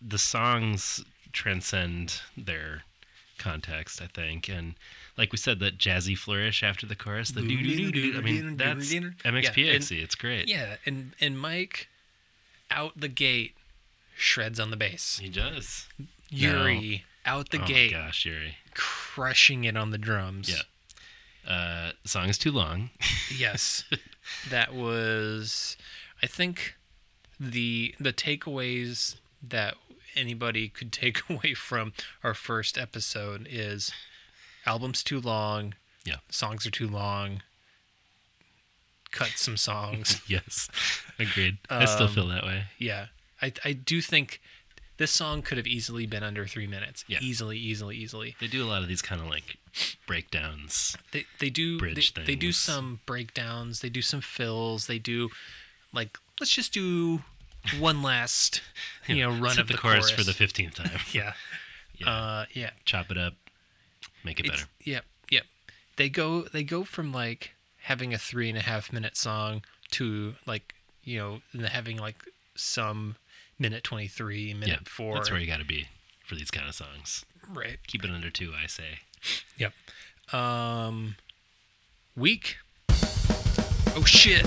C: the songs transcend their context, I think. And like we said, that jazzy flourish after the chorus, the doo doo doo doo. I mean, that's MXPXy. It's great.
B: yeah and and mike out the gate shreds on the bass
C: he does.
B: yuri out the
C: oh
B: gate
C: my gosh, Yuri.
B: crushing it on the drums
C: Yeah. Uh, song is too long.
B: Yes. that was I think the the takeaways that anybody could take away from our first episode is albums too long,
C: Yeah.
B: songs are too long. Cut some songs.
C: yes, agreed. I still feel that way.
B: yeah. I I do think this song could have easily been under 3 minutes.
C: Yeah.
B: Easily, easily, easily.
C: They do a lot of these kind of like breakdowns.
B: they they do they,
C: bridge
B: they do
C: things.
B: some breakdowns they do some fills they do like let's just do one last you know run
C: Set
B: of the,
C: chorus, for the fifteenth time.
B: yeah
C: Yeah.
B: uh yeah
C: chop it up, make it
B: it's
C: better.
B: yep yep they go they go from like having a three and a half minute song to like you know and having like some minute 23 minute
C: Yeah,
B: 4
C: that's where you got to be for these kind of songs.
B: right
C: Keep it under two, I say.
B: Yep. Um, week. Oh shit.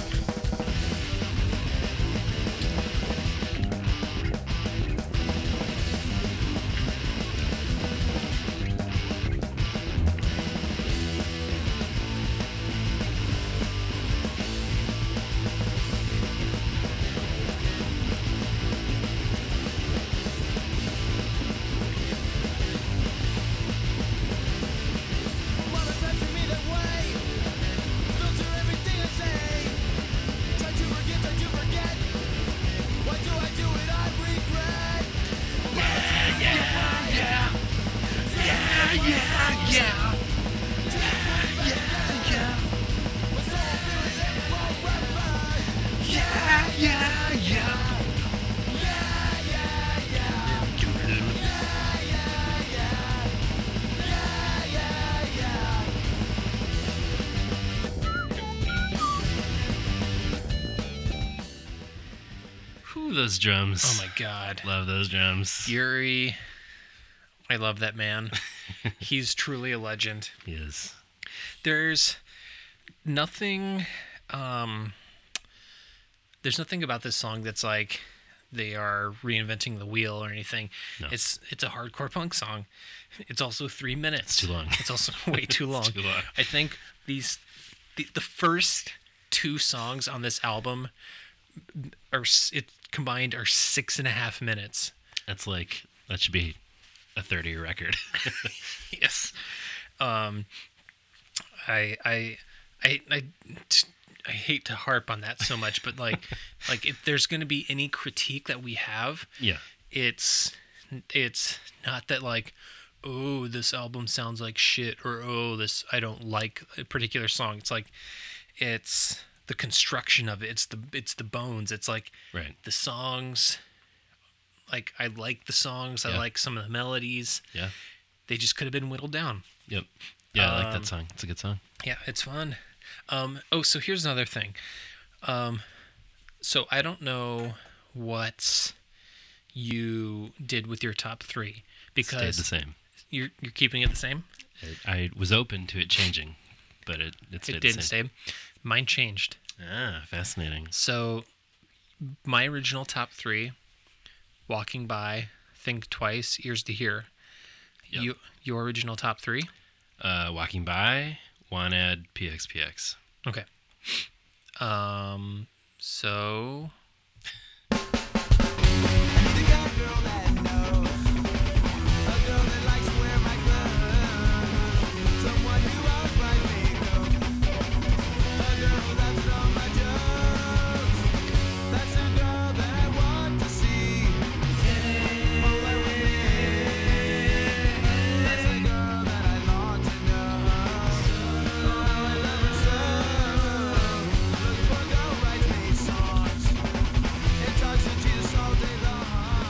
C: Whew, those drums.
B: Oh my god.
C: Love those drums.
B: Yuri. I love that man. He's truly a legend.
C: Yes.
B: There's nothing. Um, there's nothing about this song that's like they are reinventing the wheel or anything.
C: No.
B: It's it's a hardcore punk song. It's also three minutes.
C: too long.
B: It's also way too long.
C: too long.
B: I think these the, the first two songs on this album are s- it combined are six and a half minutes.
C: That's like that should be a thirty record.
B: yes. Um, I, I, I, I, t- I hate to harp on that so much, but like like if there's going to be any critique that we have,
C: Yeah.
B: it's it's not that like oh this album sounds like shit or oh this i don't like a particular song it's like it's the construction of it it's the it's the bones it's like
C: Right.
B: the songs like i like the songs i
C: Yeah.
B: like some of the melodies
C: Yeah.
B: they just could have been whittled down
C: Yep. Yeah, I like
B: Um,
C: that song. It's a good song.
B: yeah, it's fun. Um, oh, so here's another thing. Um, so I don't know what you did with your top three
C: Stayed the
B: because
C: same.
B: you're you're keeping it the same.
C: It, I was open to it changing, but it it stayed
B: it
C: the
B: did
C: same.
B: stay. Mine changed.
C: Ah, fascinating.
B: So my original top three: "Walking By," "Think Twice," "Ears to Hear."
C: Yep.
B: You your original top three?
C: Uh, walking by, Wanted, PXPX.
B: Okay. Um. So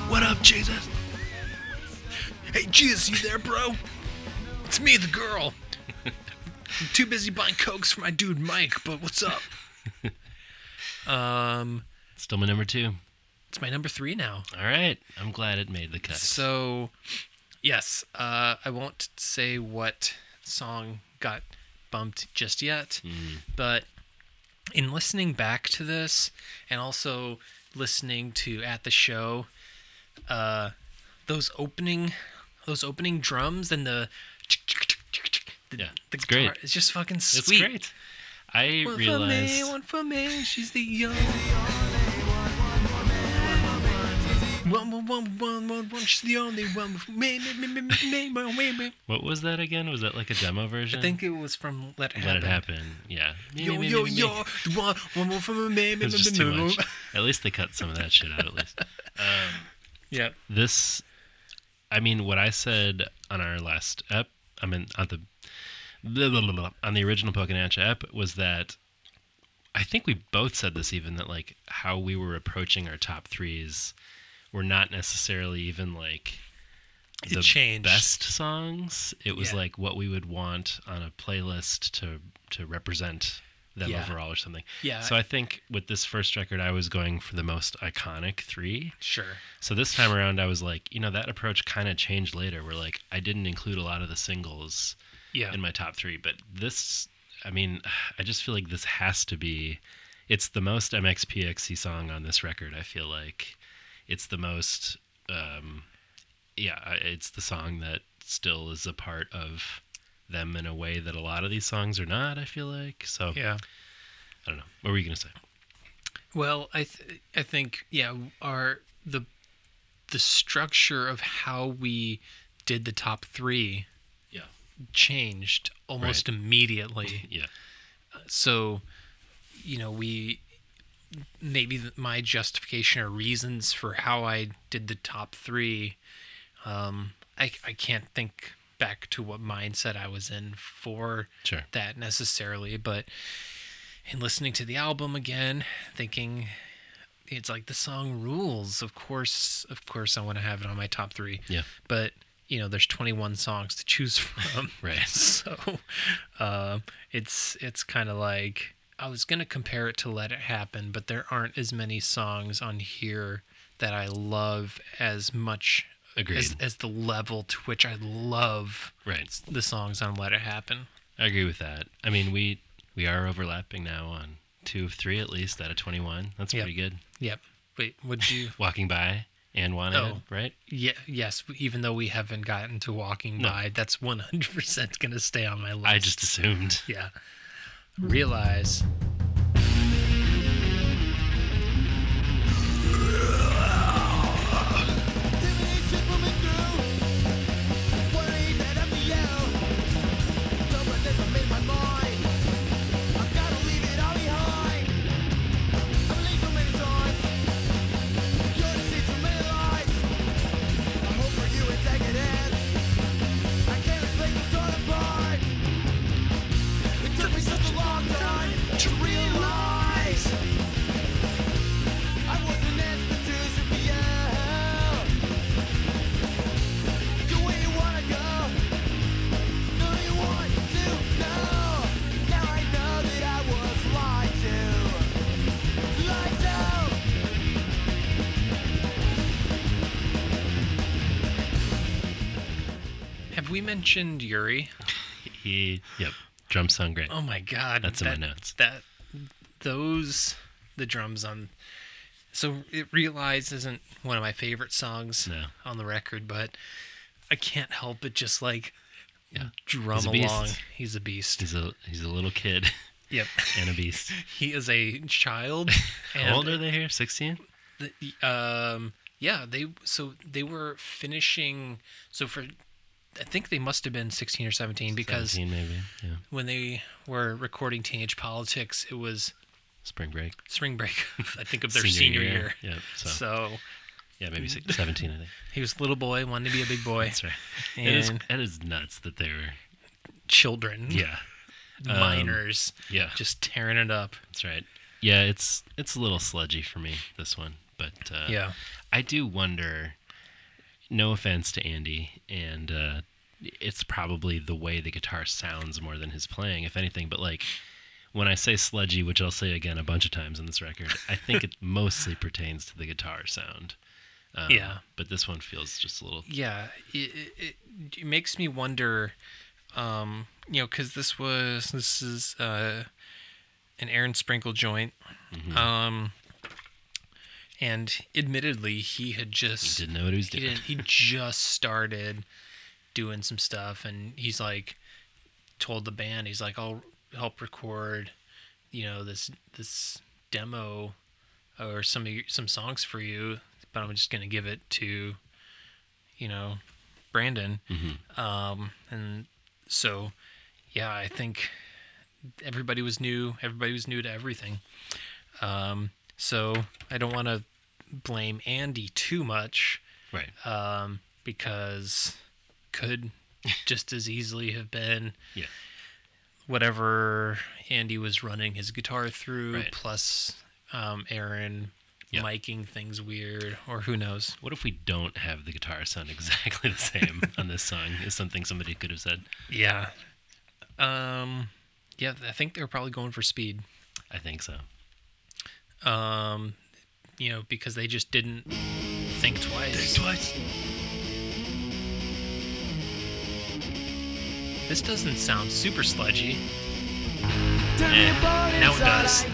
C: What up, Jesus?
B: Hey, Jesus, you there, bro? It's me, the girl. I'm too busy buying cokes for my dude Mike, but what's up? Um,
C: Still my number two.
B: it's my number three now.
C: All right. I'm glad it made the cut.
B: So, yes, uh, I won't say what song got bumped just yet, but in listening back to this and also listening to at the show, uh, those opening, those opening drums and the, the,
C: Yeah,
B: the
C: it's
B: guitar,
C: great.
B: it's just fucking
C: it's
B: sweet.
C: great. I
B: One for me,
C: realized
B: one for me. She's the only one. One, one, one, one, one. She's the only one. for Me, me, me, me, me, me, me, me.
C: what was that again? Was that like a demo version?
B: I think it was from Let It Happen.
C: Let it happen. Yeah. Me,
B: Yo,
C: me, me,
B: yo,
C: me, me.
B: yo. One, one more for me, me, me,
C: It was just
B: me,
C: too
B: me, me.
C: much. At least they cut some of that shit out. At least
B: Yeah.
C: this. I mean, what I said on our last ep. I mean, on the blah, blah, blah, blah, on the original Pokenacha ep was that I think we both said this even that like how we were approaching our top threes were not necessarily even like
B: It changed.
C: best songs. It was
B: Yeah.
C: like what we would want on a playlist to to represent them
B: Yeah.
C: overall or something.
B: Yeah.
C: So I think with this first record, I was going for the most iconic three.
B: Sure.
C: So this time around, I was like, you know, that approach kind of changed later. Where like I didn't include a lot of the singles
B: Yeah.
C: in my top three, but this, I mean, I just feel like this has to be. It's the most MXPXC song on this record. I feel like it's the most. Um, yeah, I- it's the song that still is a part of them in a way that a lot of these songs are not. I feel like so.
B: Yeah.
C: I don't know. What were you gonna say?
B: Well, I th- I think yeah, our the the structure of how we did the top three
C: Yeah.
B: changed almost immediately.
C: Yeah.
B: So, you know, we maybe th- my justification or reasons for how I did the top three. Um, I I can't think back to what mindset I was in for
C: Sure.
B: that necessarily, but in listening to the album again, thinking it's like the song rules. Of course, of course, I want to have it on my top three.
C: Yeah.
B: But you know, there's 21 songs to choose from.
C: Right.
B: So, um, it's it's kind of like I was gonna compare it to Let It Happen, but there aren't as many songs on here that I love as much as,
C: Agreed.
B: as the level to which I love
C: Right.
B: the songs on Let It Happen.
C: I agree with that. I mean, we we are overlapping now on two of three at least out of twenty one. That's
B: Yep.
C: pretty good.
B: Yep. Wait, would you?
C: Walking by and wanted,
B: Oh.
C: right?
B: Yeah, yes. Even though we haven't gotten to walking
C: No.
B: by, that's one hundred percent gonna stay on my list.
C: I just assumed.
B: yeah. Realize.
G: I've gotta leave it all behind.
B: we mentioned Yuri?
C: He, yep, drums sound great.
B: Oh my god,
C: That's in my
B: that,
C: notes.
B: That those the drums on. So it realized isn't one of my favorite songs
C: No.
B: on the record, but I can't help but just like
C: Yeah.
B: drum
C: He's a beast.
B: along. He's a beast.
C: He's a he's a little kid
B: Yep,
C: and a beast.
B: he is a child. and
C: How old are they here? Sixteen.
B: the- um yeah they so they were finishing so for i think they must have been 16 or 17 because
C: 17 maybe. Yeah.
B: when they were recording teenage politics it was
C: Spring break.
B: spring break i think of their senior, year,
C: Yeah. So,
B: so
C: yeah, maybe six, seventeen. I think
B: he was a little boy wanted to be a big boy
C: that's right.
B: and
C: It is that is nuts that they were.
B: children
C: Yeah. Um,
B: minors
C: Yeah.
B: just tearing it up
C: That's right. Yeah, it's it's a little sludgy for me this one, but uh,
B: yeah
C: I do wonder. No offense to Andy, and uh, it's probably the way the guitar sounds more than his playing, if anything. But like when I say sludgy, which I'll say again a bunch of times in this record, I think it mostly pertains to the guitar sound. Um,
B: Yeah.
C: but this one feels just a little.
B: yeah it, it, it makes me wonder um you know because this was this is uh an aaron sprinkle joint um and admittedly he had just
C: Didn't know what he was
B: he,
C: doing.
B: didn't, he just started doing some stuff and he's like told the band he's like i'll help record you know this this demo or some of your, some songs for you but i'm just gonna give it to you know brandon um and so yeah i think everybody was new everybody was new to everything um so i don't want to blame andy too much
C: Right.
B: um, because could just as easily have been
C: Yeah.
B: whatever Andy was running his guitar through,
C: Right.
B: plus um, Aaron
C: Yeah.
B: miking things weird, or who knows.
C: What if we don't have the guitar sound exactly the same on this song? Is something somebody could have said.
B: Yeah. Um, yeah, I think they were probably going for speed.
C: I think so.
B: Um, you know, because they just didn't think twice.
C: Twice.
B: This doesn't sound super sludgy.
G: Eh, now it does.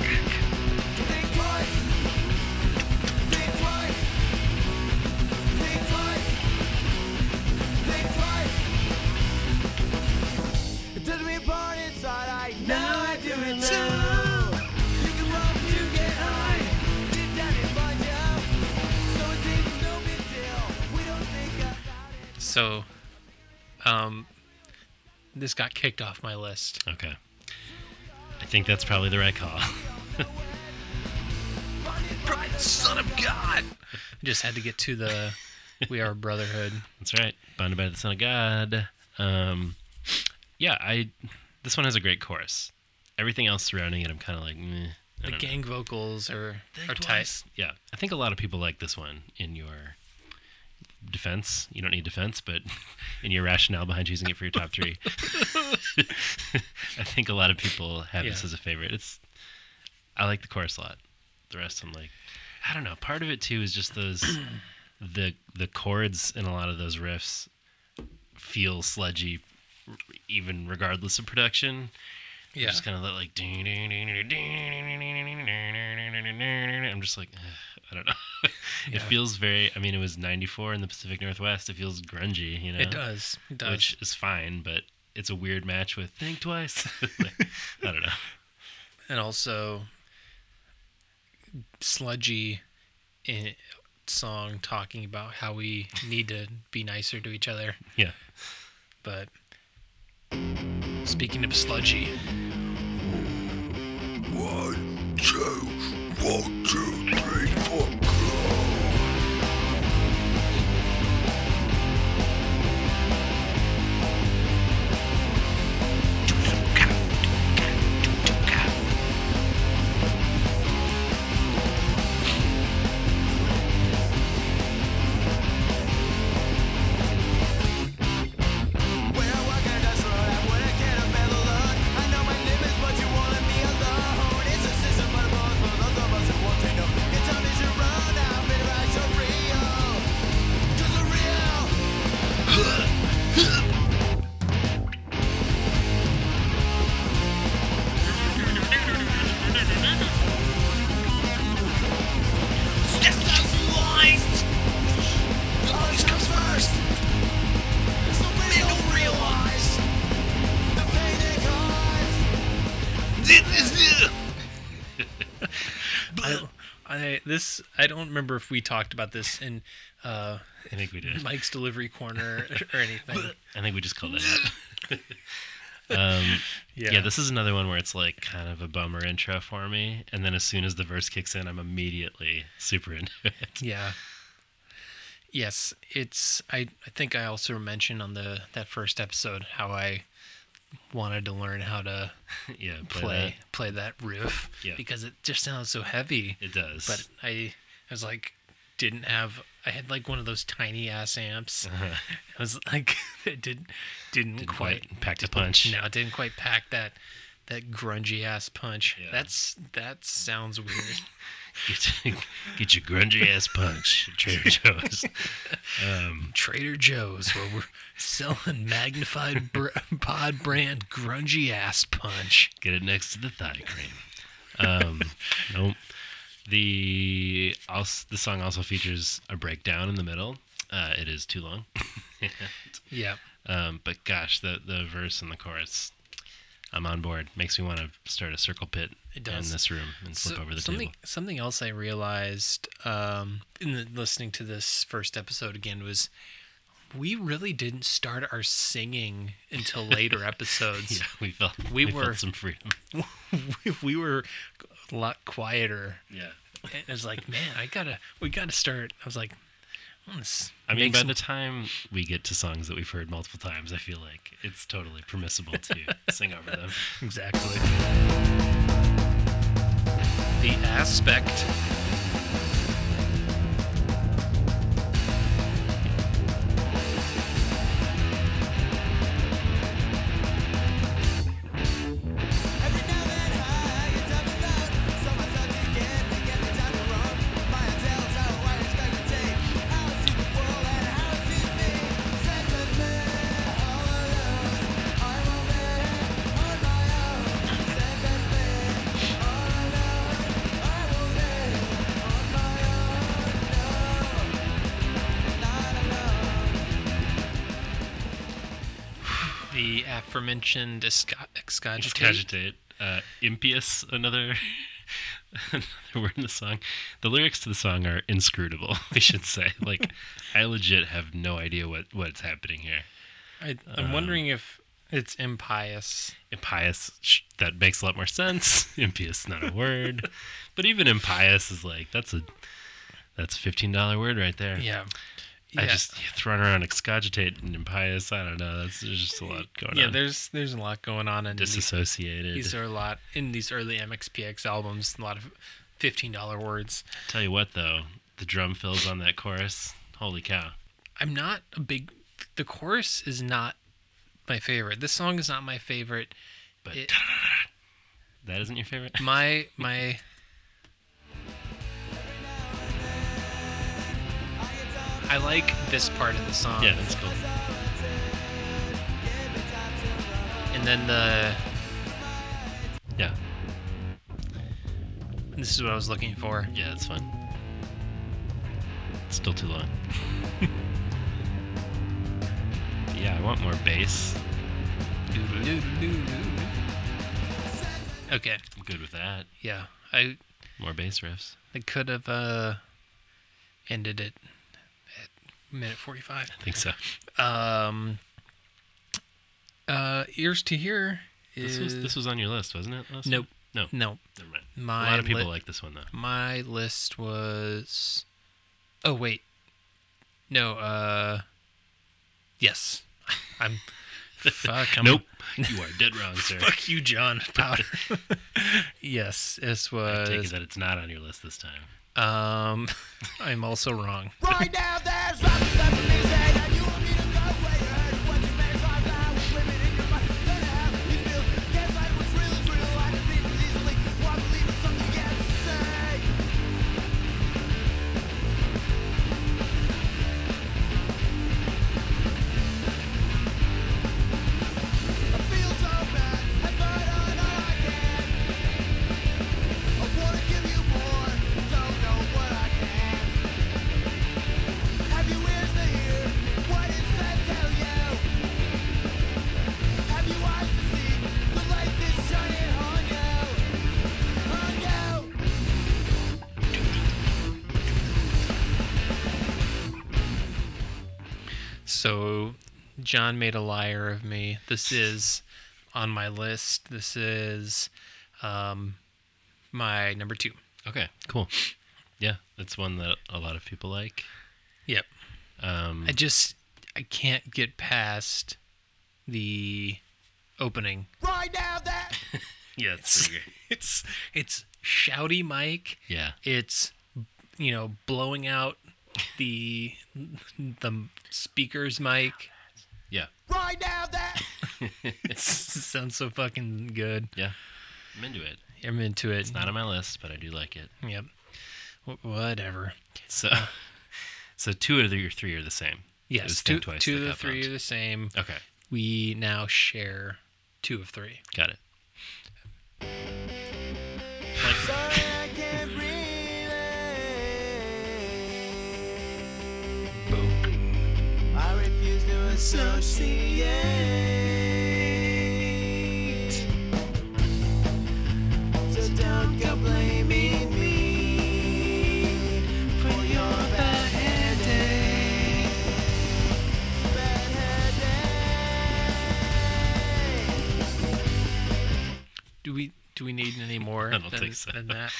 G: Think twice. Think twice. Think twice. Think twice. It doesn't mean born inside. I know I do it too. You can run, but you get high. Deep down it finds you out. So it seems no big deal. We don't think about it.
B: So, um, this got kicked off my list.
C: Okay. I think that's probably the right call.
B: Son of God! I just had to get to the We Are Brotherhood.
C: That's right. Bonded by the Son of God. Um, yeah, I. This one has a great chorus. Everything else surrounding it, I'm kind of like, meh. I
B: The
C: don't know.
B: gang vocals are are tight.
C: twice. Yeah, I think a lot of people like this one. In your defense, you don't need defense, but in your rationale behind choosing it for your top three, I think a lot of people have this
B: Yeah.
C: as a favorite. It's I like the chorus a lot. The rest, I'm like, I don't know. Part of it too is just those the the chords in a lot of those riffs feel sludgy, r- even regardless of production.
B: Yeah,
C: Just kind of like. I'm just like, ugh, I don't know. it feels very. I mean, it was 94 in the Pacific Northwest. It feels grungy, you know.
B: it does. It does.
C: Which is fine, but it's a weird match with Think Twice. Like, I don't know.
B: and also sludgy in, song talking about how we need to be nicer to each other.
C: Yeah.
B: But speaking of sludgy,
A: One, two, one, two, three, four.
B: this I don't remember if we talked about this in uh,
C: I think we did.
B: Mike's delivery corner or anything.
C: I think we just called it out. um, yeah. this is another one where it's like kind of a bummer intro for me, and then as soon as the verse kicks in, I'm immediately super into it.
B: Yeah. Yes, it's. I, I think I also mentioned on the that first episode how I wanted to learn how to
C: yeah, play.
B: play
C: that.
B: play that, riff
C: Yeah.
B: because it just sounds so heavy.
C: It does.
B: But I I was like didn't have I had like one of those tiny ass amps.
C: Uh-huh.
B: I was like it didn't didn't,
C: Didn't
B: quite,
C: quite pack the punch.
B: No, it didn't quite pack that that grungy ass punch.
C: Yeah.
B: That's that sounds weird.
C: get, your- get your grungy ass punch, at Trader Joe's. Um,
B: Trader Joe's where we're selling magnified br- pod brand grungy ass punch.
C: get it next to the thigh cream. Um, nope. The also, the song also features a breakdown in the middle. Uh, it is too long.
B: Yeah.
C: Um, but gosh, the the verse and the chorus, I'm on board. Makes me want to start a circle pit
B: It does.
C: in this room and flip
B: So-
C: over the
B: something,
C: table.
B: Something else I realized um, in the, listening to this first episode again was we really didn't start our singing until later episodes.
C: Yeah, we felt
B: We
C: we, felt
B: were-
C: some freedom.
B: we, we were a lot quieter.
C: Yeah.
B: And I was like, man, I gotta, we gotta start. I was like, "Hmm, let's
C: I mean,
B: make
C: by
B: some-
C: the time we get to songs that we've heard multiple times, I feel like it's totally permissible to sing over them.
B: exactly. The aspect. The aforementioned esca- excogitate.
C: Excogitate. Uh, impious, another, another word in the song. The lyrics to the song are inscrutable, we should say. Like, I legit have no idea what, what's happening here.
B: I, I'm
C: um,
B: wondering if it's impious.
C: impious sh- that makes a lot more sense impious not a word but even impious is like that's a that's a $15 word right there
B: Yeah.
C: i just yeah, throwing around excogitate and impious i don't know that's there's just a lot going
B: yeah.
C: on
B: There's there's a lot going on in these,
C: disassociated
B: these are a lot in these early MXPX albums. A lot of fifteen dollar words.
C: tell you what though the drum fills on that chorus holy cow
B: I'm not a big. The chorus is not my favorite. This song is not my favorite.
C: but
B: It-
C: that isn't your favorite
B: My my. I like this part of the song.
C: yeah that's cool
B: And then the
C: yeah
B: this is what I was looking for.
C: yeah it's fun still too long yeah i want more bass
B: Okay.
C: i'm good with that
B: Yeah. I
C: More bass riffs.
B: I could have uh ended it at minute 45.
C: I think so.
B: Um uh ears to hear is
C: This was this was on your list, wasn't it? Last
B: Nope.
C: No.
B: No.
C: Never mind.
B: My
C: a lot of people
B: li-
C: like this one though.
B: My list was Oh wait. No, uh yes. I'm fuck I'm
C: nope. you are dead wrong, sir.
B: Fuck you, John Powder. yes, this
C: I take it
B: was
C: that it's not on your list this time.
B: um I'm also wrong.
G: Right now there's nothing left for me to say And you want me to go where you heard What you made is hard to hide What's living in your mind Gonna have you feel Can't fight what's real is real I can read it easily Why believe in something you can't say I feel so bad I fight all I can I wanna give you more Don't know what I can have you ears to hear?
B: John made a liar of me. This is on my list. This is um, my number two.
C: Okay, cool. Yeah, that's one that a lot of people like.
B: Yep.
C: Um,
B: I just I can't get past the opening.
G: Right now that
C: yeah, it's pretty great.
B: It's it's shouty Mike.
C: Yeah,
B: It's you know blowing out the the speaker's mic.
C: yeah,
G: right now that
B: It sounds so fucking good.
C: yeah. I'm into it.
B: I'm into it.
C: It's not on my list, but I do like it.
B: Yep. Wh- Whatever.
C: So, so two of your three are the same. It was
B: Yes, two,
C: Think Twice
B: two
C: that
B: of the
C: got
B: three
C: bumped.
B: are the same.
C: Okay,
B: We now share two of three.
C: got it.
G: Sorry I can't relate. I refuse to associate. So don't go blaming me for your bad headache. Bad headache.
B: Do we do we need any more
C: I don't
B: than,
C: think so.
B: than that?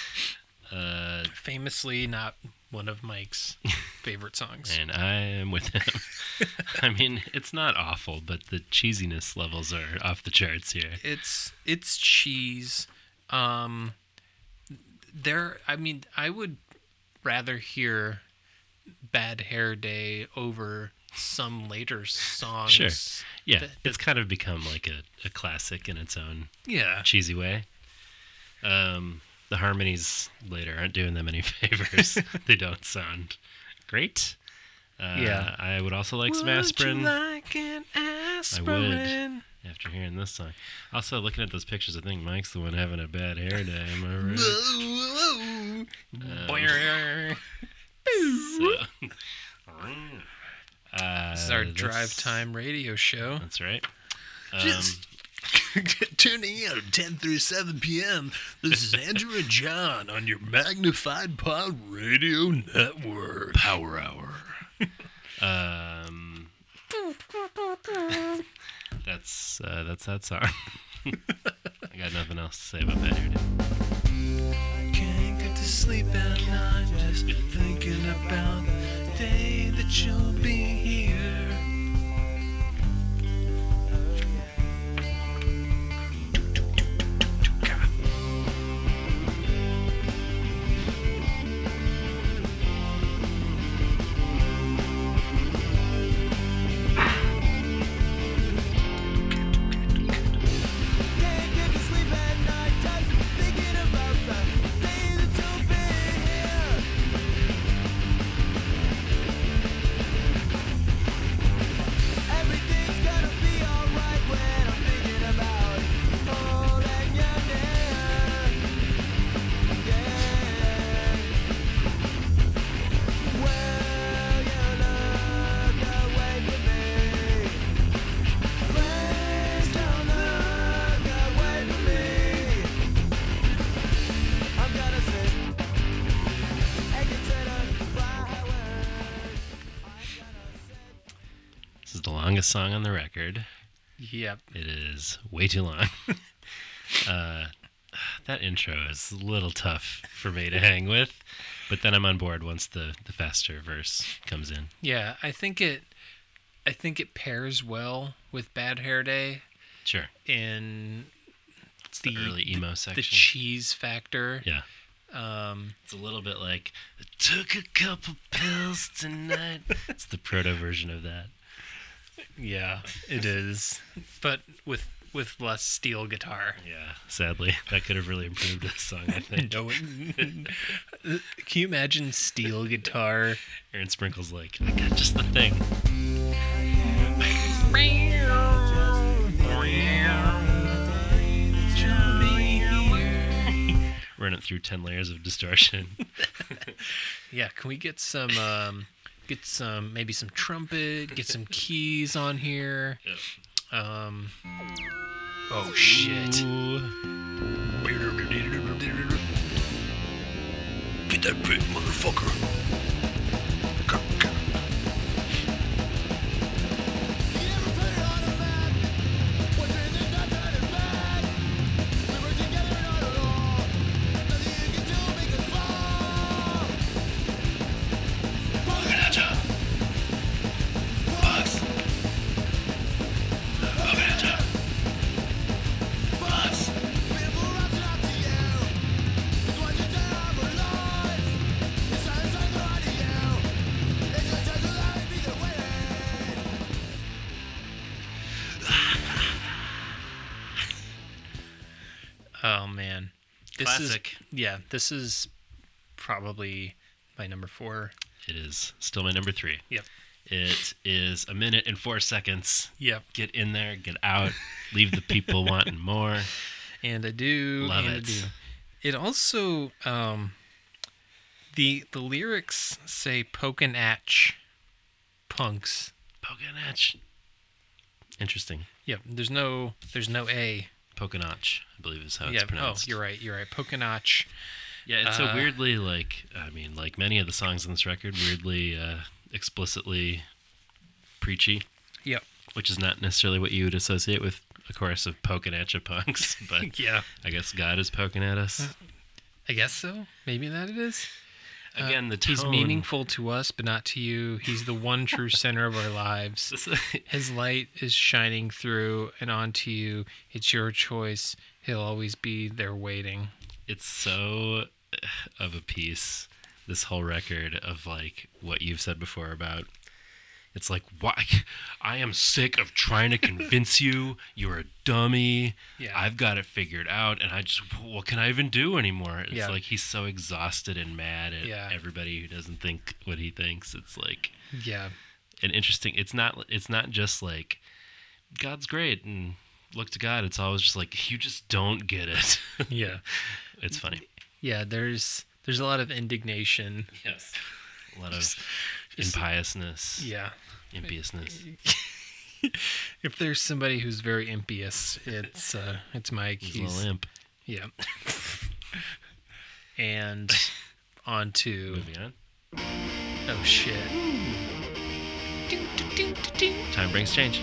C: Uh,
B: Famously not one of Mike's favorite songs.
C: and I am with him. I mean, it's not awful, but the cheesiness levels are off the charts here.
B: It's it's cheese. Um there I mean, I would rather hear Bad Hair Day over some later songs.
C: Sure. Yeah,
B: that-
C: it's kind of become like a, a classic in its own
B: Yeah.
C: cheesy way. Um, the harmonies later aren't doing them any favors. they don't sound great. Uh,
B: Yeah.
C: I would also like some aspirin
B: like an aspirin?
C: after hearing this song. Also, looking at those pictures, I think Mike's the one having a bad hair day. Am I right?
B: Whoa,
C: Uh,
B: whoa.
C: So- Uh,
B: This is our
C: that's-
B: drive time radio show.
C: That's right.
B: Just- Tuning in at 10 through 7 p.m. This is Andrew and John on your Magnified Pod Radio Network. Power Hour.
C: Um, that's uh, that's that song. I got nothing else to say about that hair day.
G: Can't get to sleep at night, just thinking about the day that you'll be here. Can't get to sleep at night, just thinking about the day that you'll be here. Everything's gonna be alright when I'm thinking about holding your hand. Yeah. Will you look away from me? Please don't look away from me. I'm gonna sit and consider flowers.
C: This is the longest song on the record.
B: Yep.
C: It is way too long. uh, that intro is a little tough for me to hang with, but then I'm on board once the, the faster verse comes in.
B: Yeah, I think it I think it pairs well with Bad Hair Day
C: Sure.
B: in
C: It's the, early emo section.
B: the cheese factor.
C: yeah.
B: Um
C: It's a little bit like, I took a couple pills tonight. it's the proto version of that.
B: yeah, it is. But with with less steel guitar.
C: Yeah, sadly, that could have really improved this song. I think
B: No, can you imagine steel guitar?
C: Aaron Sprinkle's like, I got just the thing. Run it through ten layers of distortion.
B: Yeah, can we get some um get some maybe some trumpet, get some keys on here. Um Oh shit.
C: Ooh,
A: Get that big motherfucker.
G: You never
B: Oh man, this
C: Classic.
B: is yeah. This is probably my number four.
C: It is still my number three.
B: Yep.
C: It is a minute and four seconds.
B: Yep.
C: Get in there, get out, leave the people wanting more.
B: and I do
C: Love
B: and I
C: it.
B: do. It also um, the the lyrics say "pokin' atch punks."
C: Pokonach. Interesting.
B: Yep, there's no there's no a.
C: Pokonach, I believe is how it's
B: Yeah, oh,
C: pronounced.
B: you're right, you're right. Pokin' atch.
C: Yeah, it's
B: Uh,
C: a weirdly like I mean, like many of the songs on this record, weirdly uh, explicitly preachy,
B: Yep.
C: which is not necessarily what you would associate with a chorus of poking at you punks, but
B: Yeah, Uh,
C: I guess God is poking at us.
B: I guess so. Maybe that it is.
C: Again, the tone.
B: uh, He's meaningful to us, but not to you. He's the one true center of our lives.
C: This is-
B: His light is shining through and onto you. It's your choice. He'll always be there waiting.
C: it's so uh, of a piece this whole record of like what you've said before about it's like why i am sick of trying to convince you you're a dummy
B: Yeah.
C: i've got it figured out and i just what can i even do anymore it's
B: Yeah.
C: like he's so exhausted and mad at
B: Yeah.
C: everybody who doesn't think what he thinks it's like
B: Yeah.
C: an interesting it's not it's not just like god's great and look to god it's always just like you just don't get it
B: Yeah.
C: it's funny
B: Yeah, there's there's a lot of indignation.
C: Yes. A lot of impiousness,
B: Yeah.
C: impiousness.
B: If there's somebody who's very impious, it's uh it's Mike.
C: He's a little
B: He's-
C: imp.
B: yeah. and on to
C: Moving on.
B: oh shit.
C: Time brings change.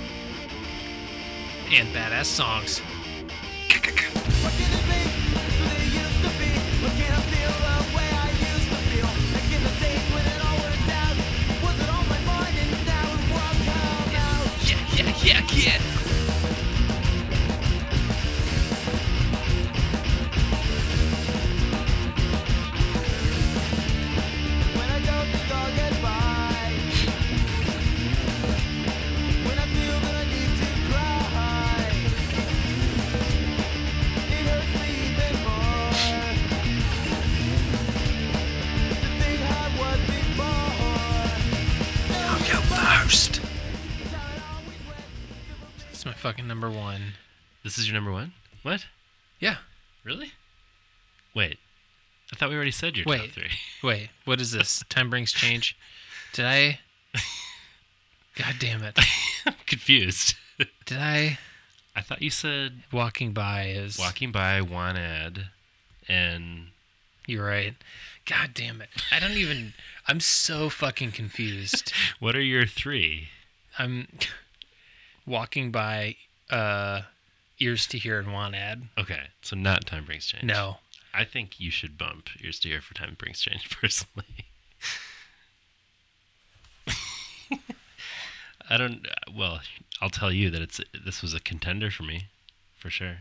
B: And badass songs. It's my fucking number one.
C: This is your number one? What?
B: Yeah.
C: Really? Wait. I thought we already said your top
B: Wait.
C: three.
B: Wait, what is this? Time brings change. Did I? God damn it!
C: I'm confused.
B: Did I?
C: I thought you said
B: Walking by is.
C: walking by one ad and
B: You're right. God damn it! I don't even. I'm so fucking confused.
C: what are your three?
B: I'm walking by. uh Ears to hear and want ad.
C: Okay, so not time brings change.
B: No.
C: I think you should bump yours to ear for time brings change personally. I don't. Well, I'll tell you that it's this was a contender for me, for sure.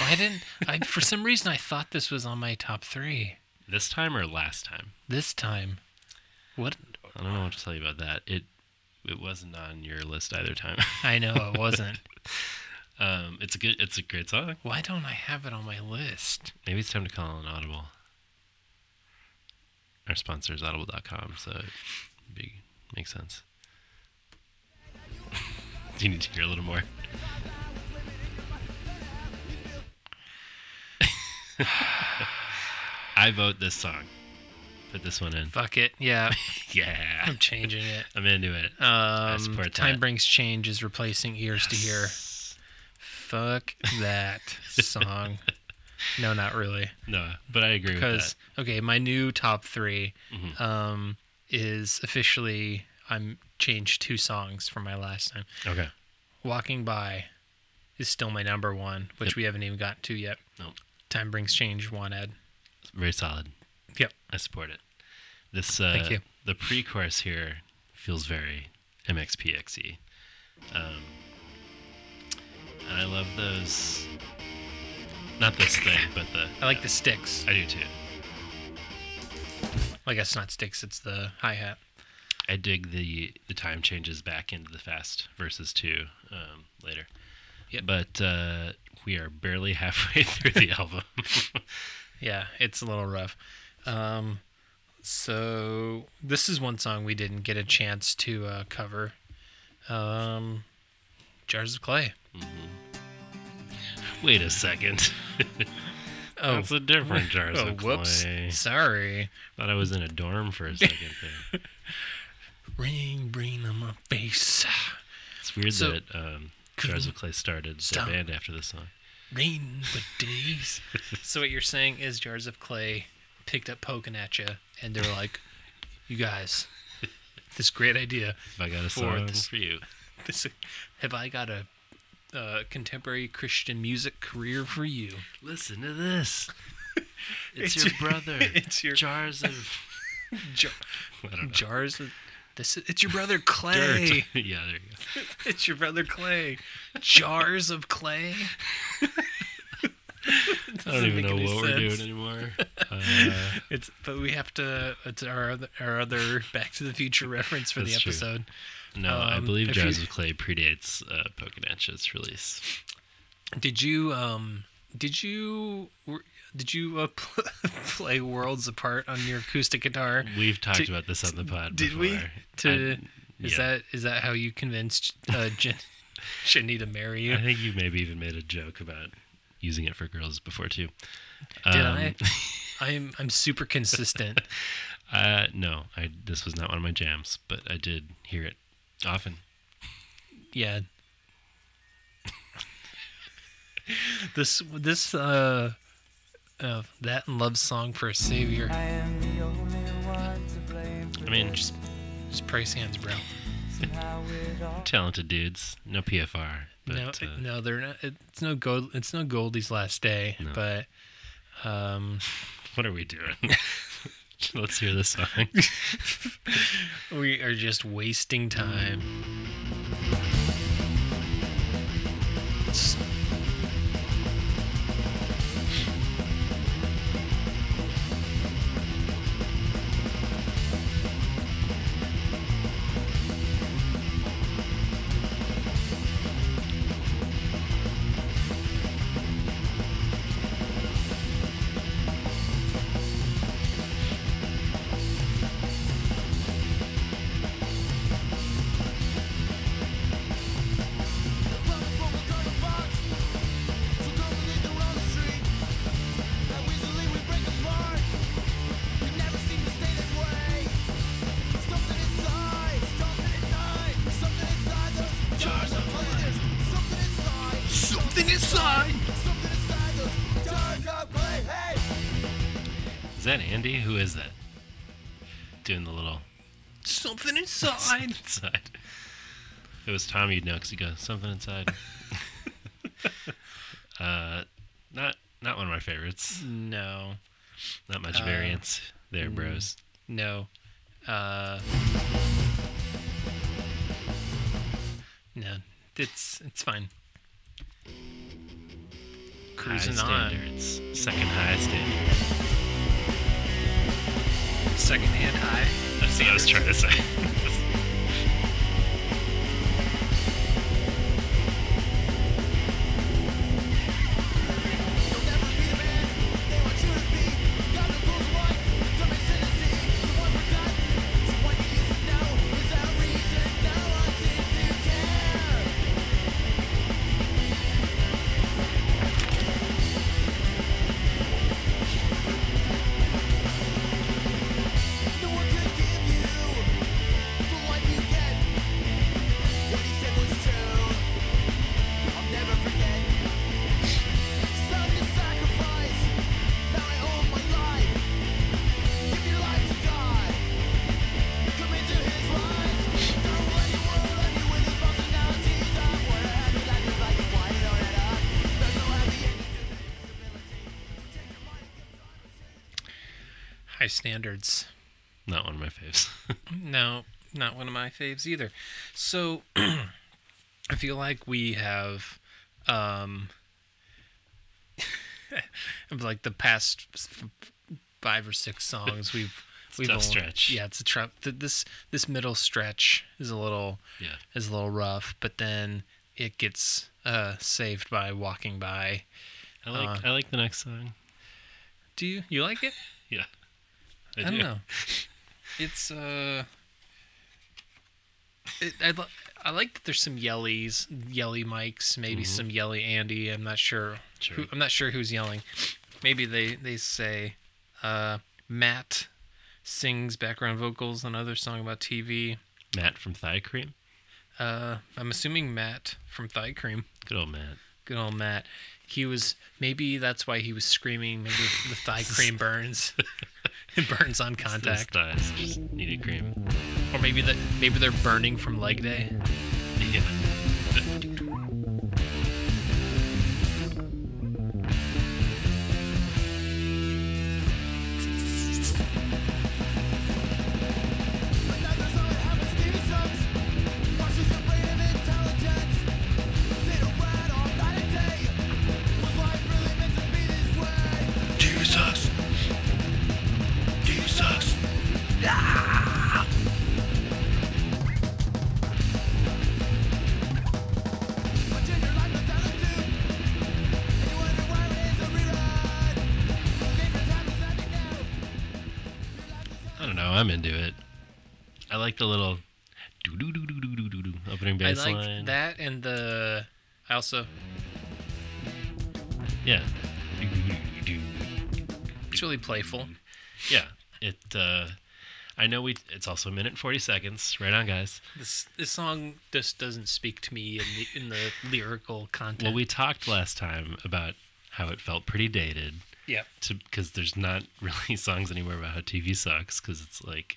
B: Why didn't I? For some reason, I thought this was on my top three
C: This time or last time,
B: this time. What?
C: I don't know what to tell you about that. It it wasn't on your list either time.
B: I know it wasn't.
C: um, it's a good. It's a great song.
B: Why don't I have it on my list?
C: Maybe it's time to call an audible. Our sponsor is audible.com, so it be, makes sense. Do you need to hear a little more? I vote this song. Put this one in.
B: Fuck it. Yeah,
C: Yeah.
B: I'm changing it.
C: I'm into it.
B: Um,
C: support
B: Time
C: that.
B: brings change is replacing ears to hear. Fuck that song. No, not really.
C: No, but I agree with that.
B: Because okay, my new top 3 um, is officially I'm changed two songs from my last time.
C: Okay.
B: Walking by is still my number one, which we haven't even gotten to yet.
C: Nope.
B: Time brings change. One Ed.
C: Very solid.
B: Yep.
C: I support it. This uh,
B: Thank you.
C: the pre-chorus here feels very MXPXy. E. Um, and I love those. Not this thing, but the
B: I like the sticks.
C: I do too.
B: I guess not sticks. It's the hi hat.
C: I dig the the time changes back into the fast versus two um, later.
B: Yep.
C: But uh, we are barely halfway through the album.
B: Yeah, it's a little rough. Um, so this is one song we didn't get a chance to uh, cover. Um, Jars of Clay.
C: Wait a second.
B: Oh,
C: That's a different Jars
B: oh
C: of
B: whoops.
C: Clay.
B: Sorry.
C: Thought I was in a dorm for a second there.
B: Ring, ring on my face.
C: It's weird
B: So-
C: that um, Jars of Clay started their
B: Stop.
C: band after this song.
B: Rain for days. so what you're saying is Jars of Clay picked up poking at you, and they're like, "You guys, this great idea.
C: If I got a
B: For
C: song
B: this-
C: for you.
B: This have I got a." Uh, contemporary Christian music career for you.
C: Listen to this. It's,
B: It's
C: your,
B: your-
C: brother.
B: it's your-
C: jars of
B: Jar-
C: I don't know.
B: jars. Of, this is, it's your brother
C: dirt.
B: Clay.
C: yeah, there you go.
B: It's your brother Clay. Jars of clay.
C: I don't
B: Doesn't
C: even
B: make
C: know
B: any
C: what we're doing
B: sense.
C: anymore. Uh,
B: It's but we have to. It's our other, our other Back to the Future reference for the
C: That's true.
B: episode.
C: no, I
B: Um,
C: believe
B: if you-
C: Jars of Clay predates uh, Pokedatcha's release.
B: Did you um? Did you were- did you uh, pl- play Worlds Apart on your acoustic guitar?
C: We've talked
B: Did-
C: about this on the pod.
B: Did
C: before.
B: we? To
C: I-
B: is
C: yeah.
B: that is that how you convinced uh, Jen, Jenny to marry you?
C: I think you maybe even made a joke about using it for girls before too.
B: Did
C: um,
B: I? I'm I'm super consistent.
C: Uh, no, I. This was not one of my jams, but I did hear it often.
B: yeah. this this uh, uh that and love song for a savior.
C: I mean, just
B: Just praise hands, bro.
C: talented dudes. No PFR. But,
B: no,
C: uh,
B: no, they're not. It's no gold. It's no Goldie's last day.
C: No.
B: But um,
C: What are we doing? Let's hear this song.
B: we are just wasting time.
A: Something inside.
C: Is that Andy? Who is that? Doing the little
B: Something inside.
C: side. If it was Tommy, you'd know because he goes something inside. uh, not not one of my favorites.
B: no, Uh, mm,
C: Not much variance there, bros.
B: no, uh, no. It's it's fine. Cruising
C: high
B: on.
C: standards. Second high standard.
B: Second hand high.
C: That's what I was trying to say.
B: High standards.
C: not one of my faves.
B: No, not one of my faves either. So I feel like we have um of like the past f- five or six songs we've we've
C: tough
B: only-
C: stretch.
B: Yeah, it's a trap. This this middle stretch is a little
C: yeah.
B: is a little rough, but then it gets uh, saved by walking by.
C: I
B: Uh,
C: like I like the next song.
B: Do you you like it?
C: Yeah,
B: I, don't know. It's uh, it, I li- I like that there's some yellies, yelly mics, maybe some yelly Andy. I'm not Mm-hmm. sure.
C: Sure.
B: Who, I'm not sure who's yelling. Maybe they they say uh, Matt sings background vocals. Another song about TV.
C: Matt from Thigh Cream.
B: Uh, I'm assuming Matt from Thigh Cream.
C: Good old Matt.
B: Good old Matt. He was maybe that's why he was screaming. Maybe the thigh cream burns. it burns on
C: It's those
B: contact,
C: thighs just needed cream.
B: or maybe that maybe they're burning from leg day.
C: Yeah. I don't know. I'm into it. I like the little doo doo doo doo doo doo doo opening
B: I
C: bass line.
B: like that and the. I also
C: Yeah. Doo-doo-doo-doo.
B: it's really playful.
C: Yeah. It. uh I know we. It's also a minute and forty seconds. Right on, guys.
B: This this song just doesn't speak to me in the in the lyrical content.
C: Well, we talked last time about how it felt pretty dated.
B: yeah.
C: to because there's not really songs anymore about how TV sucks because it's like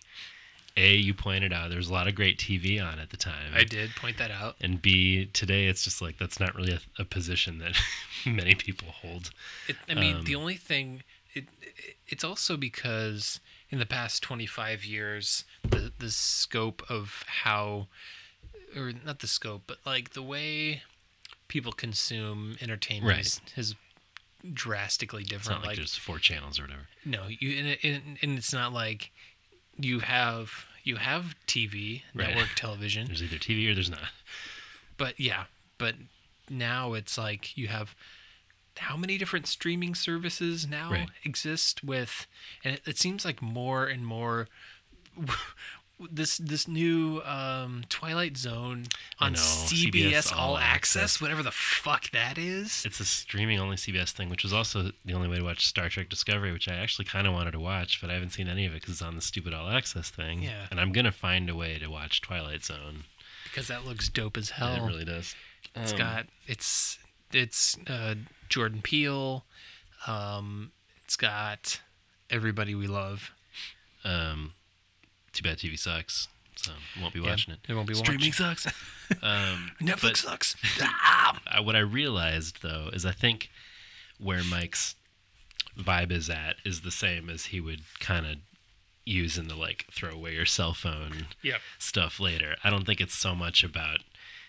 C: a you pointed out there's a lot of great TV on at the time.
B: I did point that out.
C: And B today it's just like that's not really a, a position that many people hold.
B: It, I mean, the
C: Um,
B: only thing it, it it's also because in the past 25 years, the the scope of how, or not the scope, but like the way people consume entertainment
C: Right.
B: is, is drastically
C: It's
B: different.
C: not like, there's four channels or whatever.
B: No, you and, it- and, and it's not like you have you have TV
C: Right.
B: network television,
C: There's either TV or there's not.
B: but yeah, but now it's like you have how many different streaming services now
C: Right.
B: exist with, and it, it seems like more and more. This this new um, Twilight Zone
C: I
B: on
C: know,
B: CBS,
C: CBS
B: All
C: All
B: Access,
C: Access.
B: whatever the fuck that is.
C: It's a streaming only CBS thing, which was also the only way to watch Star Trek Discovery, which I actually kind of wanted to watch, but I haven't seen any of it because it's on the stupid all access thing.
B: Yeah.
C: And I'm gonna find a way to watch Twilight Zone.
B: because that looks dope as hell.
C: It really does.
B: It's got it's it's uh, Jordan Peele. Um, it's got everybody we love.
C: Um, too bad TV sucks, so won't be watching it.
B: I won't be
C: Streaming
B: watching.
C: sucks. um,
B: Netflix
C: but-
B: sucks.
C: I, what I realized though is I think where Mike's vibe is at is the same as he would kind of use in the like throw away your cell phone
B: Yep.
C: stuff later. I don't think it's so much about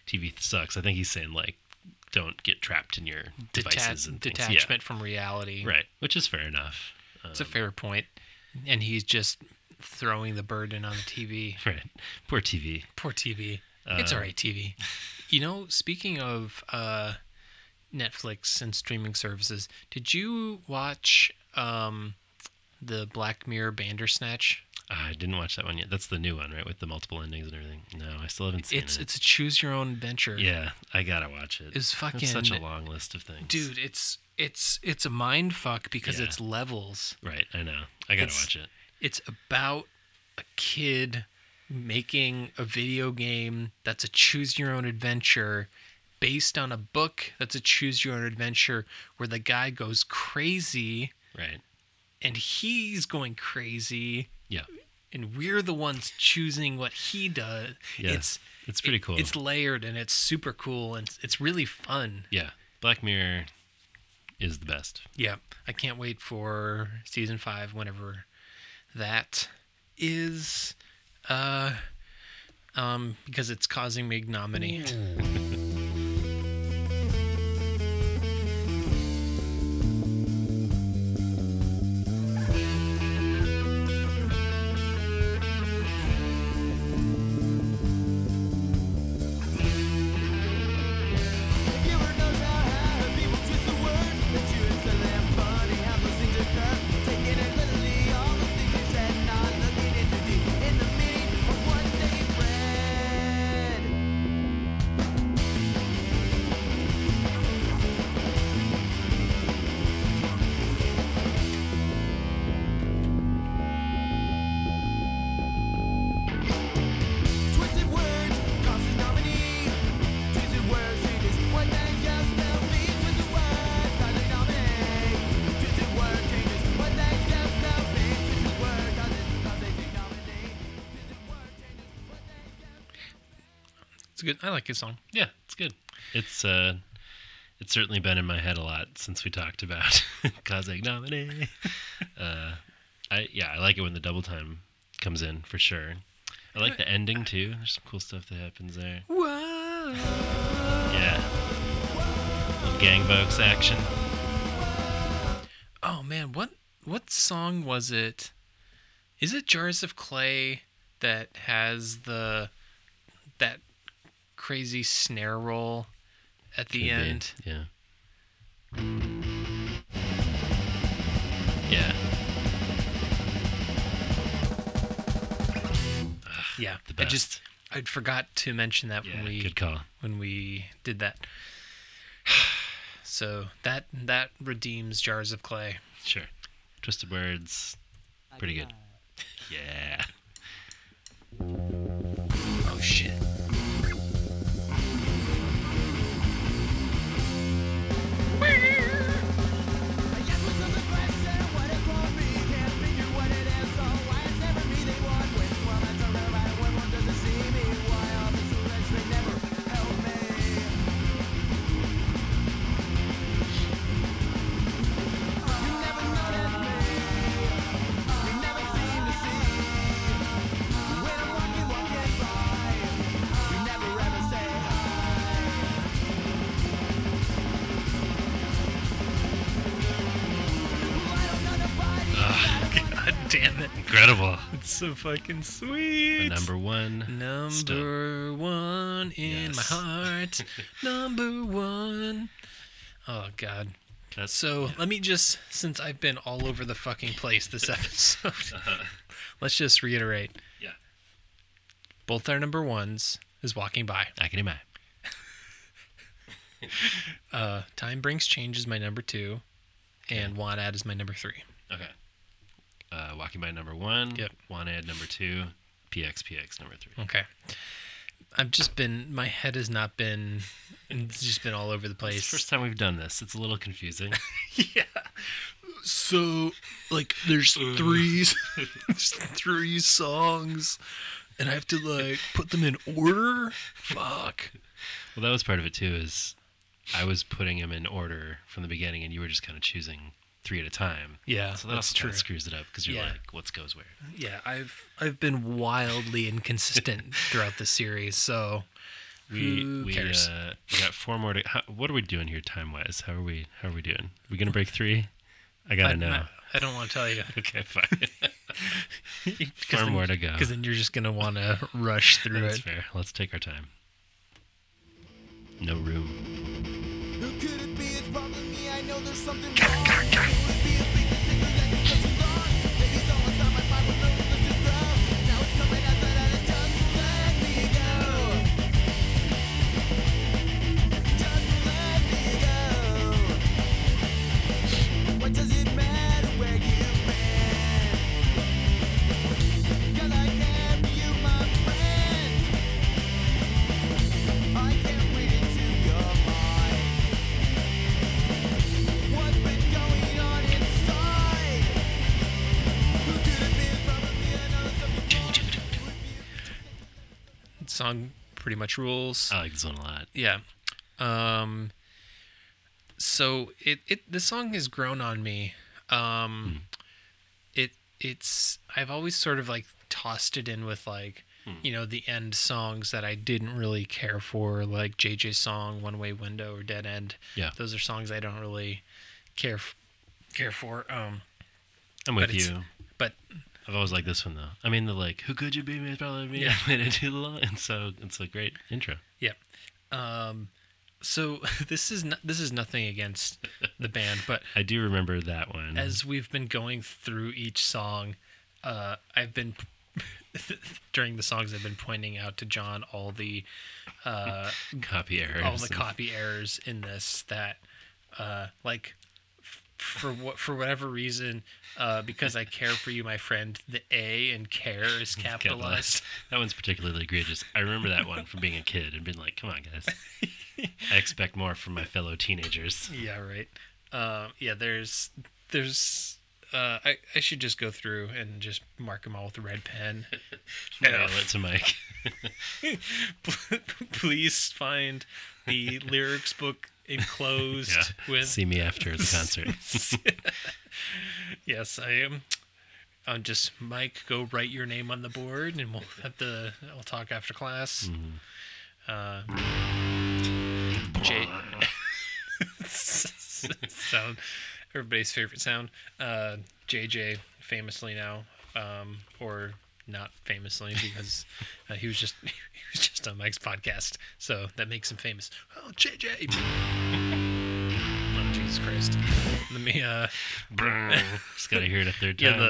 C: TV sucks. I think he's saying like don't get trapped in your devices
B: Deta-
C: and things.
B: detachment from reality.
C: Yeah, right, which is fair enough.
B: It's a fair point. And he's just throwing the burden on the TV.
C: Right, poor TV.
B: Poor TV.
C: Uh,
B: it's all right, TV. You know, speaking of uh, Netflix and streaming services, did you watch um, the Black Mirror Bandersnatch?
C: I didn't watch that one yet. That's the new one, right, with the multiple endings and everything. No, I still haven't seen
B: It's
C: it.
B: it's a choose your own adventure.
C: yeah, I gotta watch it.
B: It's
C: That's
B: fucking-
C: such a long list of things,
B: dude, it's it's it's a mind fuck because
C: Yeah.
B: it's levels.
C: Right, I know. I gotta
B: It's-
C: watch it.
B: It's about a kid making a video game that's a choose your own adventure based on a book that's a choose your own adventure where the guy goes crazy
C: Right.
B: and he's going crazy
C: Yeah.
B: and we're the ones choosing what he does.
C: Yeah.
B: It's
C: It's pretty
B: it-
C: cool.
B: It's layered and it's super cool and it's- it's really fun.
C: yeah. Black Mirror is the best.
B: Yeah, I can't wait for season five whenever that is. Uh, um, because it's causing me ignominy. it's a good. I like his song.
C: Yeah, it's good. It's uh, it's certainly been in my head a lot since we talked about Kazakh nominee. uh, I yeah, I like it when the double time comes in for sure. I like the ending too. There's some cool stuff that happens there. Yeah, Little gang votes action.
B: Oh man, what what song was it? Is it Jars of Clay that has the that crazy snare roll at the
C: Could be.
B: end?
C: Yeah. Yeah.
B: Yeah,
C: The
B: I just I forgot to mention that
C: Yeah.
B: when we
C: Good call.
B: when we did that. So that that redeems Jars of Clay.
C: Sure. Twisted words. Pretty good. Yeah.
B: Oh shit. God damn it.
C: Incredible.
B: It's so fucking
C: The
B: sweet.
C: number one.
B: Number one in
C: Yes.
B: my heart. number one. Oh God.
C: That's,
B: So let me just, since I've been all over the fucking place this episode,
C: uh-huh.
B: let's just reiterate.
C: Yeah.
B: Both our number ones is walking by.
C: I can imagine.
B: Uh, Time brings change is my number two, and One Ad is my number three.
C: Okay. Uh, Walking by number one.
B: Yep.
C: One ad number two. PXPX number three.
B: Okay. I've just been. My head has not been. It's just been all over the
C: It's
B: place.
C: the first time we've done this. It's a little confusing.
B: so like there's three there's three songs and i have to like put them in order fuck
C: well, that was part of it too. Is I was putting them in order from the beginning, and you were just kind of choosing three at a time.
B: yeah
C: So that also kind of screws it up because you're
B: Yeah.
C: like, what goes where?
B: yeah i've i've been wildly inconsistent throughout the series so
C: We
B: Who
C: we
B: cares?
C: Uh, we got four more. To, how, what are we doing here time wise? How are we? How are we doing? we gonna break three? I gotta
B: I,
C: know.
B: I, I don't want to tell you
C: Okay, fine. four more to go.
B: because then you're just gonna want to rush through
C: That's
B: it
C: fair. Let's take our time. No room.
G: Who could it be? It's probably me. I know there's something wrong. Who could it be? It's been the secret that it doesn't belong. Maybe someone's on my mind with no reason to grow. Now it's coming out that it doesn't let me go. Doesn't let me go. What does it matter where you've been? 'Cause I can't be you, my friend. I can't read into your mind. What's been going on inside? Who could have been from a
B: song pretty much rules
C: I like this one a lot.
B: yeah um so it it the song has grown on me um it it's i've always sort of like tossed it in with like you know the end songs that i didn't really care for like jj's song one way window or dead end
C: Yeah.
B: those are songs i don't really care f- care for um
C: I'm with
B: but it's-
C: you.
B: but
C: I've always liked this one though. I mean, the like, who could you be? It's probably me.
B: Yeah.
C: I waited too long, and so it's a great intro.
B: Yep. um so this is not this is nothing against the band but
C: I do remember that one.
B: as we've been going through each song, uh, I've been during the songs I've been pointing out to John all the uh,
C: copy errors.
B: all the
C: and-
B: copy errors in this that uh, like f- for what for whatever reason uh, because I care for you, my friend. The A and care is capitalized.
C: capitalized. That one's particularly egregious. I remember that one from being a kid and being like, "Come on, guys, I expect more from my fellow teenagers."
B: Yeah, right. Um, yeah, there's there's Uh, I I should just go through and just mark them all with a red pen.
C: Mail it to Mike.
B: Please find the lyrics book enclosed
C: Yeah.
B: with.
C: See me after the concert.
B: yes, I am. i just Mike. Go write your name on the board, and we'll have the. I'll talk after class.
C: Hmm.
B: Uh, Jay. sound. Everybody's favorite sound. Uh, JJ famously now, um, or not famously because uh, he was just he was just on Mike's podcast, so that makes him famous. Oh, JJ. oh, Jesus Christ. Let me. Uh,
C: Just gotta hear it a third
B: yeah,
C: time.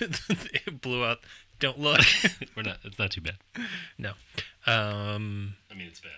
B: the, it blew out. Don't look.
C: We're not. It's not too bad.
B: no. Um,
C: I mean, it's bad.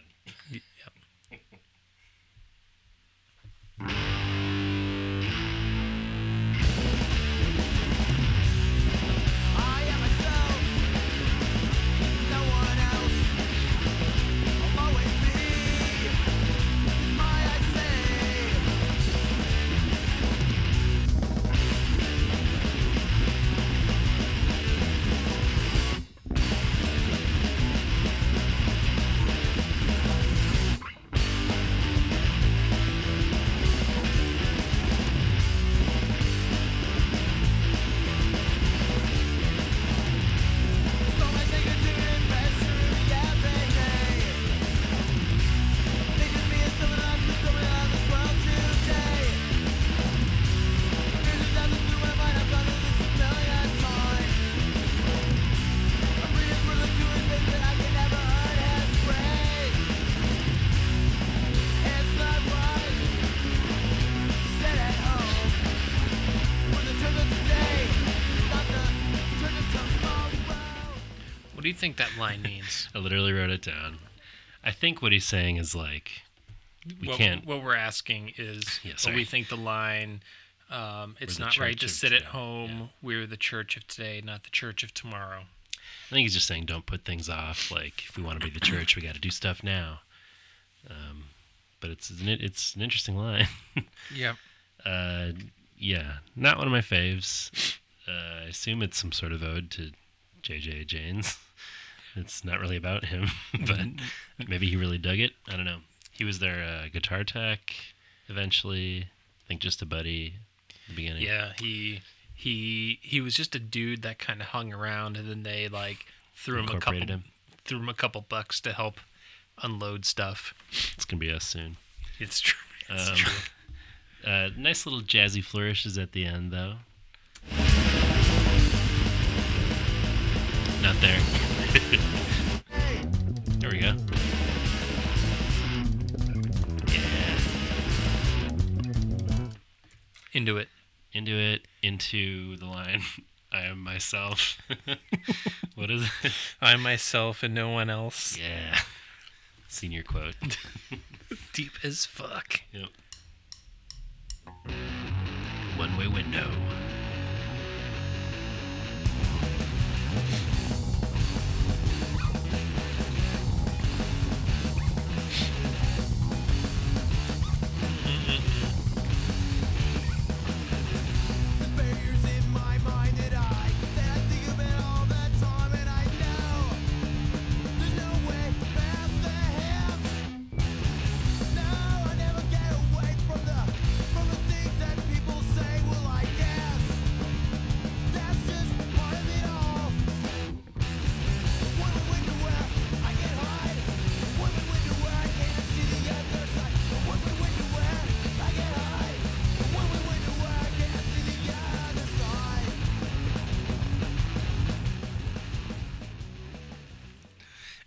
B: what do you think that line means?
C: I literally wrote it down. I think what he's saying is like, we
B: what,
C: can't.
B: What we're asking is,
C: Yeah,
B: what we
C: sorry.
B: think the line. Um, it's
C: the
B: not right
C: church
B: to
C: of
B: sit at
C: today,
B: home. We're the church of today, not the church of tomorrow.
C: I think he's just saying don't put things off. Like if we want to be the church, we got to do stuff now. Um, but it's an, it's an interesting line.
B: Yep.
C: Uh, yeah, not one of my faves. Uh, I assume it's some sort of ode to J.J. Janes. It's not really about him, but maybe he really dug it. I don't know. He was their uh, guitar tech eventually. I think just a buddy at the beginning.
B: Yeah, he he he was just a dude that kind of hung around, and then they like threw him a couple
C: Incorporated him.
B: threw him a couple bucks to help unload stuff.
C: It's going to be us soon.
B: It's true. It's
C: Um,
B: true.
C: Uh, nice little jazzy flourishes at the end, though. Not there. there we go.
B: Into it.
C: Into it, into the line. I am myself. what is it?
B: I myself and no one else.
C: Yeah. Senior quote.
B: Deep as fuck.
C: Yep. One way window.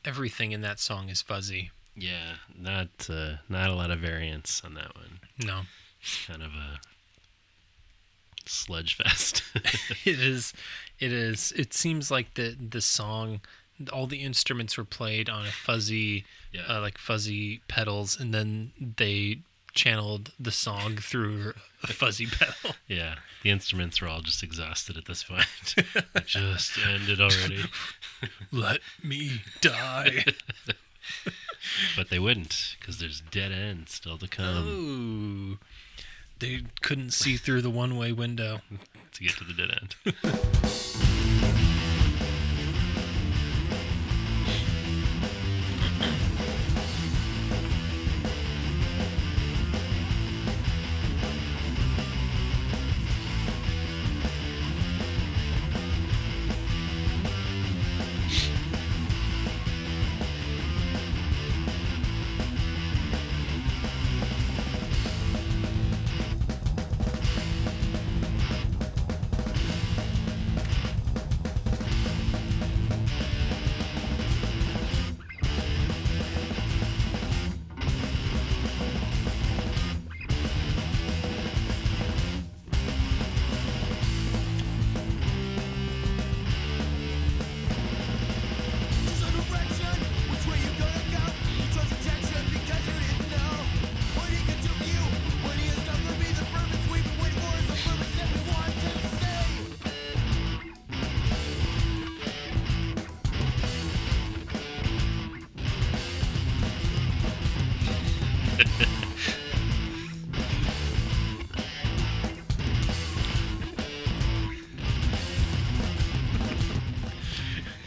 B: Everything in that song is fuzzy.
C: Yeah, not uh, not a lot of variance on that one.
B: No,
C: Kind of a sludge fest.
B: it is. It is. It seems like the the song, all the instruments were played on a fuzzy,
C: Yeah.
B: uh, like fuzzy pedals, and then they channeled the song through a fuzzy pedal.
C: Yeah, the instruments were all just exhausted at this point. just ended already,
B: Let me die.
C: but they wouldn't because there's dead end still to come.
B: Ooh, they couldn't see through the one way window.
C: to get to the dead end.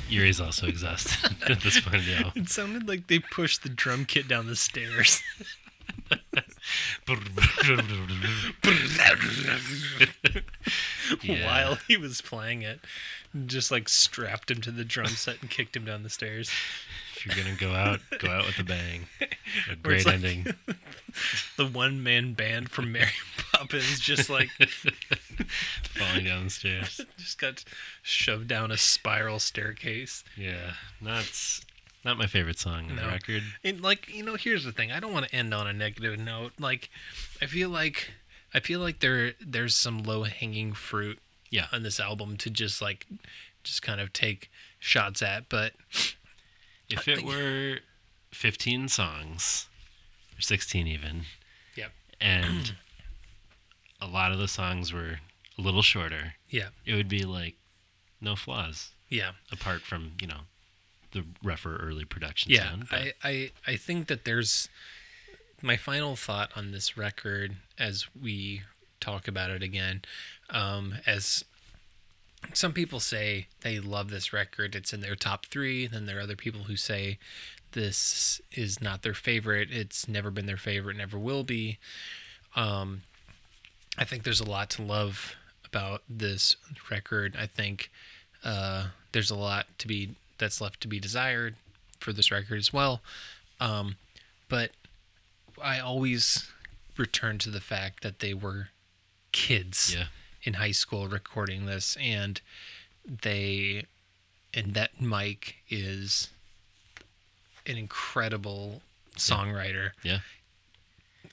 C: Yuri's also exhausted at this point now.
B: It sounded like they pushed the drum kit down the stairs.
C: Yeah.
B: while he was playing it. Just like strapped him to the drum set and kicked him down the stairs.
C: If you're gonna go out, go out with a bang. A
B: Where it's
C: great
B: like-
C: ending.
B: The one man band from Mary Poppins just like
C: Falling down the stairs.
B: just got shoved down a spiral staircase.
C: Yeah. Not not my favorite song on the
B: No.
C: record.
B: And like, you know, here's the thing. I don't want to end on a negative note. Like I feel like I feel like there there's some low-hanging fruit
C: Yeah.
B: on this album to just like just kind of take shots at, but
C: If it were 15 songs, or 16 even,
B: Yep.
C: and a lot of the songs were a little shorter,
B: yeah.
C: it would be like no flaws,
B: Yeah.
C: apart from, you know, the rougher early production
B: yeah
C: sound. but-
B: I, I i think that there's my final thought on this record as we talk about it again um as some people say they love this record it's in their top three then there are other people who say this is not their favorite it's never been their favorite never will be um i think there's a lot to love about this record i think uh there's a lot to be that's left to be desired for this record as well. Um, but I always return to the fact that they were kids
C: Yeah.
B: in high school recording this, and they and that Mike is an incredible songwriter
C: yeah.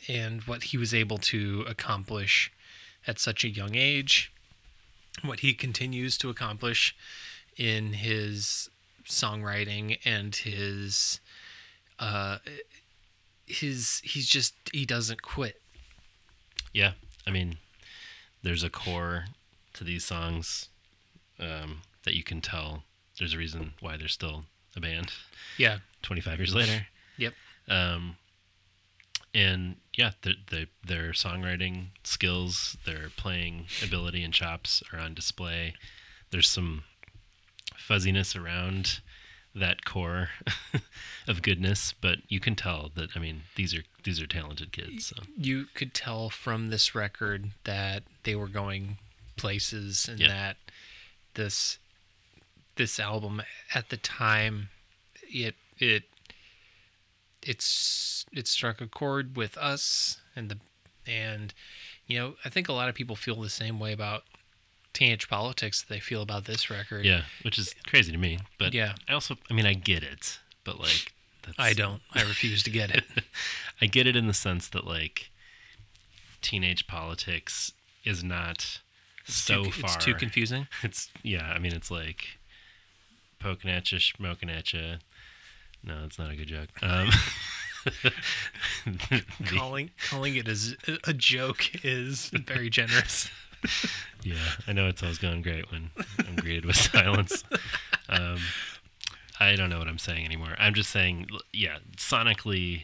B: and what he was able to accomplish at such a young age, what he continues to accomplish in his songwriting and his uh his he's just he doesn't quit.
C: Yeah, I mean, there's a core to these songs um, that you can tell. There's a reason why they're still a band
B: Yeah.
C: 25 years later.
B: Yep.
C: Um, and yeah, their, their, their songwriting skills, their playing ability and chops are on display. There's some fuzziness around that core of goodness, but you can tell that I mean these are these are talented kids. So.
B: You could tell from this record that they were going places and
C: Yeah.
B: that this this album at the time it it it's it struck a chord with us and the and you know I think a lot of people feel the same way about teenage politics that they feel about this record.
C: Yeah, which is crazy to me. But
B: Yeah.
C: I also, I mean, I get it, but like, that's,
B: I don't. I refuse to get it.
C: I get it in the sense that like, teenage politics is not so
B: Too-
C: far.
B: it's too confusing.
C: It's yeah. I mean, it's like poking at you, smoking at you. No, that's not a good joke. Um, the-
B: Calling calling it as a joke is very generous.
C: Yeah, I know it's always going great when I'm greeted with silence. Um, I don't know what I'm saying anymore. I'm just saying, l- yeah, sonically,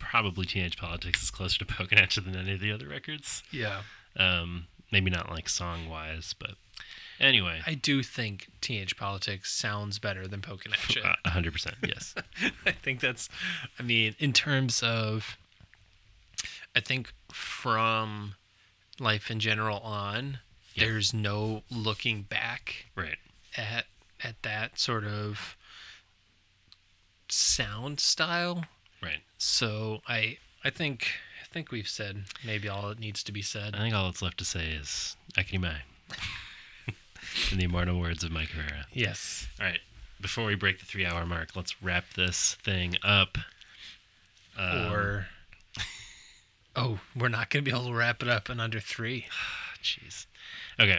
C: probably Teenage Politics is closer to Poconacha than any of the other records.
B: Yeah.
C: Um, Maybe not like song wise, but anyway,
B: I do think teenage politics sounds better than Pokenacha.
C: uh, a a hundred percent. Yes,
B: I think that's, I mean, in terms of, I think from life in general on,
C: Yeah.
B: there's no looking back
C: right.
B: at at that sort of sound style.
C: Right.
B: So I I think I think we've said maybe all that needs to be said.
C: I think all that's left to say is Akimai. In the immortal words of Mike Herrera.
B: Yes.
C: All right. Before we break the three hour mark, let's wrap this thing up.
B: or Um, Oh, we're not going to be able to wrap it up in under 3.
C: Jeez. Okay. I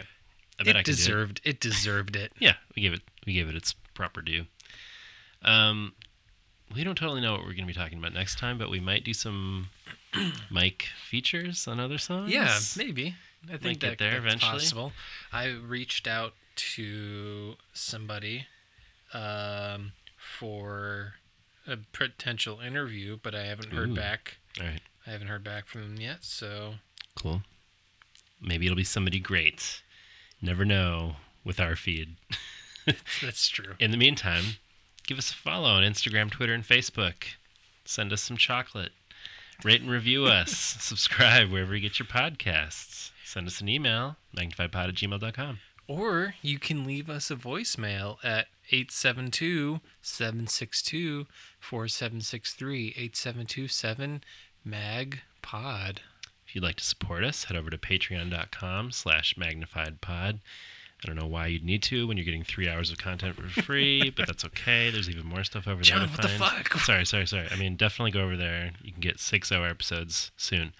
B: It
C: can do it.
B: deserved it deserved it.
C: yeah, we gave it we gave it its proper due. Um, we don't totally know what we're going to be talking about next time, but we might do some mic features on other songs.
B: Yeah, maybe. I think that,
C: get there
B: that's
C: eventually.
B: possible. I reached out to somebody um, for a potential interview, but I haven't heard
C: Ooh.
B: back.
C: All right,
B: I haven't heard back from them yet. So
C: cool. Maybe it'll be somebody great. Never know with our feed.
B: that's true.
C: In the meantime, give us a follow on Instagram, Twitter, and Facebook. Send us some chocolate. Rate and review us. Subscribe wherever you get your podcasts. Send us an email, magnifiedpod at gmail.com.
B: Or you can leave us a voicemail at 872 762 4763 8727 MAG Pod.
C: If you'd like to support us, head over to patreon.com slash magnifiedpod. I don't know why you'd need to when you're getting three hours of content for free, but that's okay. There's even more stuff over there
B: John,
C: to
B: what the
C: find.
B: fuck?
C: Sorry, sorry, sorry. I mean, definitely go over there. You can get six hour episodes soon.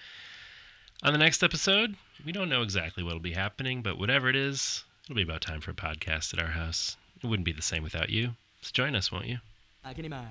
C: On the next episode, we don't know exactly what'll be happening, but whatever it is, it'll be about time for a podcast at our house. It wouldn't be the same without you. So join us, won't you?
G: Akimai.